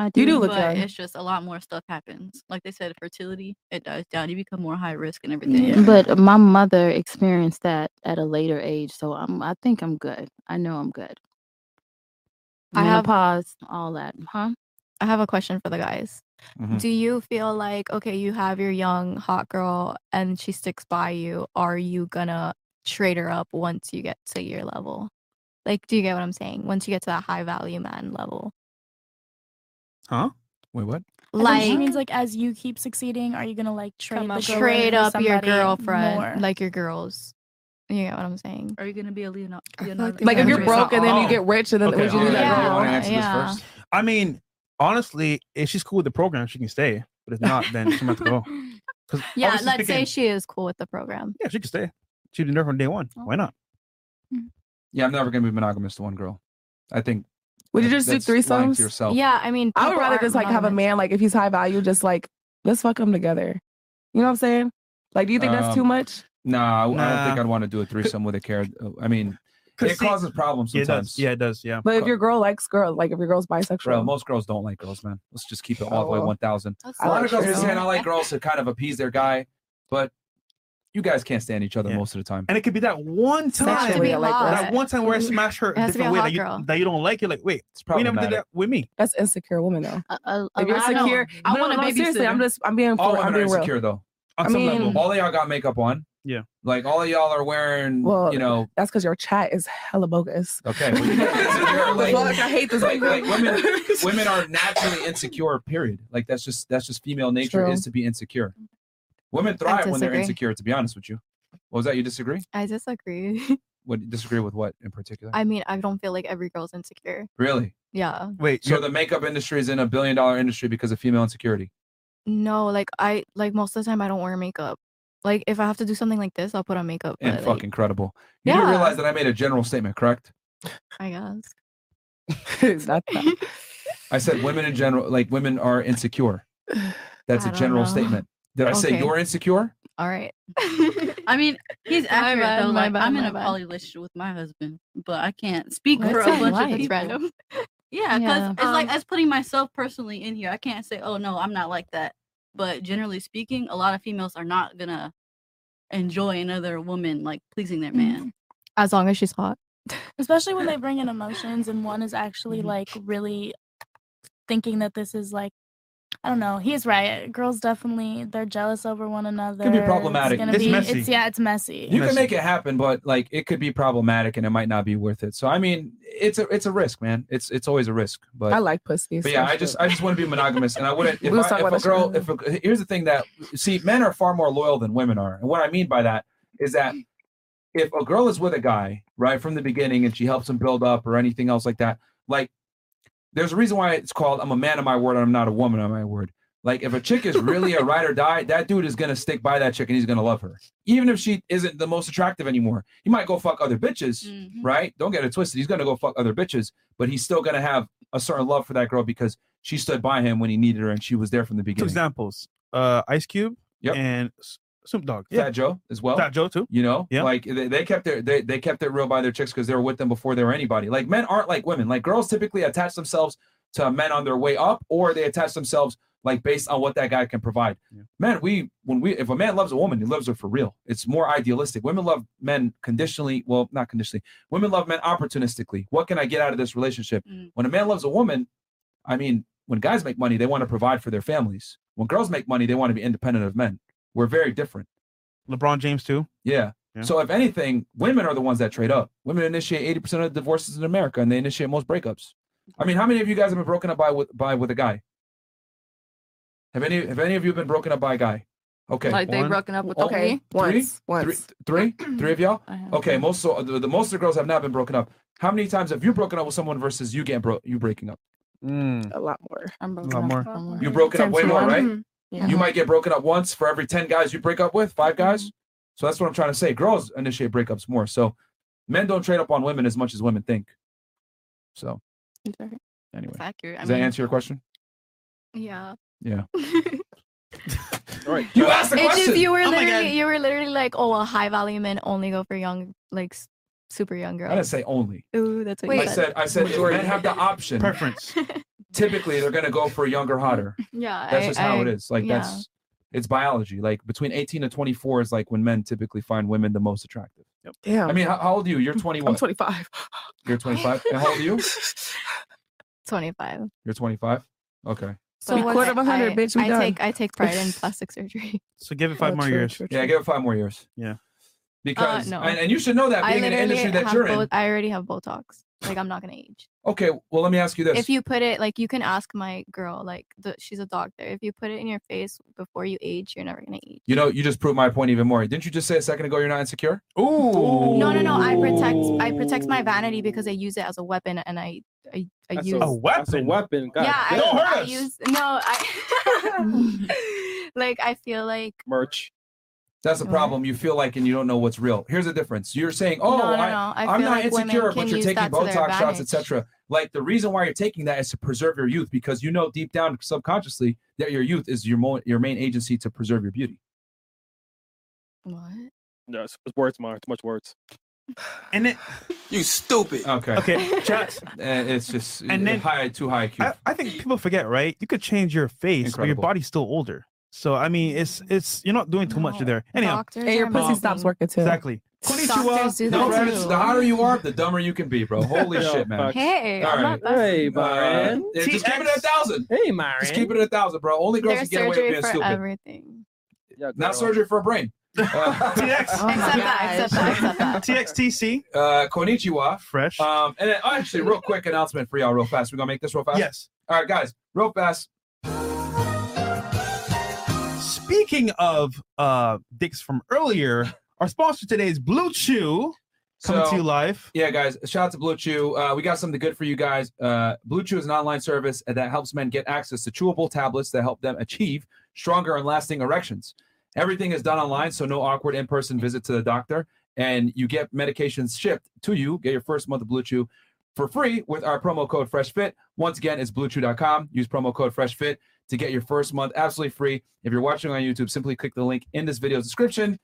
N: I
I: You do do. look
M: but
I: young.
M: It's just a lot more stuff happens. Like they said, fertility it dies down. You become more high risk and everything.
N: But my mother experienced that at a later age, so I'm. I think I'm good. I know I'm good.
J: I have-
N: Menopause, all that, huh?
J: I have a question for the guys.
B: Mm-hmm.
N: Mhm.
J: Do you feel like okay, you have your young hot girl and she sticks by you? Are you gonna trade her up once you get to your level? Like, do you get what I'm saying? Once you get to that high value man level,
B: Huh?
A: Wait, what?
K: I think she
J: Like-
K: means like as you keep succeeding, are you gonna like trade the girl in
J: trade
K: for
J: up your
K: somebody
J: girlfriend,
K: more?
J: like your girls. You get what I'm saying?
M: Are you gonna be a Leonardo?
I: Like, if you're broke and then you get rich and then would you do that?
J: Yeah,
I: girl? yeah.
B: I mean, honestly, if she's cool with the program, she can stay. But if not, then she might have to go. 'Cause
J: Yeah,
B: honestly
J: let's say
B: speaking,
J: she is cool with the program.
B: yeah, she can stay. She'd been there from day
I: Oh.
B: one. Why not?
I: Mm.
A: Yeah, I'm never gonna be monogamous to one girl. I think.
I: Would you
A: that-
I: just do
A: that's lying
I: threesomes?
A: to yourself?
J: I mean,
I: I would
J: people
I: rather
J: aren't
I: just like have a
J: monogamous.
I: man like if he's high value, just like let's fuck him together. You know what I'm saying? Like, do you think that's too
A: Um,
I: much?
A: Nah, I- I don't think
B: Nah.
A: I'd want to do a threesome with a care. I mean, it causes problems
B: Yeah, it
A: sometimes.
B: does. Yeah, it does. Yeah.
I: But if your girl likes girl, like if your girl's bisexual,
A: Bro, most girls don't like girls, man. Let's just keep it all the way
I: Oh.
A: 1,000.
I: That's
A: A lot
I: so
A: of girls are
I: true.
A: saying I like girls to kind of appease their guy, but you guys can't stand each other most of the time.
B: And it could be that one
A: Sexually,
B: time,
A: I like that.
B: that one time where I smashed her
A: Mm-hmm. It has to be
B: different
A: a
B: way
A: hot
B: that you,
A: girl.
B: that you don't like. You're like, wait, we never did that
A: problematic.
B: with me.
I: that's insecure woman though.
N: a
I: if you're
N: lot of-
I: secure,
N: I
I: no,
N: want a
I: no, seriously,
N: babysitter.
I: I'm just I'm being
A: All
I: for,
A: women
I: I'm
A: are
I: being real.
A: insecure, though.
I: On I some mean- level.
A: all of y'all got makeup on.
B: Yeah.
A: Like, all of y'all are wearing,
I: Well,
A: you know,
I: that's because your chat is hella bogus.
A: okay. well, you guys are there, like-
I: Fuck, I hate this
A: like, like
I: baby.
A: women, women are naturally insecure, period. Like, that's just, that's just female nature
J: True.
A: is to be insecure. Women thrive when they're
J: disagree.
A: insecure, to be honest with you. What was that? You disagree?
J: I disagree.
A: What disagree with what in particular?
J: I mean, I don't feel like every girl's insecure.
A: really?
J: Yeah.
B: Wait,
A: so the makeup industry is in a billion dollar industry because of female insecurity.
J: No, like I like most of the time I don't wear makeup. Like if I have to do something like this, I'll put on makeup.
A: And
J: but,
A: fuck
J: like,
A: incredible. You do
J: Yeah.
A: realize that I made a general statement, correct?
J: I guess.
I: It's not that.
A: I said women in general, like women are insecure. That's
M: I
A: a
M: don't
A: general
M: know.
A: statement. Did I say
M: Okay.
A: you're insecure?
M: All right. I mean, he's
J: My
M: accurate
J: bad, my
M: though. Like,
J: bad,
M: I'm in
J: my
M: a
J: bad.
M: poly relationship with my husband, but I can't speak
J: That's
M: for a
J: not
M: bunch
J: life.
M: of
J: That's
M: people.
J: random.
M: Yeah, because
J: Yeah.
M: it's like
J: Um,
M: us putting myself personally in here. I can't say, oh no, I'm not like that. But generally speaking, a lot of females are not gonna enjoy another woman like pleasing their man.
J: as long as she's hot.
K: especially when they bring in emotions and one is
J: Mm-hmm.
K: actually like really thinking that this is like I don't know. He's right. Girls definitely they're jealous over one another.
A: problematic.
K: It's, gonna
A: It's
K: be-
A: messy.
K: it's- yeah, it's messy.
A: You can make it happen, but like it could be problematic and it might not be worth it. So I mean, it's a it's a risk, man. It's it's always a risk. But
I: I like pussy.
A: But yeah, I just I just want to be monogamous, and I wouldn't. If,
I: We was
A: I,
I: talking
A: if a
I: about
A: girl, if a, here's the thing that see, men are far more loyal than women are, and what I mean by that is that if a girl is with a guy right from the beginning and she helps him build up or anything else like that, like there's a reason why it's called "I'm a man of my word, and I'm not a woman of my word." Like if a chick is really a ride or die, that dude is gonna stick by that chick and he's gonna love her, even if she isn't the most attractive anymore. He might go fuck other bitches, right? Don't get it twisted. He's gonna go fuck other bitches, but he's still gonna have a certain love for that girl because she stood by him when he needed her and she was there from the
B: Two
A: beginning.
B: examples: uh, Ice Cube and S- Snoop Dogg.
A: Fat Joe as well.
B: Fat Joe too.
A: You know, like they, they kept their they, they kept it real by their chicks because they were with them before they were anybody. Like men aren't like women. Like girls typically attach themselves to men on their way up, or they attach themselves like based on what that guy can provide. Man, we when we if a man loves a woman, he loves her for real. It's more idealistic. Women love men conditionally. Well, not conditionally. Women love men opportunistically. What can I get out of this relationship? When a man loves a woman, I mean, when guys make money, they want to provide for their families. When girls make money, they want to be independent of men. We're very different.
B: LeBron James too.
A: Yeah.
B: Yeah.
A: So if anything, women are the ones that trade up. Women initiate 80% of the divorces in America and they initiate most breakups. I mean, how many of you guys have been broken up by with by with a guy? Have any have any of you been broken up by a guy? Okay.
L: Like they
A: one,
L: broken up with
A: okay,
L: me?
A: Three,
L: Once, once.
A: Three, three, three of y'all. Okay, most so the, the most of the girls have not been broken up. How many times have you broken up with someone versus you getting bro you breaking up?
B: Mm.
I: a lot more.
L: I'm
I: broken up
B: more.
A: You broken up way more, right?
J: Uh-huh.
A: You
I: Mhm.
A: might get broken up once for every 10 guys you break up with, five
J: Mm-hmm.
A: guys. So that's what I'm trying to say. Girls initiate breakups more. So men don't trade up on women as much as women think. So anyway,
M: It's accurate. I
A: does that
M: mean-
A: answer your question?
J: Yeah.
A: Yeah.
E: All right.
A: You asked the
J: It's
A: question.
J: just you were
A: Oh my
J: literally
A: God.
J: you were literally like, oh, well, high value men only go for young, like s- super young girls.
A: I didn't say only.
J: Ooh, that's what
A: I
J: you said.
A: said I said if men have the option.
B: Preference.
A: Typically they're gonna go for younger, hotter.
J: yeah,
A: That's
J: I-
A: just how
J: I-
A: it is. Like
J: yeah.
A: that's it's biology. Like between 18 to 24 is like when men typically find women the most attractive. Yep.
I: Damn.
A: I mean, how, how old are you? You're 21.
I: I'm 25.
A: You're 25. And how old are you?
J: 25.
A: You're 25. Okay.
J: So
I: quarter
J: once
I: of a hundred,
J: I,
I: bitch, we
J: I
I: done.
J: take I take pride in plastic surgery.
B: So give it five more years.
A: Yeah, give it five more years.
B: Yeah.
A: Because
J: Uh, no.
A: and, and you should know that
J: I
A: being in the
J: literally
A: industry that
J: have
A: you're
J: Bo-
A: in.
J: I already have Botox. Like I'm not gonna age.
A: Okay, well let me ask you this.
J: If you put it like you can ask my girl, like the, she's a doctor. If you put it in your face before you age, you're never gonna age.
A: You know, you just proved my point even more. Didn't you just say a second ago you're not insecure? Ooh.
J: No, no, no. I protect I protect my vanity because I use it as a weapon and I I, I
E: That's
J: use
E: a weapon. That's a weapon. God,
J: yeah, I,
E: damn.
J: I use no, I like I feel like
E: merch.
A: That's the problem. You feel like and you don't know what's real. Here's the difference. You're saying,
J: No,
A: "Oh,
J: no, no. I
A: I, am
J: feel
A: not
J: like women
A: insecure,"
J: can
A: but you're
J: use
A: taking
J: that to their
A: Botox shots,
J: advantage.
A: etc. Like the reason why you're taking that is to preserve your youth because you know deep down subconsciously that your youth is your mo- your main agency to preserve your beauty.
J: what?
E: No, it's, it's words, Mar. It's much words.
B: And it.
A: You stupid. Okay.
B: Okay, chat.
A: And it's just
B: And then-
A: high too high IQ.
B: I, I think people forget, right? You could change your face, but your
A: Incredible.
B: body's still older. So I mean, it's it's you're not doing too much there. Anyhow,
J: Doctors And your are pussy amazing. stops
I: working too.
B: Exactly.
J: Doctors do
A: uh, No,
J: that
A: Brad,
J: too.
A: it's- the hotter you are, the dumber you can be, bro. Holy
E: Yeah,
A: shit, man.
E: facts.
J: Hey,
A: All
J: I'm
A: right.
J: not
E: Hey,
A: Uh,
E: Byron.
A: yeah, just keep it at a thousand.
E: Hey, Myron.
A: Just keep it at a thousand, bro. Only girls
J: there's
A: can get away with being
J: surgery for
A: stupid.
J: everything.
A: Not surgery for a brain. Uh,
B: TX.
J: except that, except that, except that.
B: TXTC.
A: Uh, Konichiwa.
B: Fresh.
A: Um, and then, oh, actually, real quick announcement for y'all, real fast. We're gonna make this real fast.
B: Yes.
A: All right, guys, real fast.
B: Speaking of uh dicks from earlier, our sponsor today is Blue Chew. Coming
A: So-
B: to you live.
A: Yeah, guys, shout out to Blue Chew. Uh, we got something good for you guys. Uh, Blue Chew is an online service that helps men get access to chewable tablets that help them achieve stronger and lasting erections. Everything is done online, so no awkward in person visit to the doctor. And you get medications shipped to you. Get your first month of Blue Chew for free with our promo code FreshFit. Once again, it's bluechew.com. Use promo code FreshFit to get your first month absolutely free. If you're watching on YouTube, simply click the link in this video's description.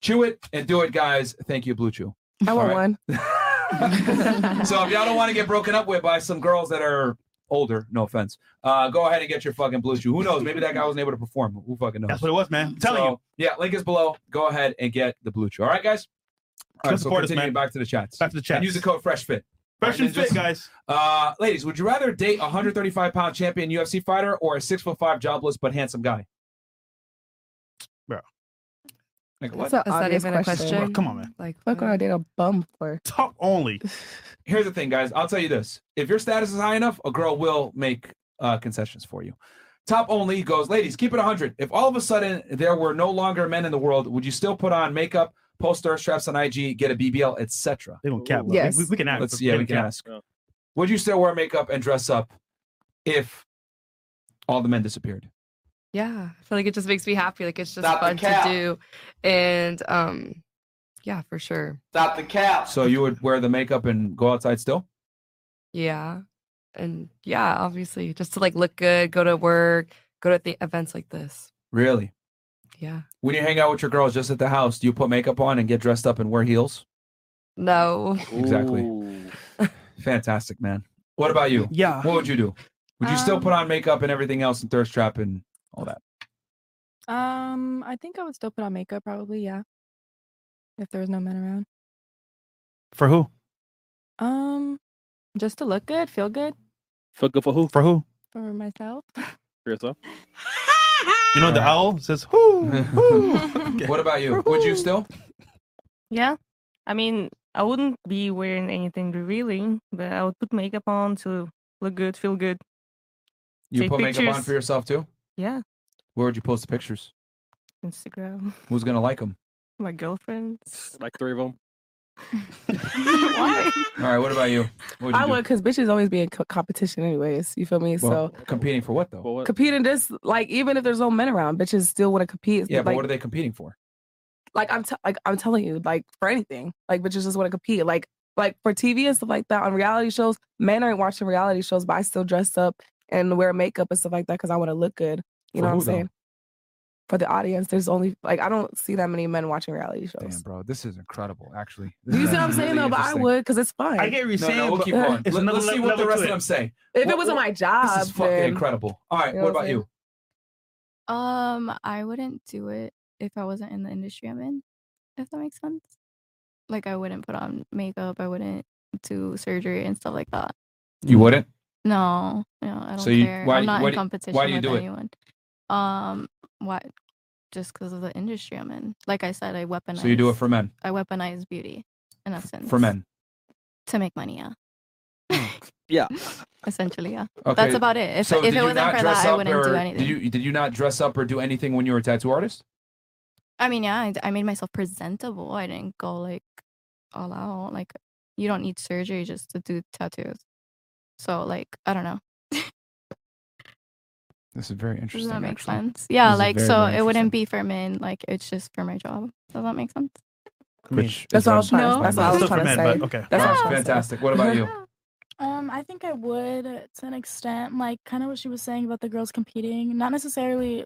A: Chew it and do it, guys. Thank you, Blue Chew.
I: I
A: All
I: want
A: right?
I: one.
A: so if y'all don't want to get broken up with by some girls that are older, no offense, uh, go ahead and get your fucking blue shoe. Who knows? Maybe that guy wasn't able to perform. Who fucking knows?
B: That's what it was, man. I'm telling you.
A: Yeah, link is below. Go ahead and get the blue chew. All right, guys. All
B: Come
A: right, so
B: support us,
A: continuing
B: man.
A: back to the chats.
B: Back to the
A: And
B: chats.
A: use the code Fresh Fit.
B: Fresh and fit, guys.
A: Uh, ladies, would you rather date a 135 pound champion UFC fighter or a six foot five jobless but handsome guy?
B: Bro.
A: Like,
I: That's an obvious question.
B: Bro, come on, man.
F: Like,
I: what could I date a bum for?
B: Talk only.
A: Here's the thing, guys. I'll tell you this: if your status is high enough, a girl will make uh, concessions for you. Top only goes, ladies, keep it 100. If all of a sudden there were no longer men in the world, would you still put on makeup, post thirst traps on IG, get a BBL, etc.?
B: They don't cap.
A: We-
B: Yes.
A: We, we can ask.
B: Let's-
A: yeah, we can ask. Would you still wear makeup and dress up if all the men disappeared?
F: Yeah, I feel like it just makes me happy. Like it's just
P: Stop the
F: fun to
P: cap.
F: do, and um, yeah, for sure.
P: Stop the cap.
A: So you would wear the makeup and go outside still?
F: Yeah, and yeah, obviously, just to like look good, go to work, go to the events like this.
A: Really?
F: Yeah.
A: When you hang out with your girls just at the house, do you put makeup on and get dressed up and wear heels?
F: No.
A: Exactly. Fantastic, man. What about you?
B: Yeah.
A: What would you do? Would you still put
G: Um,
A: on makeup and everything else and thirst trap and all that?
G: Um, I think I would still put on makeup, probably. Yeah, if there was no men around.
B: For who?
G: Um, just to look good, feel good
E: Feel good for who?
B: For who?
G: for myself.
E: For yourself.
B: You know, the owl says, whoo, whoo.
A: What about you? Would you still?
H: Yeah. I mean, I wouldn't be wearing anything revealing, but I would put makeup on to look good, feel good.
A: You
H: Take
A: put makeup on
H: pictures.
A: for yourself too?
H: Yeah.
A: Where would you post the pictures?
H: Instagram.
A: Who's gonna like them?
H: My girlfriends.
E: Like three of them.
A: All right. What about you? What would you
I: I
A: do?
I: would, because bitches always be in co- competition, anyways. You feel me?
A: Well,
I: so
A: competing for what though?
I: competing this, like, even if there's no men around, bitches still want to compete.
A: yeah,
I: like,
A: but what are they competing for?
I: like I'm t- like I'm telling you, like for anything, like bitches just want to compete, like like for TV and stuff like that on reality shows. Men aren't watching reality shows, but I still dress up and wear makeup and stuff like that because I want to look good. You
A: For
I: know what I'm
A: who, though?
I: saying? For the audience, there's only like I don't see that many men watching reality shows.
A: Damn, bro, this is incredible. Actually,
I: Do you see what I'm saying though? But I would because it's fun.
B: I get what you're
A: No,
B: saying.
A: no, we'll
B: but
A: keep going.
B: it's
A: Let,
B: another
A: us see
B: le-
A: what the
B: level
A: rest
B: to
A: of
B: it.
A: them say.
I: If
A: What-
I: it wasn't
A: what-
I: my job,
A: this is fucking
I: then-
A: incredible. All right,
I: You know
A: what
I: what I'm
A: about you?
J: Um, I wouldn't do it if I wasn't in the industry I'm in, if that makes sense. Like I wouldn't put on makeup, I wouldn't do surgery and stuff like that.
A: You wouldn't?
J: No, no, I don't
A: So you-
J: care.
A: why-
J: I'm not
A: why
J: in
A: do- why
J: competition
A: do you
J: with
A: do it?
J: anyone. Um, why? Just because of the industry I'm in. Like I said, I weaponize.
A: So you do it for men?
J: I weaponize beauty, in essence.
A: For men.
J: to make money. Yeah,
E: Yeah.
J: essentially, yeah.
A: Okay.
J: That's about it. If,
A: So
J: if
A: did
J: it
A: you
J: wasn't
A: not
J: for
A: dress
J: that, I
A: up
J: wouldn't do
A: or-
J: anything.
A: Did you did you not dress up or do anything when you were a tattoo artist?
J: I mean, yeah, I, I made myself presentable. I didn't go like all out. Like, you don't need surgery just to do tattoos. So, like, I don't know.
A: This is very
J: Does
A: interesting.
J: that make
A: actually.
J: sense? Yeah,
A: This is
J: like,
A: very,
J: so
A: very
J: it wouldn't be for men. Like, it's just for my job. Does that make sense?
A: Which
I: That's
A: is
I: what I was
A: very
I: trying to-
A: fine.
I: that's what I was
A: Still
I: trying
A: for men,
I: to say.
A: but Okay.
I: That's what I was
A: Wow,
I: trying to say.
A: fantastic. What about you?
K: Um, I think I would uh, to an extent, like kind of what she was saying about the girls competing. Not necessarily.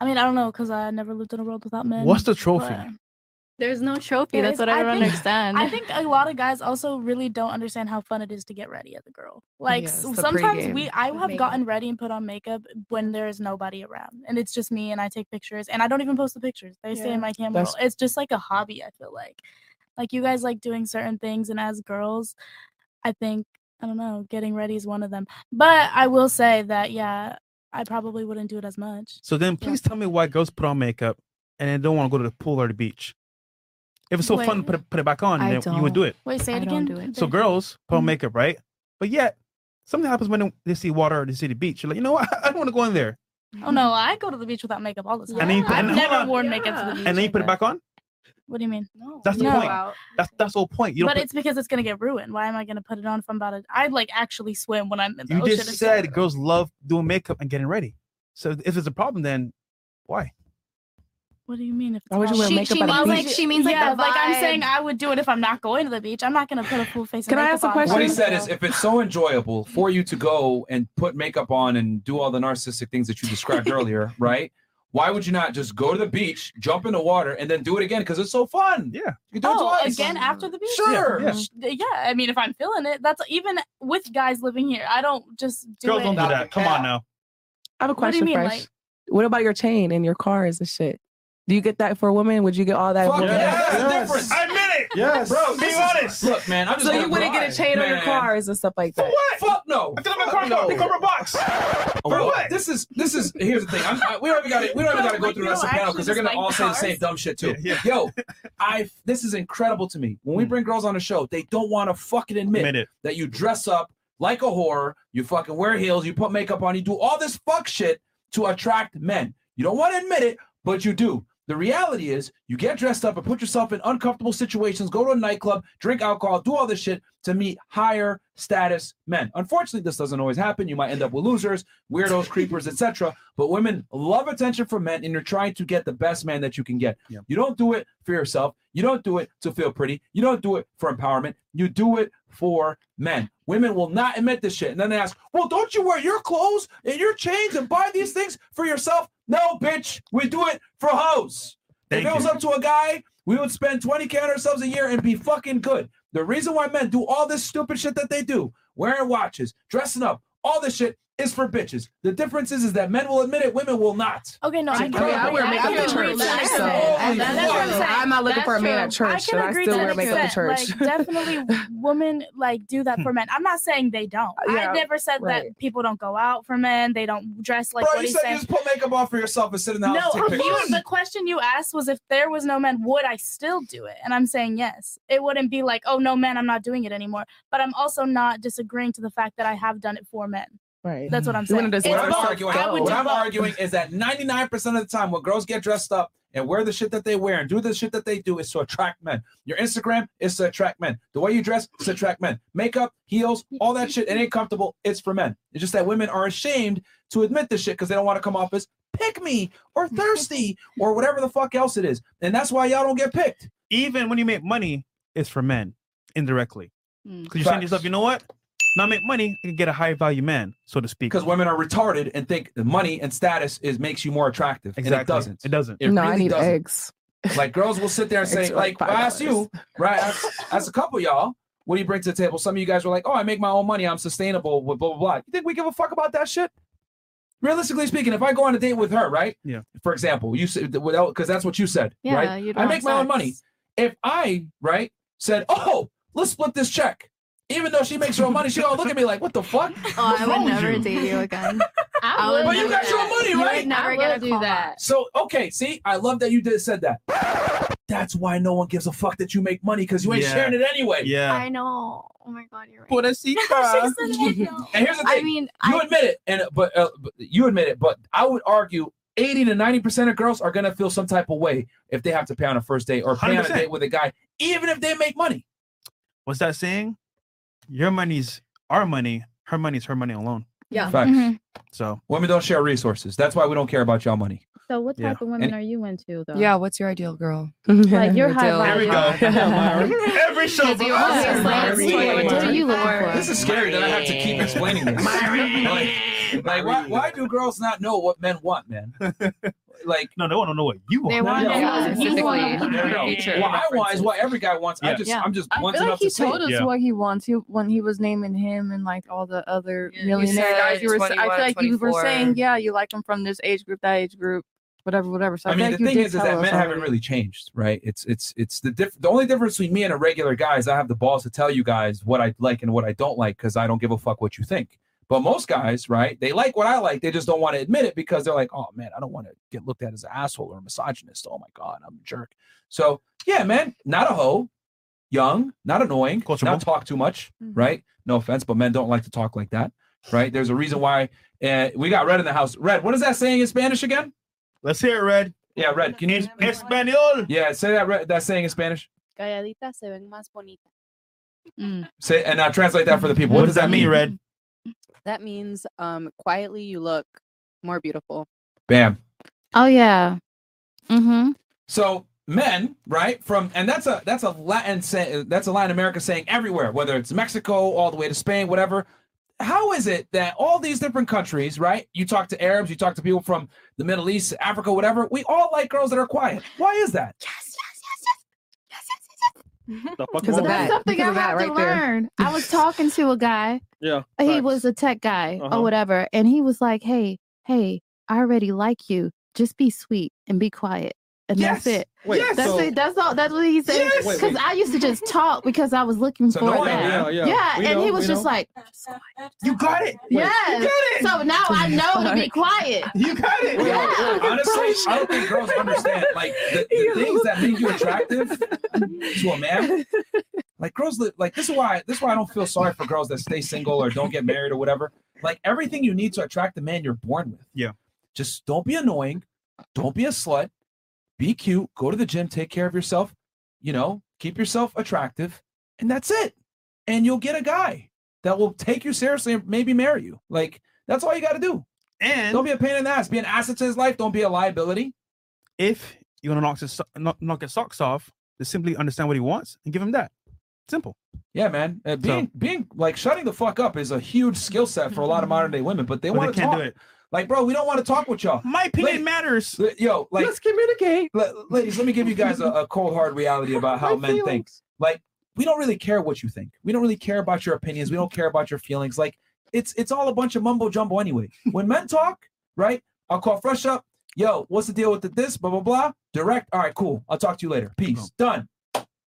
K: I mean, I don't know because I never lived in a world without men.
B: What's the trophy?
K: but
J: There's no trophy.
K: there
J: That's
K: is-
J: what I don't
K: think-
J: understand.
K: I think a lot of guys also really don't understand how fun it is to get ready as a girl. Like
J: Yes,
K: s-
J: the
K: sometimes
J: pregame
K: we, I
J: with
K: have gotten ready and put on makeup when there is nobody around, and it's just me, and I take pictures, and I don't even post the pictures. They stay
J: Yeah.
K: in my camera.
J: That's-
K: roll. It's just like a hobby. I feel like, like you guys like doing certain things, and as girls, I think I don't know, getting ready is one of them. But I will say that yeah, I probably wouldn't do it as much.
B: So then please tell me why girls put on makeup and then don't want to go to the pool or the beach. If it's so fun to
K: Wait.
B: put it, put it back on,
K: I
B: then you would do
K: don't.
B: it.
K: Wait, say it I don't again? do it.
B: So girls put
I: Mm-hmm.
B: on makeup, right? But yet, something happens when they see water or they see the beach. You're like, you know what? I don't want to go in there.
K: Oh no, I go to the beach without makeup all the time.
B: And then you put-
K: I've
B: and-
K: never
B: hold on.
K: worn makeup to the beach.
B: And then you put it back on.
K: What do you mean? No,
B: That's the point. That's that's the whole point. You don't
K: but
B: put-
K: it's because it's gonna get ruined. Why am I gonna put it on if I'm about to? I like actually swim when I'm in the
B: you
K: ocean.
B: just
K: and stuff.
B: said girls love doing makeup and getting ready. So if it's a problem, then why?
K: What do you mean? If it's
I: Why would you wear
K: She-
I: makeup
K: she
I: at a
K: means-
I: beach?
K: like
I: She means, like,
K: yeah,
I: the
K: like I'm
I: vibe.
K: saying, I would do it if I'm not going to the beach. I'm not gonna put a full face. of makeup on.
A: What he said is, if it's so enjoyable for you to go and put makeup on and do all the narcissistic things that you described earlier, right? Why would you not just go to the beach, jump in the water, and then do it again because it's so fun?
B: Yeah.
A: You can do it
K: Oh,
A: twice.
K: again after the beach?
A: Sure. Yeah,
K: yeah. I mean, if I'm feeling it, that's even with guys living here. I don't just do
I: Girls
K: it.
I: don't do that. Come on
B: now.
I: I have a
K: What do you
I: question,
K: mean,
I: Fresh.
K: like-
I: what about your chain and your cars and shit? Do you get that for women? Would you get all that?
A: Fuck
I: woman-
A: yeah, difference. I
B: admit it.
I: Yes.
A: bro.
I: Be
A: this is-
I: honest.
A: Look, man. I'm just
I: So
A: gonna
I: you wouldn't get a
A: drive,
I: chain on your
A: man.
I: cars and stuff like that.
A: Fuck no. I feel like my
I: car- my
A: a box. Bro, this is this is here's the thing. I'm, I, we don't even got to we don't even got to go through the rest of the panel because they're gonna
E: actually
A: all
E: just
A: say the same
E: like
A: dumb shit too. Yo, I this is incredible to me. When we bring girls on the show, they don't want to fucking admit, that you dress up like a whore, you fucking wear heels, you put makeup on, you do all this fuck shit to attract men. You don't want to admit it, but you do. The reality is, you get dressed up and put yourself in uncomfortable situations, go to a nightclub, drink alcohol, do all this shit to meet higher status men. Unfortunately, this doesn't always happen. You might end up with losers, weirdos, creepers, etc. But women love attention from men, and you're trying to get the best man that you can get. You don't do it for yourself. You don't do it to feel pretty. You don't do it for empowerment. You do it for men. Women will not admit this shit. And then they ask, well, don't you wear your clothes and your chains and buy these things for yourself? No, bitch. We do it for hoes.
B: Thank
A: if it was
B: you.
A: up to a guy, we would spend 20K on ourselves a year and be fucking good. The reason why men do all this stupid shit that they do, wearing watches, dressing up, all this shit is for bitches. The difference is, is that men will admit it, women will not.
K: Okay, no, I can
A: Bro, I wear
K: agree.
A: makeup
K: I
A: to
K: can agree
A: church,
K: to that
A: so-
K: extent.
A: Holy
K: That's what I'm
A: fuck.
K: saying.
I: I'm not looking
K: That's
I: for a man
K: true.
I: at church,
K: I
I: so
K: can
I: I
K: agree
I: still
K: to
I: wear
K: that
I: makeup to
K: extent.
I: church.
K: Like, definitely, women like do that for men. I'm not saying they don't.
A: Yeah,
K: I never said
A: right.
K: that people don't go out for men. They don't dress like
A: Bro,
K: what
A: you
K: he's
A: said you
K: saying.
A: just put makeup on for yourself and sit in the
K: No,
A: house and
K: if
A: take
K: you-
A: pictures.
K: the question you asked was if there was no men, would I still do it? And I'm saying yes. It wouldn't be like, oh no, men, I'm not doing it anymore. But I'm also not disagreeing to the fact that I have done it for men.
I: Right.
K: That's what I'm
I: You
K: saying.
I: wouldn't just
K: It's
I: let
A: what I'm
K: both.
A: arguing,
K: I would
A: what
K: do
A: I'm
K: both.
A: arguing is that 99% of the time when girls get dressed up and wear the shit that they wear and do the shit that they do is to attract men. Your Instagram is to attract men. The way you dress is to attract men. Makeup, heels, all that shit, it ain't comfortable. It's for men. It's just that women are ashamed to admit this shit because they don't want to come off as pick me or thirsty or whatever the fuck else it is. And that's why y'all don't get picked.
B: Even when you make money, it's for men indirectly.
M: Mm.
B: Because you're saying to yourself, you know what? Now I make money, I can get a high value man, so to speak.
A: Because women are retarded and think that money and status is makes you more attractive. And it
B: Exactly.
A: doesn't.
B: It doesn't.
A: It
I: no, I
A: really
I: need
A: doesn't.
I: eggs.
A: Like girls will sit there and say,
I: Eggs are
A: like,
I: like
A: I asked you, right? As, as a couple, y'all, what do you bring to the table? Some of you guys were like, oh, I make my own money. I'm sustainable with blah, blah, blah. You think we give a fuck about that shit? Realistically speaking, if I go on a date with her, right?
B: Yeah.
A: For example, you said, without, because that's what you said,
B: Yeah,
A: right?
B: you'd
A: I
B: want
A: make my own money. If I, right, said, oh, let's split this check. Even though she makes her own money, she gonna look at me like, what the fuck?
J: Oh,
A: What's
J: I
A: wrong
J: would
A: with
J: never
A: you?
J: date you again.
A: I would But you got your money, right?
J: never
A: I
J: get
A: would
J: a do that.
A: So okay, see, I love that you did said that. That's why no one gives a fuck that you make money because you ain't
B: Yeah.
A: sharing it anyway.
J: I know. Oh my god, you're right.
A: And here's the thing.
J: I mean,
A: you admit it, and but, uh, but you admit it, but I would argue. 80 to 90% of girls are going to feel some type of way if they have to pay on a first date or pay on a
B: 100%.
A: date with a guy, even if they make money.
B: What's that saying? Your money's our money. Her money's her money alone.
N: Yeah.
A: Facts.
K: Mm-hmm.
N: Mhm.
B: So
A: women don't share resources. That's why we don't care about y'all money.
N: So what
A: Yeah.
N: type of women
A: And-
N: are you into though?
F: Yeah, what's your ideal girl?
N: Like your high
F: Ideal.
N: value.
B: Every show.
N: Do you want to
A: Every
N: What
A: time.
N: are you looking for?
A: This is scary that I have to keep explaining this. like, like why, why do girls not know what men want, man? Like,
B: no, they want to know what you
N: They want. want to know specifically your future
A: What I want is what every guy wants. I
B: Yeah.
A: just, I'm just
L: I
A: blunt
L: feel like
A: enough
L: he
A: to say.
L: told
A: it.
L: us what he wants he, when he was naming him and like all the other
F: you
L: millionaire
F: said
L: guys. You were, I
F: 21,
L: feel like you were
F: 24.
L: saying, yeah, you like them from this age group, that age group, whatever, whatever. So I,
A: I mean,
L: feel like
A: the
L: you
A: thing
L: did
A: is, is
L: tell
A: that
L: us
A: men
L: already.
A: haven't really changed, right? It's, it's, it's the diff- The only difference between me and a regular guy is I have the balls to tell you guys what I like and what I don't like because I don't give a fuck what you think. But most guys, right? They like what I like. They just don't want to admit it because they're like, oh man, I don't want to get looked at as an asshole or a misogynist. Oh my god, I'm a jerk. So yeah, man, not a hoe, young, not annoying, not talk too much, right? No offense, but men don't like to talk like that, right? There's a reason why. Uh, we got red in the house. Red, what is that saying in Spanish again?
B: Let's hear it, Red.
A: Yeah, Red. Can you
B: Espanol?
A: Yeah, say that. Red, that saying in Spanish.
P: Calladitas se ven más bonitas.
A: Say and now translate that for the people. What, does that mean, Red?
P: That means um, quietly you look more beautiful.
A: Bam.
N: Oh yeah. Mm-hmm.
A: So men, right? From and that's a that's a Latin say, that's a Latin America saying everywhere, whether it's Mexico all the way to Spain, whatever. How is it that all these different countries, right? You talk to Arabs, you talk to people from the Middle East, Africa, whatever. We all like girls that are quiet. Why is that?
E: The fuck wrong
N: Because of
E: with
N: that.
E: you?
N: something I have to learn. I was talking to a guy.
E: Yeah.
N: He was a tech guy
E: Uh-huh.
N: or whatever, and he was like, "Hey, hey, I already like you. Just be sweet and be quiet, and that's
L: Yes.
N: it.
L: Wait, Yes.
N: that's
L: so-
N: it. That's all. That's what he said.
L: Yes.
N: Because
L: Wait, wait.
N: I used to just talk because I was looking
L: It's
N: for
L: annoying, yeah,
N: that.
L: yeah. We
N: and he
L: know,
N: was
L: we
N: just
L: know.
N: like,
A: "You got it.
N: Yes. So now I know to be quiet.
A: You got it.
N: Yeah.
A: Honestly, I don't think girls understand like the, the things that make you attractive to a man. Like girls, li- like this is why this is why I don't feel sorry for girls that stay single or don't get married or whatever. Like everything you need to attract the man you're born with.
B: Yeah.
A: Just don't be annoying. Don't be a slut. Be cute. Go to the gym. Take care of yourself. You know, keep yourself attractive, and that's it. And you'll get a guy that will take you seriously and maybe marry you. Like that's all you got to do.
B: And
A: don't be a pain in the ass. Be an asset to his life. Don't be a liability.
B: If you want to knock his so- knock, knock his socks off, just simply understand what he wants and give him that. Simple.
A: Yeah, man. Uh, being being like shutting the fuck up is a huge skill set for a lot of modern day women, but they
B: But they
A: want to
B: can't
A: talk.
B: do it.
A: Like, bro, we don't want to talk with y'all.
B: My opinion matters.
A: Yo, like, let's
I: communicate.
A: ladies, let me give you guys a, a cold hard reality about how men think. Like, we don't really care what you think. We don't really care about your opinions. We don't care about your feelings. Like, it's it's all a bunch of mumbo jumbo anyway. When men talk, right? I'll call fresh up. Yo, what's the deal with the this? Blah blah blah. Direct. All right, cool. I'll talk to you later. Peace. Done.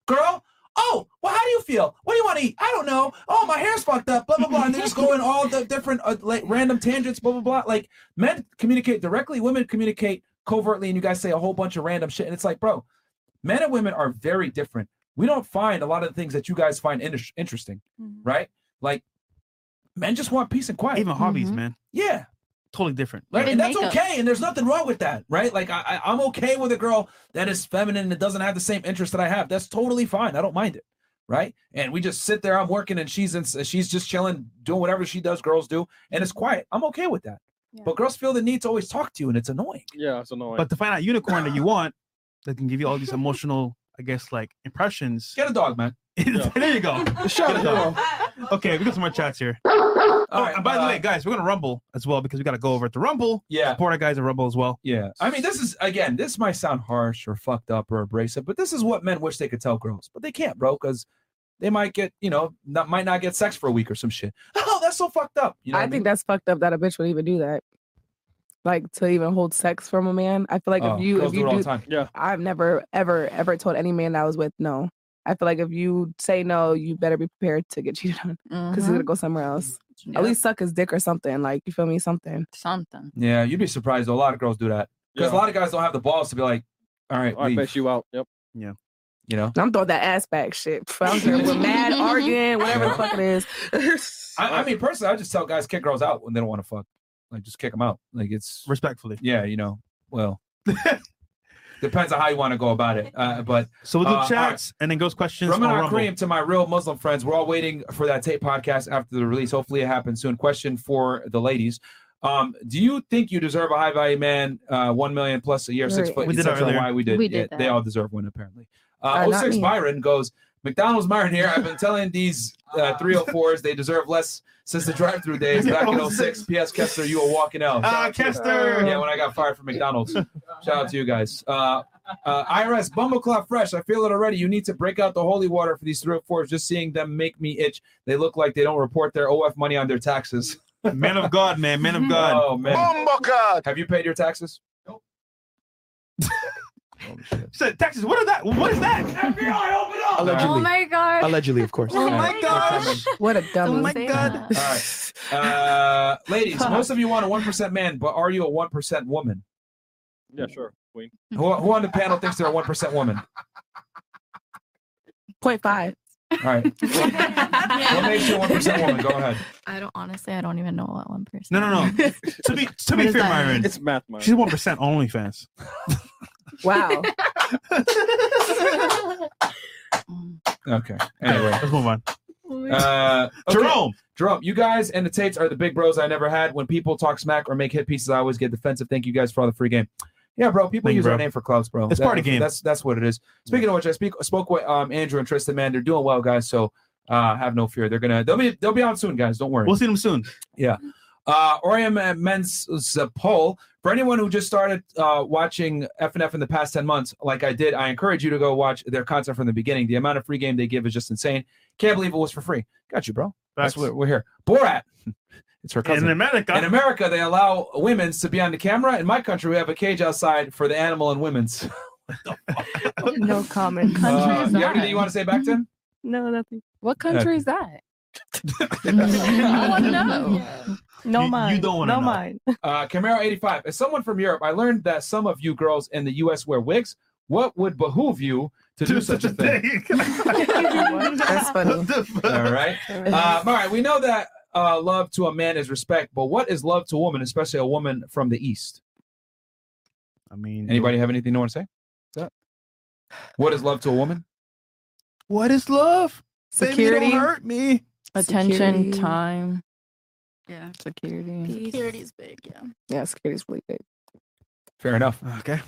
A: Girl. Oh, well, how do you feel? What do you want to eat? I don't know. Oh, my hair's fucked up. Blah blah blah. And they just go in all the different uh, like random tangents. Blah blah blah. Like men communicate directly, women communicate covertly, and you guys say a whole bunch of random shit. And it's like, bro, men and women are very different. We don't find a lot of the things that you guys find in- interesting,
N: Mm-hmm.
A: right? Like men just want peace and quiet.
B: Even hobbies, man.
A: Yeah.
B: Totally different.
A: Right? And that's okay. And there's nothing wrong with that, right? Like I, I, I'm okay with a girl that is feminine and doesn't have the same interest that I have. That's totally fine. I don't mind it, right? And we just sit there. I'm working, and she's in, she's just chilling, doing whatever she does. Girls do, and it's quiet. I'm okay with that. But girls feel the need to always talk to you, and it's annoying.
E: Yeah, it's annoying.
B: But to find out unicorn that you want, that can give you all these emotional, I guess, like impressions.
A: Get a dog, man.
B: there you go.
E: Shut
B: Get a
E: up.
B: dog. Okay, we got some more chats here. Oh, and by the way, guys, we're gonna rumble as well because we gotta go over to Rumble.
A: Yeah.
B: Support our guys at Rumble as well.
A: Yeah. I mean, this is again, this might sound harsh or fucked up or abrasive, but this is what men wish they could tell girls, but they can't, bro, because they might get, you know, not, might not get sex for a week or some shit. Oh, that's so fucked up. You know
I: I
A: what
I: think that's fucked up that a bitch would even do that. Like to even hold sex from a man. I feel like
A: Oh,
I: if you
A: girls
I: if
A: do
I: you
A: it all the time. Yeah.
I: I've never ever ever told any man that I was with no. I feel like if you say no, you better be prepared to get cheated on because he's gonna
A: Mhm.
I: go somewhere else.
A: Yeah.
I: At least suck his dick or something. Like you feel me? Something.
L: Something.
A: Yeah, you'd be surprised. though. A lot of girls do that because a lot of guys don't have the balls to be like, all right, I bet
E: you out. Yep.
B: Yeah.
A: You know,
I: I'm throwing that ass back shit. I don't care. We're mad, arguing, whatever the fuck it is.
A: I, I mean, personally, I just tell guys kick girls out when they don't want to fuck. Like, just kick them out. Like, it's
B: respectfully.
A: Yeah, you know. Well, depends on how you want to go about it. Uh, but
B: So we'll do
A: uh, all right.
B: chats and then goes questions.
A: Raman
B: on Rumble.
A: Akram to my real Muslim friends. We're all waiting for that tape podcast after the release. Hopefully, it happens soon. Question for the ladies: Um, Do you think you deserve a high value man, uh, one million plus a year, six
B: Right.
A: foot?
B: We did that
A: etc.?
B: earlier.
A: Why we did?
B: We did
A: yeah, they
B: that.
A: all deserve one apparently.
B: Uh,
A: Uh,
B: not
A: 06
B: me.
A: Byron goes. McDonald's Myron here. I've been telling these uh, 304s they deserve less since the drive-through days back
B: Oh,
A: in 06. P.S. Kester, you a walking out.
B: Ah, Kester!
A: Yeah, when I got fired from McDonald's. Shout out to you guys. Uh, uh, IRS Bumbleclaw Fresh. I feel it already. You need to break out the holy water for these 304s. Just seeing them make me itch. They look like they don't report their OF money on their taxes.
B: Man of God, man. Man of God.
A: Oh man. God. Have you paid your taxes?
B: said, Texas, what is that? What is that?
Q: Allegedly.
A: Oh
Q: my
A: God.
Q: Allegedly, of course.
A: Oh my
Q: Yeah.
A: gosh.
I: What a dumb.
A: Oh my God. All right. Uh, ladies, most of you want a 1% man, but are you a 1% woman?
E: Yeah, sure. Queen.
A: Who, who on the panel thinks they're a 1% woman?
I: Point five.
A: All right. What makes you a 1% woman? Go ahead.
J: I don't honestly. I don't even know what one person.
B: No, no, no. to be to
J: What
B: be
J: is
B: fair,
J: that?
B: Myron,
J: It's
E: math,
J: Myron.
B: She's one percent OnlyFans.
I: Wow.
A: Okay. Anyway,
B: let's move on.
A: Uh,
B: Jerome.
A: Jerome, you guys and the Tates are the big bros I never had. When people talk smack or make hit pieces, I always get defensive. Thank you guys for all the free game. Yeah, bro. People
B: Thank you,
A: use our
B: bro.
A: name for clubs, bro.
B: It's part of the game.
A: That's that's what it is. Speaking of which, I speak spoke with um Andrew and Tristan. Man, they're doing well, guys. So uh, have no fear. They're gonna they'll be they'll be on soon, guys. Don't worry.
B: We'll see them soon.
A: Yeah. Uh, Oriam uh, Men's uh, poll for anyone who just started uh, watching FNF in the past 10 months, like I did, I encourage you to go watch their content from the beginning. The amount of free game they give is just insane. Can't believe it was for free. Got you, bro. That's
B: Facts.
A: what we're here. Borat. It's her cousin.
B: In America.
A: In America, they allow women's to be on the camera. In my country, we have a cage outside for the animal and women's.
H: No comment.
A: Uh, you have anything you want to say back to him?
H: No, nothing.
L: What
A: country
L: is that?
H: I wanna know.
L: No
A: You- you
L: mind.
A: don't wanna
L: no
A: know.
L: mind.
A: Uh, Camaro 85. As someone from Europe, I learned that some of you girls in the U.S. wear wigs. What would behoove you to do, such, a thing?
I: That's funny.
A: All right. Uh, all right. We know that uh, love to a man is respect, but what is love to a woman, especially a woman from the East?
B: I mean,
A: Anybody have anything they want to say? What's up? What is love to a woman?
B: What is love? Baby,
L: Security.
B: don't hurt me.
L: Attention,
B: Security.
L: time,
M: Yeah.
L: security.
K: Security's big, yeah.
I: Yeah, security's really big.
A: Fair enough.
B: Okay.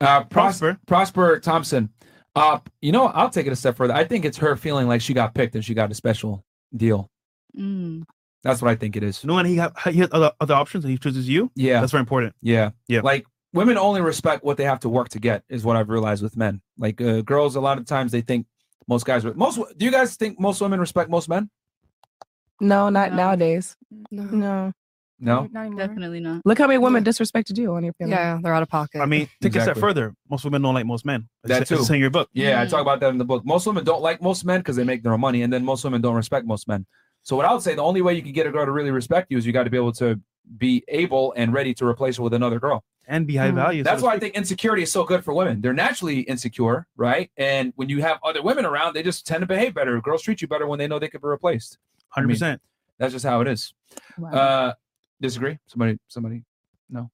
A: Uh, Prosper. Prosper Thompson. Uh, you know, I'll take it a step further. I think it's her feeling like she got picked and she got a special deal.
M: Mm.
A: That's what I think it is.
B: You know when he got he had other, other options and he chooses you.
A: Yeah.
B: that's very important.
A: Yeah.
B: Yeah.
A: Like women only respect what they have to work to get is what I've realized with men. Like uh, girls, a lot of times they think most guys, re- most, do you guys think most women respect most men?
I: No, not nowadays.
F: No.
I: no.
A: No.
M: Definitely not.
I: Look how many women disrespected you on your family.
F: Yeah, they're out of pocket.
B: I mean, take a step
A: Exactly.
B: further. Most women don't like most men.
A: That
B: It's-
A: too.
B: It's in your book.
A: Yeah, I talk about that in the book. Most women don't like most men because they make their own money, and then most women don't respect most men. So what I would say, the only way you can get a girl to really respect you is you got to be able to be able and ready to replace her with another girl.
B: and be high value.
A: That's why I think insecurity is so good for women. They're naturally insecure, right? And when you have other women around, they just tend to behave better. Girls treat you better when they know they could be replaced. I mean,
B: Hundred percent.
A: That's just how it is. Uh, disagree? Somebody? Somebody? No.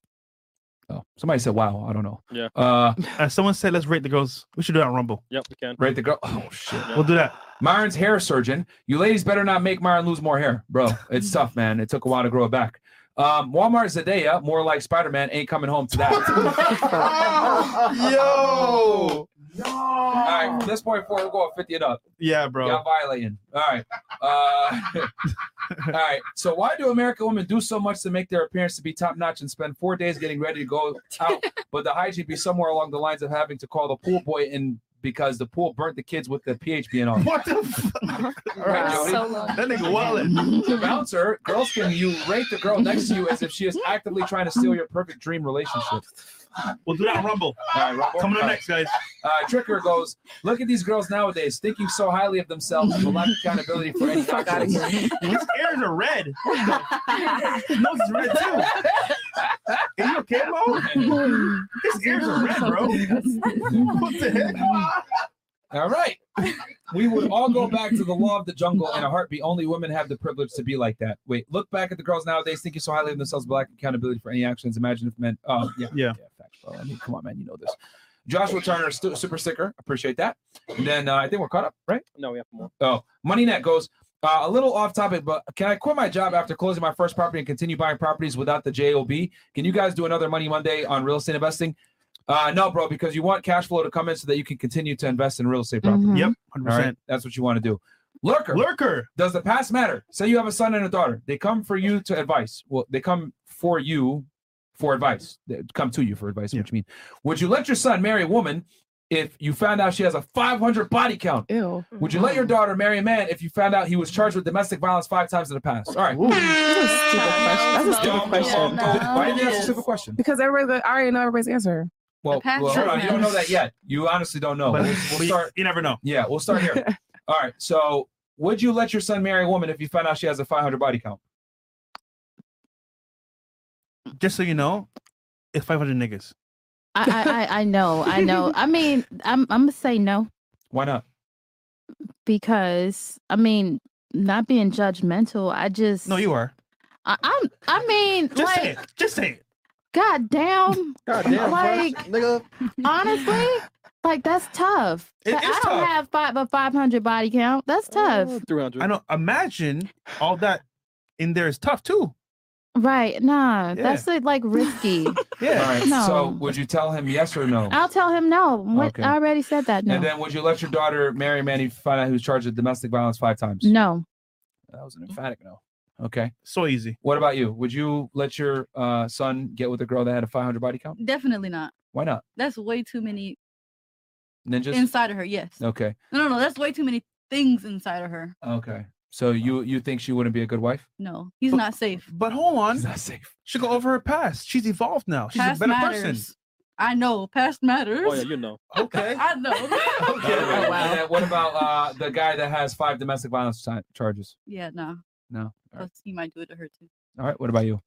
A: Oh, somebody said, "Wow." I don't know.
E: Yeah.
A: Uh,
B: someone said, "Let's rate the girls." We should do that on Rumble.
E: Yep, we can.
A: Right, the girl. Oh shit.
B: We'll do that.
A: Myron's hair surgeon. You ladies better not make Myron lose more hair, bro. It's tough, man. It took a while to grow it back. Um, Walmart Zadea, more like Spider Man, ain't coming home to that. Yo. All right, from this point forward, we're going 50 and up.
B: Yeah, bro.
A: Y'all violating. All right. Uh, all right. So, why do American women do so much to make their appearance to be top notch and spend four days getting ready to go out, but the hygiene be somewhere along the lines of having to call the pool boy in because the pool burnt the kids with the pH being on?
B: What the fuck?
A: All right, Jody.
B: That nigga wallet.
A: The bouncer, girls can you rate the girl next to you as if she is actively trying to steal your perfect dream relationship.
B: We'll do that on Rumble.
A: All right, Rumble.
B: Coming up
A: All
B: next, guys.
A: Uh, Tricker goes, look at these girls nowadays thinking so highly of themselves and will lack accountability for any actions.
B: His ears are red. His nose is red too. Are you okay, Mo? His ears are red, bro. What the heck?
A: All right. We would all go back to the law of the jungle in a heartbeat. Only women have the privilege to be like that. Wait, look back at the girls nowadays thinking so highly of themselves, but lack accountability for any actions. Imagine if men. Oh, yeah.
B: Yeah.
A: facts, bro. I mean, come on, man. You know this. Joshua Turner, stu- super sticker. Appreciate that. And then uh, I think we're caught up, right?
E: No, we have more.
A: Oh, MoneyNet goes uh, a little off topic, but can I quit my job after closing my first property and continue buying properties without the job? Can you guys do another Money Monday on real estate investing? Uh, no, bro, because you want cash flow to come in so that you can continue to invest in real estate property.
B: Mhm. Yep,
A: All
B: 100%.
A: right, that's what you want to do. Lurker,
B: Lurker.
A: Does the past matter? Say you have a son and a daughter. They come for you to advice. Well, they come for you for advice. They come to you for advice. What you mean? Would you let your son marry a woman if you found out she has a 500 body count?
I: Ew.
A: Would you let your daughter marry a man if you found out he was charged with domestic violence five times in the past? All right.
I: That's a stupid question.
A: Why did you ask a stupid question?
I: Because everybody, I already know everybody's answer.
A: Well, well, hold on. You don't know that yet. You honestly don't know. We'll- we'll start.
B: You never know.
A: Yeah, we'll start here. All right. So, would you let your son marry a woman if you found out she has a 500 body count?
B: Just so you know, it's 500 niggas.
N: I, I, I, I know, I know. I mean, I'm, I'm gonna say no
A: Why not?
N: because I mean, not being judgmental. I just
B: No, you are.
N: I, I'm. I mean,
B: Just
N: like,
B: say it. Just say it.
N: God damn.
B: God damn,
N: Like, honestly, like that's tough.
B: It
N: Like,
B: is
N: I don't
B: tough.
N: have five, a 500 body Oh, count. That's tough.
B: I know. Imagine all that in there is tough too.
N: Right. Nah, that's like, like risky.
A: All right.
N: No.
A: So would you tell him yes or no?
N: I'll tell him no. What,
A: Okay.
N: I already said that. No.
A: And then would you let your daughter marry a man if you find out he was charged with domestic violence five times?
N: no.
A: That was an emphatic no. Okay.
B: So easy.
A: What about you? Would you let your uh, son get with a girl that had a 500 body count?
M: Definitely not.
A: Why not?
M: That's way too many
A: Ninjas.
M: inside of her. Yes.
A: Okay.
M: No, no, no. That's way too many things inside of her.
A: Okay. So you you think she wouldn't be a good wife?
M: No, he's
B: But-
M: not safe.
B: But hold on.
A: She's not safe.
B: She go over her past. She's evolved now. She's
M: Past
B: a better
M: matters.
B: person.
M: I know. Past matters.
A: Oh, yeah,
E: you know.
B: Okay.
M: I know.
A: Okay.
L: Oh,
A: And then what about uh, the guy that has five domestic violence ti- charges?
M: yeah, no.
A: No.
M: Plus, he might do it to her too.
A: All right. What about you?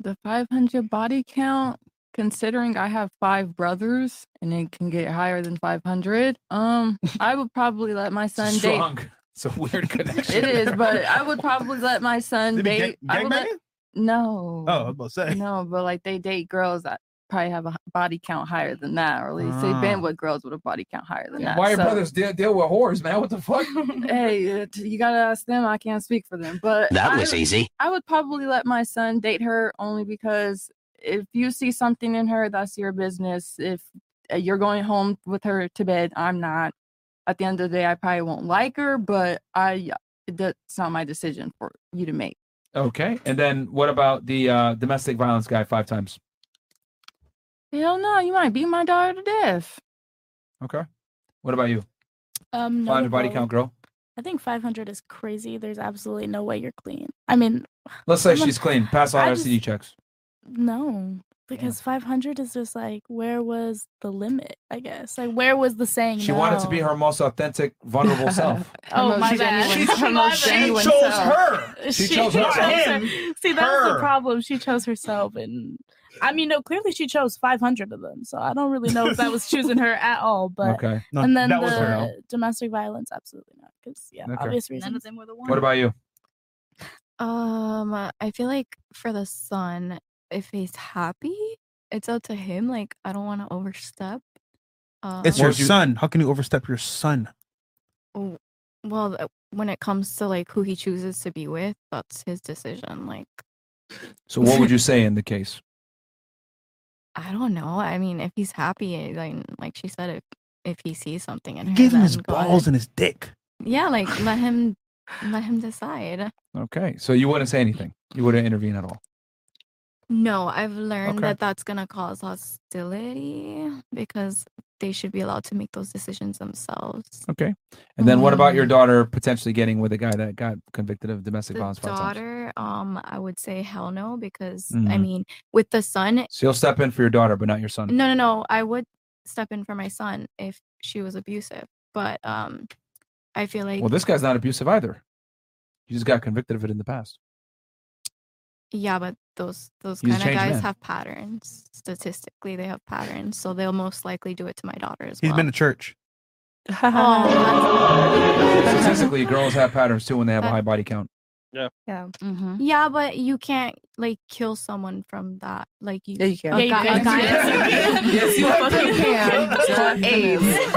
L: The 500 body count, considering I have five brothers and it can get higher than 500, um, I would probably let my son
A: Strong.
L: date.
A: It's a weird connection.
L: It is, but I would probably let my son
B: They be gang-
L: date. I would let-
B: gangbanging?
L: no.
B: Oh, I was about to say.
L: No, but like they date girls that probably have a h- body count higher than that, or at least they've
A: Ah.
L: been with girls with a body count higher than that.
A: Why your
L: so-
A: brothers deal, deal with whores, man? What the fuck?
L: hey, uh, t- you gotta ask them. I can't speak for them, but
A: That
L: I-
A: was easy.
L: I would probably let my son date her only because if you see something in her, that's your business. If uh, you're going home with her to bed, I'm not. At the end of the day, I probably won't like her, but I that's not my decision for you to make.
A: Okay. And then what about the uh, domestic violence guy five times?
L: Hell no, you might beat my daughter to death.
A: Okay. What about you?
K: Um, no
A: Find a body
K: problem.
A: count girl.
K: I think 500 is crazy. There's absolutely no way you're clean. I mean,
A: Let's say
K: I'm not-
A: she's clean. Pass all
K: I
A: her
K: just-
A: STD checks.
K: No, because 500 is just like, where was the limit? I guess. Like, where was the saying?
A: She wanted to be
K: no?
A: her most authentic, vulnerable self.
K: Oh, my
L: bad.
K: genuine-
L: Her most genuine self.
A: She chose her. Him.
K: See, that's
A: Her.
K: the problem. She chose herself, and I mean, no, clearly she chose 500 of them. So I don't really know if that was choosing her at all. But
A: Okay. No,
K: and then
A: that was her.
K: the domestic violence, absolutely not, because yeah,
A: Okay.
K: obvious
A: None
K: reasons.
J: of
K: them were the one.
A: What about you?
J: Um, uh, I feel like for the son, if he's happy, it's up to him. Like I don't want to overstep. Uh,
B: It's your son. How can you overstep your son?
J: w- Well, uh, when it comes to like who he chooses to be with, that's his decision. Like
A: So what would you say in the case?
J: I don't know. I mean, if he's happy, like like she said, if if he sees something in her,
B: Give him his
J: then go ahead.
B: balls and his dick.
J: Yeah, like let him let him decide.
A: Okay. So you wouldn't say anything. You wouldn't intervene at all.
J: No, I've learned
A: Okay.
J: that that's gonna cause hostility because they should be allowed to make those decisions themselves. Um,
A: Okay. And then what about your
H: Mm.
A: daughter potentially getting with a guy that got convicted of domestic
J: The
A: violence? five times?
J: daughter, um, I would say hell no because I
A: Mhm.
J: mean, with the son,
A: So you'll step in for your daughter, but not your son.
J: no, no, no, I would step in for my son if she was abusive, but um, I feel like
A: Well, this guy's not abusive either. He just got convicted of it in the past.
J: Yeah, but those those
A: He's a
J: kind of
A: changed
J: guys
A: man.
J: have patterns. Statistically, they have patterns, so they'll most likely do it to my daughter as
B: He's
J: well. Oh,
B: been to church.
A: Statistically, girls have patterns too when they have a high body count.
E: Yeah.
J: Yeah.
L: Mm-hmm.
J: Yeah, but you can't like kill someone from that. Like you,
A: Yeah, you can.
J: A
A: Yeah, you can.
J: guy, A guy
A: Yes, you fucking can. It's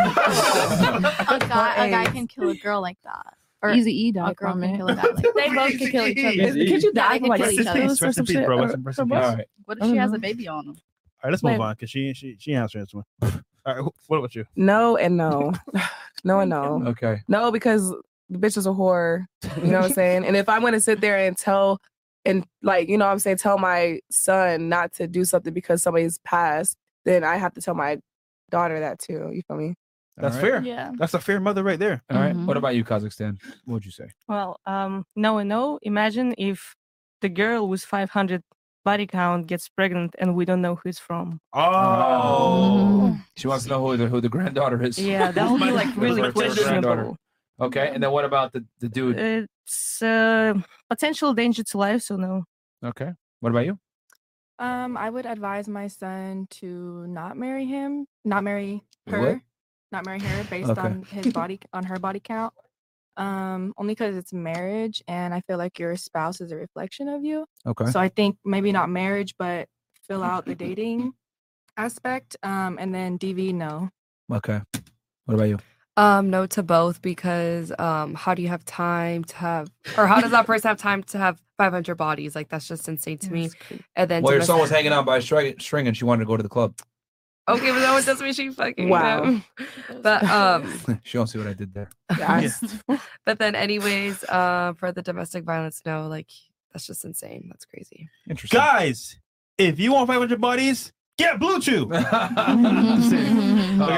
A: called
J: a, guy, a guy
L: AIDS.
J: can kill a girl like that.
L: Easy E
J: a
L: died
J: girl
L: from
J: can
L: it.
J: kill a guy like that.
K: They both could kill each other.
L: Is- could you
J: Yeah,
L: die
J: they
L: from,
J: could
L: like,
J: kill each other.
L: syphilis or Rest in some peace, shit? bro. Rest in- Or- rest in or peace. what?
B: All right.
M: What if she has a
I: Mm-hmm.
M: baby on him?
B: All right, let's
M: Wait.
B: move on because she she she answered this one. All right, wh- what about you?
I: No and no. no and no.
A: Okay.
I: No, because the bitch is a whore. You know what I'm saying? And if I'm gonna sit there and tell and like, you know what I'm saying, tell my son not to do something because somebody's passed, then I have to tell my daughter that too. You feel me?
B: That's
A: All right.
B: fair.
I: Yeah.
B: That's a fair mother right there.
A: All right.
N: Mm-hmm.
A: What about you, Kazakhstan? What would you say?
H: Well, um, no and no. Imagine if the girl with 500 body count gets pregnant and we don't know who it's from.
A: Oh, she wants to know who the who the granddaughter is.
H: Yeah, that would be, like,
A: Who's
H: really
A: her first granddaughter? Okay, and then what about the the dude?
H: It's uh, potential danger to life, so no.
A: Okay, what about you?
G: Um, I would advise my son to not marry him, not marry
A: What?
G: her, not marry her based
A: Okay.
G: on his body on her body count. Um, only because it's marriage, and I feel like your spouse is a reflection of you.
A: Okay.
G: So I think maybe not marriage, but fill out the dating aspect. Um, and then DV no.
A: Okay, what about you?
F: Um, no to both because um, how do you have time to have, or how does that person have time to have 500 bodies? Like that's just insane to me. And then
A: well,
F: to
A: your
F: mess-
A: son was hanging out by a string, string and she wanted to go to the club.
F: Okay, but that one doesn't mean she fucking
A: Wow.
F: them. But um,
A: she don't see what I did there.
F: but then anyways, uh, for the domestic violence, no, like that's just insane. That's crazy.
B: Guys, if you want 500 bodies, get Blue Chew.
A: Uh,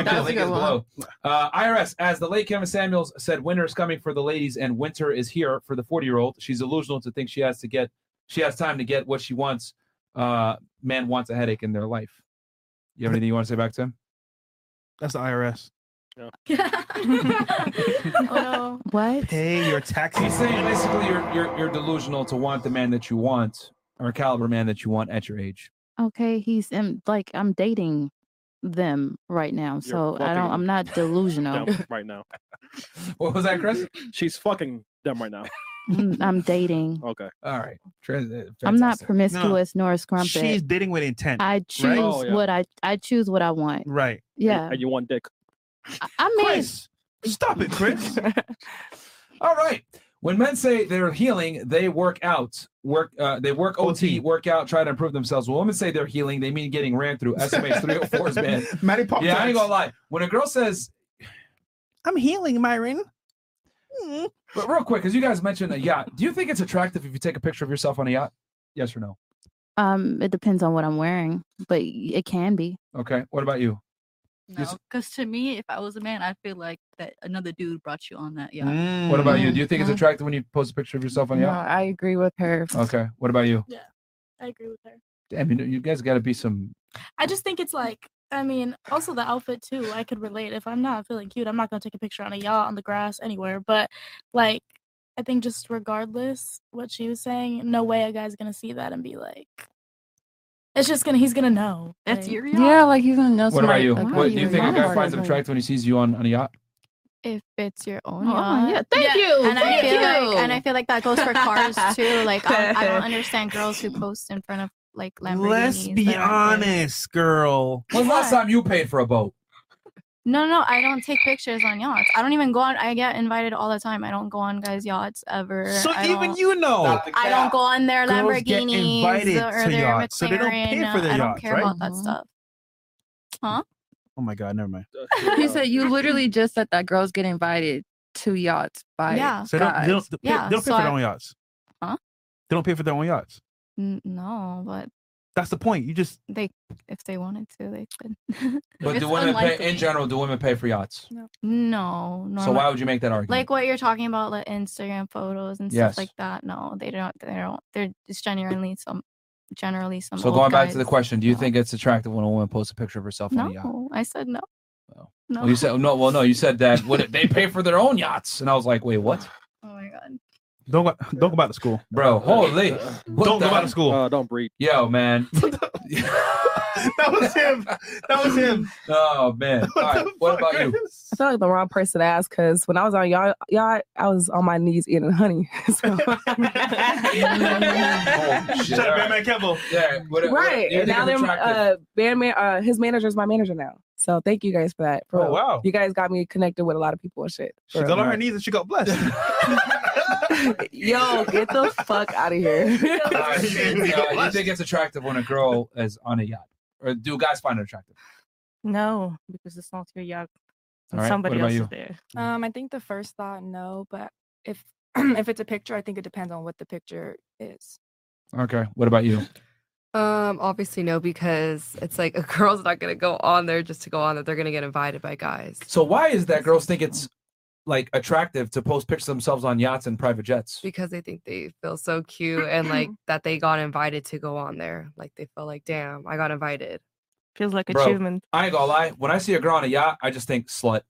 A: that link is below. Uh, IRS, as the late Kevin Samuels said, winter is coming for the ladies and winter is here for the 40 year old. She's illusional to think she has to get, she has time to get what she wants. Uh, man wants a headache in their life. You have anything you want to say back to him?
B: That's the IRS.
N: Mm-hmm.
J: no.
N: What?
B: Pay your taxes.
A: He's saying basically you're, you're, you're delusional to want the man that you want or caliber man that you want at your age.
N: Okay, he's in like I'm dating them right now, so I don't.
E: fucking
N: I'm not delusional.
E: Them right now.
A: what was that, Chris?
E: She's fucking them right now.
N: Mm, I'm dating.
E: Okay.
A: All right. uh,
N: I'm not promiscuous nor scrumpet.
B: She's dating with intent.
N: I choose
B: right? Oh, yeah.
N: what I I choose what I want.
B: Right.
N: Yeah.
E: And you want dick.
N: I mean,
B: Stop it, Chris.
A: All right. When men say they're healing, they work out, work. Uh, they work OT, work out, try to improve themselves. When women say they're healing, they mean getting ran through. SMH 304s, man.
B: Matty Pop
A: Yeah, I ain't
B: Tarts.
A: gonna lie. When a girl says,
B: I'm healing, Myron. Hmm.
A: but real quick, because you guys mentioned a yacht, do you think it's attractive if you take a picture of yourself on a yacht? Yes or no?
N: um, it depends on what I'm wearing, but y- it can be.
A: Okay. What about you?
M: No, because to me, if I was a man, I feel like that another dude brought you on that yacht.
A: What about you? Do you think it's attractive when you post a picture of yourself on a
L: No,
A: yacht?
L: I agree with her.
A: Okay. What about you?
K: I agree with her.
A: Damn, you, know, you guys got to be some.
K: I just think it's like, I mean, also the outfit too. I could relate. If I'm not feeling cute, I'm not gonna take a picture on a yacht, on the grass, anywhere. But like, I think just regardless what she was saying, no way a guy's gonna see that and be like, it's just gonna he's gonna know. That's your
L: Yeah, like he's gonna know.
A: What about
L: somebody-
A: you?
L: like,
A: What do you
L: your
A: think a
L: mom
A: guy
L: already
A: finds
L: knows.
A: attractive when he sees you on, on a yacht?
J: if it's your own.
L: Oh,
J: yacht.
L: yeah, thank Yeah. you,
J: And I
L: thank
J: feel
L: you.
J: like, and I feel like that goes for cars too. Like I, I don't understand girls who post in front of like Lamborghinis.
B: Let's be
J: that aren't theirs.
B: honest, girl.
A: When's the last time you paid for a boat?
J: No, no, I don't take pictures on yachts. I don't even go on. I get invited all the time. I don't go on guys' yachts ever.
B: So
J: I
B: even
J: don't-
B: you know.
J: I don't go on their
B: Girls get
J: Lamborghinis
B: invited
J: or
B: to
J: their
B: yachts, so they don't
J: McLaren. uh,
B: pay for their
J: I don't
B: yachts,
J: care
B: right?
J: about that stuff. Huh?
B: Oh my god, never mind.
L: He said you literally just said that girls get invited to yachts by
J: Yeah.
B: So they don't, they don't, they
J: Yeah,
B: don't pay
J: so
B: for their
J: I-
B: own yachts.
J: Huh?
B: They don't pay for their own yachts.
J: N- no, but
B: That's the point. You just
J: they, if they wanted to, they could.
A: But
J: It's
A: do women
J: unlikely.
A: pay in general? Do women pay for yachts?
J: No, no.
A: So why would you make that argument?
J: Like what you're talking about, like Instagram photos and
A: Yes.
J: stuff like that. No, they don't. They don't. They're just generally some, generally some.
A: so
J: old
A: going back to the
J: guys.
A: question, do you think it's attractive when a woman posts a picture of herself on a yacht?
J: No, I said no. No.
A: Well, you said no. Well, no, you said that. What they pay for their own yachts, and I was like, wait, what?
J: Oh my god.
B: don't go, don't go back to school,
A: bro. Holy,
B: don't go back to school.
E: don't breed.
A: Yo, man.
B: that was him. That was him.
A: Oh man. All right. What about you?
I: I feel like the wrong person to ask because when I was on y'all, y'all, I was on my knees eating honey. So,
B: Shut up, Batman Campbell.
A: Yeah. What,
I: right, and now they're uh, band man, uh, his manager's my manager now. So thank you guys for that. For
B: Oh,
I: real.
B: wow.
I: you guys got me connected with a lot of people and shit.
B: She
I: for real.
B: got on her knees and she got blessed.
I: Yo, get the fuck out of here.
A: Uh, you think it's attractive when a girl is on a yacht, or do guys find it attractive?
H: No, because it's not your yacht.
A: All right,
H: Somebody
A: what
H: else
A: about
H: is
A: you?
H: there.
G: Um, I think the first thought, no, but if if it's a picture, I think it depends on what the picture is.
A: Okay. What about you?
F: Um, obviously no, because it's like a girl's not gonna go on there just to go on there. They're gonna get invited by guys.
A: So why is that girls think it's like attractive to post pictures of themselves on yachts and private jets?
F: because they think they feel so cute and like that they got invited to go on there. Like they feel like, damn, I got invited.
H: Feels like
A: Bro, I ain't gonna lie. When I see a girl on a yacht, I just think slut.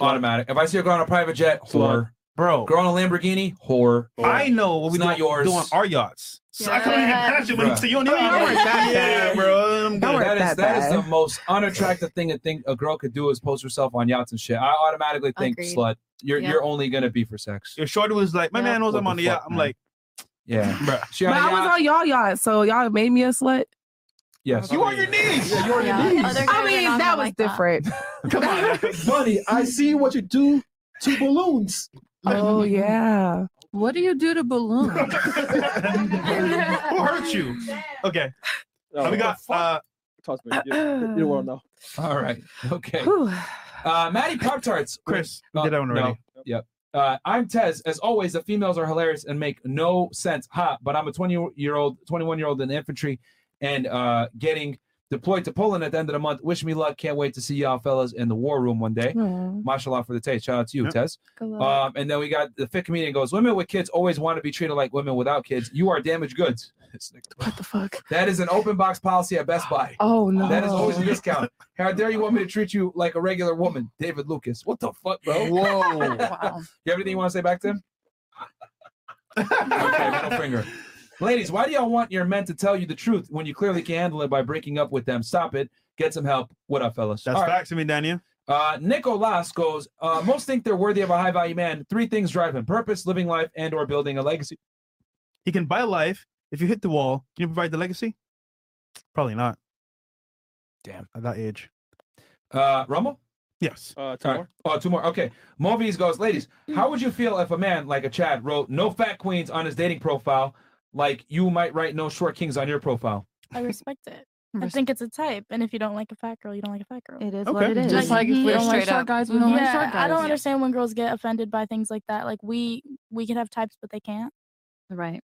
A: Automatic. If I see a girl on a private jet, whore.
B: Bro.
A: Girl on a Lamborghini, whore.
B: I know what we
A: It's not
B: do,
A: yours.
B: do on our yachts. So I couldn't even
A: Yeah.
B: catch it when you
A: Bruh.
B: say you on
A: Oh,
B: your
A: you
B: yacht.
A: weren't that
B: Yeah,
A: bad.
B: bro. I'm good.
A: That is that is the most unattractive thing a think a girl could do is post herself on yachts and shit. I automatically think
B: Agreed.
A: slut. You're
B: Yeah.
A: you're only gonna be for sex.
B: Your shorty was like, my man knows I'm on the yacht. I'm like,
A: yeah,
B: bruh.
A: She
I: but
A: on a
I: I was
A: yacht.
I: on y'all yacht, so y'all made me a slut.
A: Yes.
Q: You
A: on your knees.
Q: Yeah, you're on
I: Yeah.
Q: your knees.
I: Other I guys mean, are not that was like that. different.
Q: Come on, buddy. I see what you do to balloons.
I: Oh yeah.
L: What do you do to balloons?
B: Who hurt you? Okay.
E: Oh,
B: we got uh,
E: Talk to me. You, you don't want to know.
A: All right. Okay. Uh, Maddie Pop Tarts. Chris, we did that one
B: already.
A: Yep. Uh, I'm Tez. As always, the females are hilarious and make no sense. Ha! But I'm a 20 year old, 21 year old in the infantry, and uh, getting deployed to Poland at the end of the month. Wish me luck. Can't wait to see y'all fellas in the war room one day.
Q: Aw.
A: Mashallah for the taste. Shout out to you,
Q: Yep.
A: Tez.
Q: Good luck.
A: Um, and then we got the fit comedian goes. Women with kids always want to be treated like women without kids. You are damaged goods. What
I: the fuck?
A: That is an open box policy at Best Buy.
I: Oh no.
A: That is always a discount. How dare you want me to treat you like a regular woman, David Lucas? What the fuck, bro?
Q: Whoa.
A: you have anything you want to say back to him? okay, middle finger. Ladies, why do y'all want your men to tell you the truth when you clearly can handle it by breaking up with them? Stop it. Get some help. What up, fellas?
B: That's
A: All right.
B: facts to me, Daniel.
A: Uh, Nicolas goes, uh, most think they're worthy of a high value man. Three things drive him purpose, living life, and or building a legacy.
B: He can buy life. If you hit the wall, can you provide the legacy? Probably not.
A: Damn.
B: At that age.
A: Uh, Rumble?
B: Yes.
E: Uh,
A: two more. Oh, two more. Okay. Movies goes, ladies,
I: Hmm.
A: how would you feel if a man like a Chad wrote no fat queens on his dating profile, like you might write no short kings on your profile?
K: I respect it. I think it's a type, and if you don't like a fat girl, you don't like a fat girl. It
L: is what Okay. it is. Just like if we
K: mhm.
L: don't like Straight short up. guys, we don't like
K: Yeah,
L: short
K: I don't
L: guys.
K: understand when girls get offended by things like that. Like we we could have types, but they can't.
L: Right.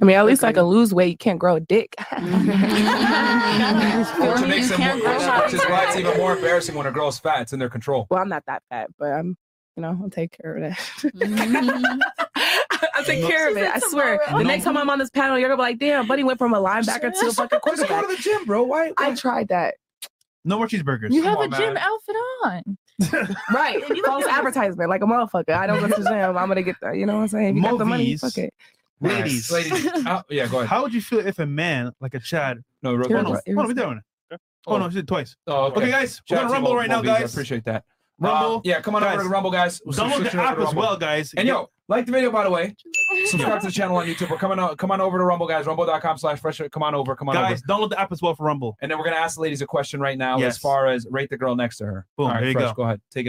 I: I mean, at least I can lose weight. You can't grow a dick.
A: Which makes him, which, which is why it's even more embarrassing when a girl's fat. It's in their control.
I: Well, I'm not that fat, but I'm, you know, I'll take care of
A: Mm-hmm.
L: that.
I: I'll take care of it. I swear. The next time I'm on this panel, you're gonna be like, "Damn, buddy went from a linebacker to a fucking
L: go
I: quarterback."
L: to
A: the gym, bro. Why?
I: I tried that.
B: No more cheeseburgers.
L: You
B: Come
L: have
B: on,
L: a gym
B: man.
L: outfit on.
I: Right. False advertisement, like a motherfucker. I don't go to the gym. I'm gonna get that. You know what I'm saying? If you got the money,
B: Movies.
I: fuck it.
B: Ladies.
A: Ladies. how- yeah, go ahead.
B: How would you feel if a man like a Chad?
A: No,
B: oh,
A: Ro-
B: no,
A: Ro-
B: hold on, we doing it. Oh, no, she did twice.
A: Oh, okay.
B: guys, we're
A: Shout
B: gonna
A: out to
B: rumble
A: Mo-
B: right now,
A: Movies. I
B: guys.
A: appreciate that.
B: Rumble.
A: Uh, yeah, come on over
B: Guys,
A: to Rumble, guys.
B: download
A: Subscription
B: the
A: over
B: app
A: to
B: as
A: Rumble.
B: well, guys.
A: And yo, like the video, by the way. Subscribe to the channel on YouTube. We're coming out. Come on over to Rumble, guys. Rumble.com slash fresh. Come on over. Come on
B: Guys,
A: over.
B: download the app as well for Rumble.
A: And then we're gonna ask the ladies a question right now
B: Yes.
A: as far as rate the girl next to her.
B: Boom,
A: All right,
B: there you
A: fresh,
B: go.
A: go ahead. Take it away.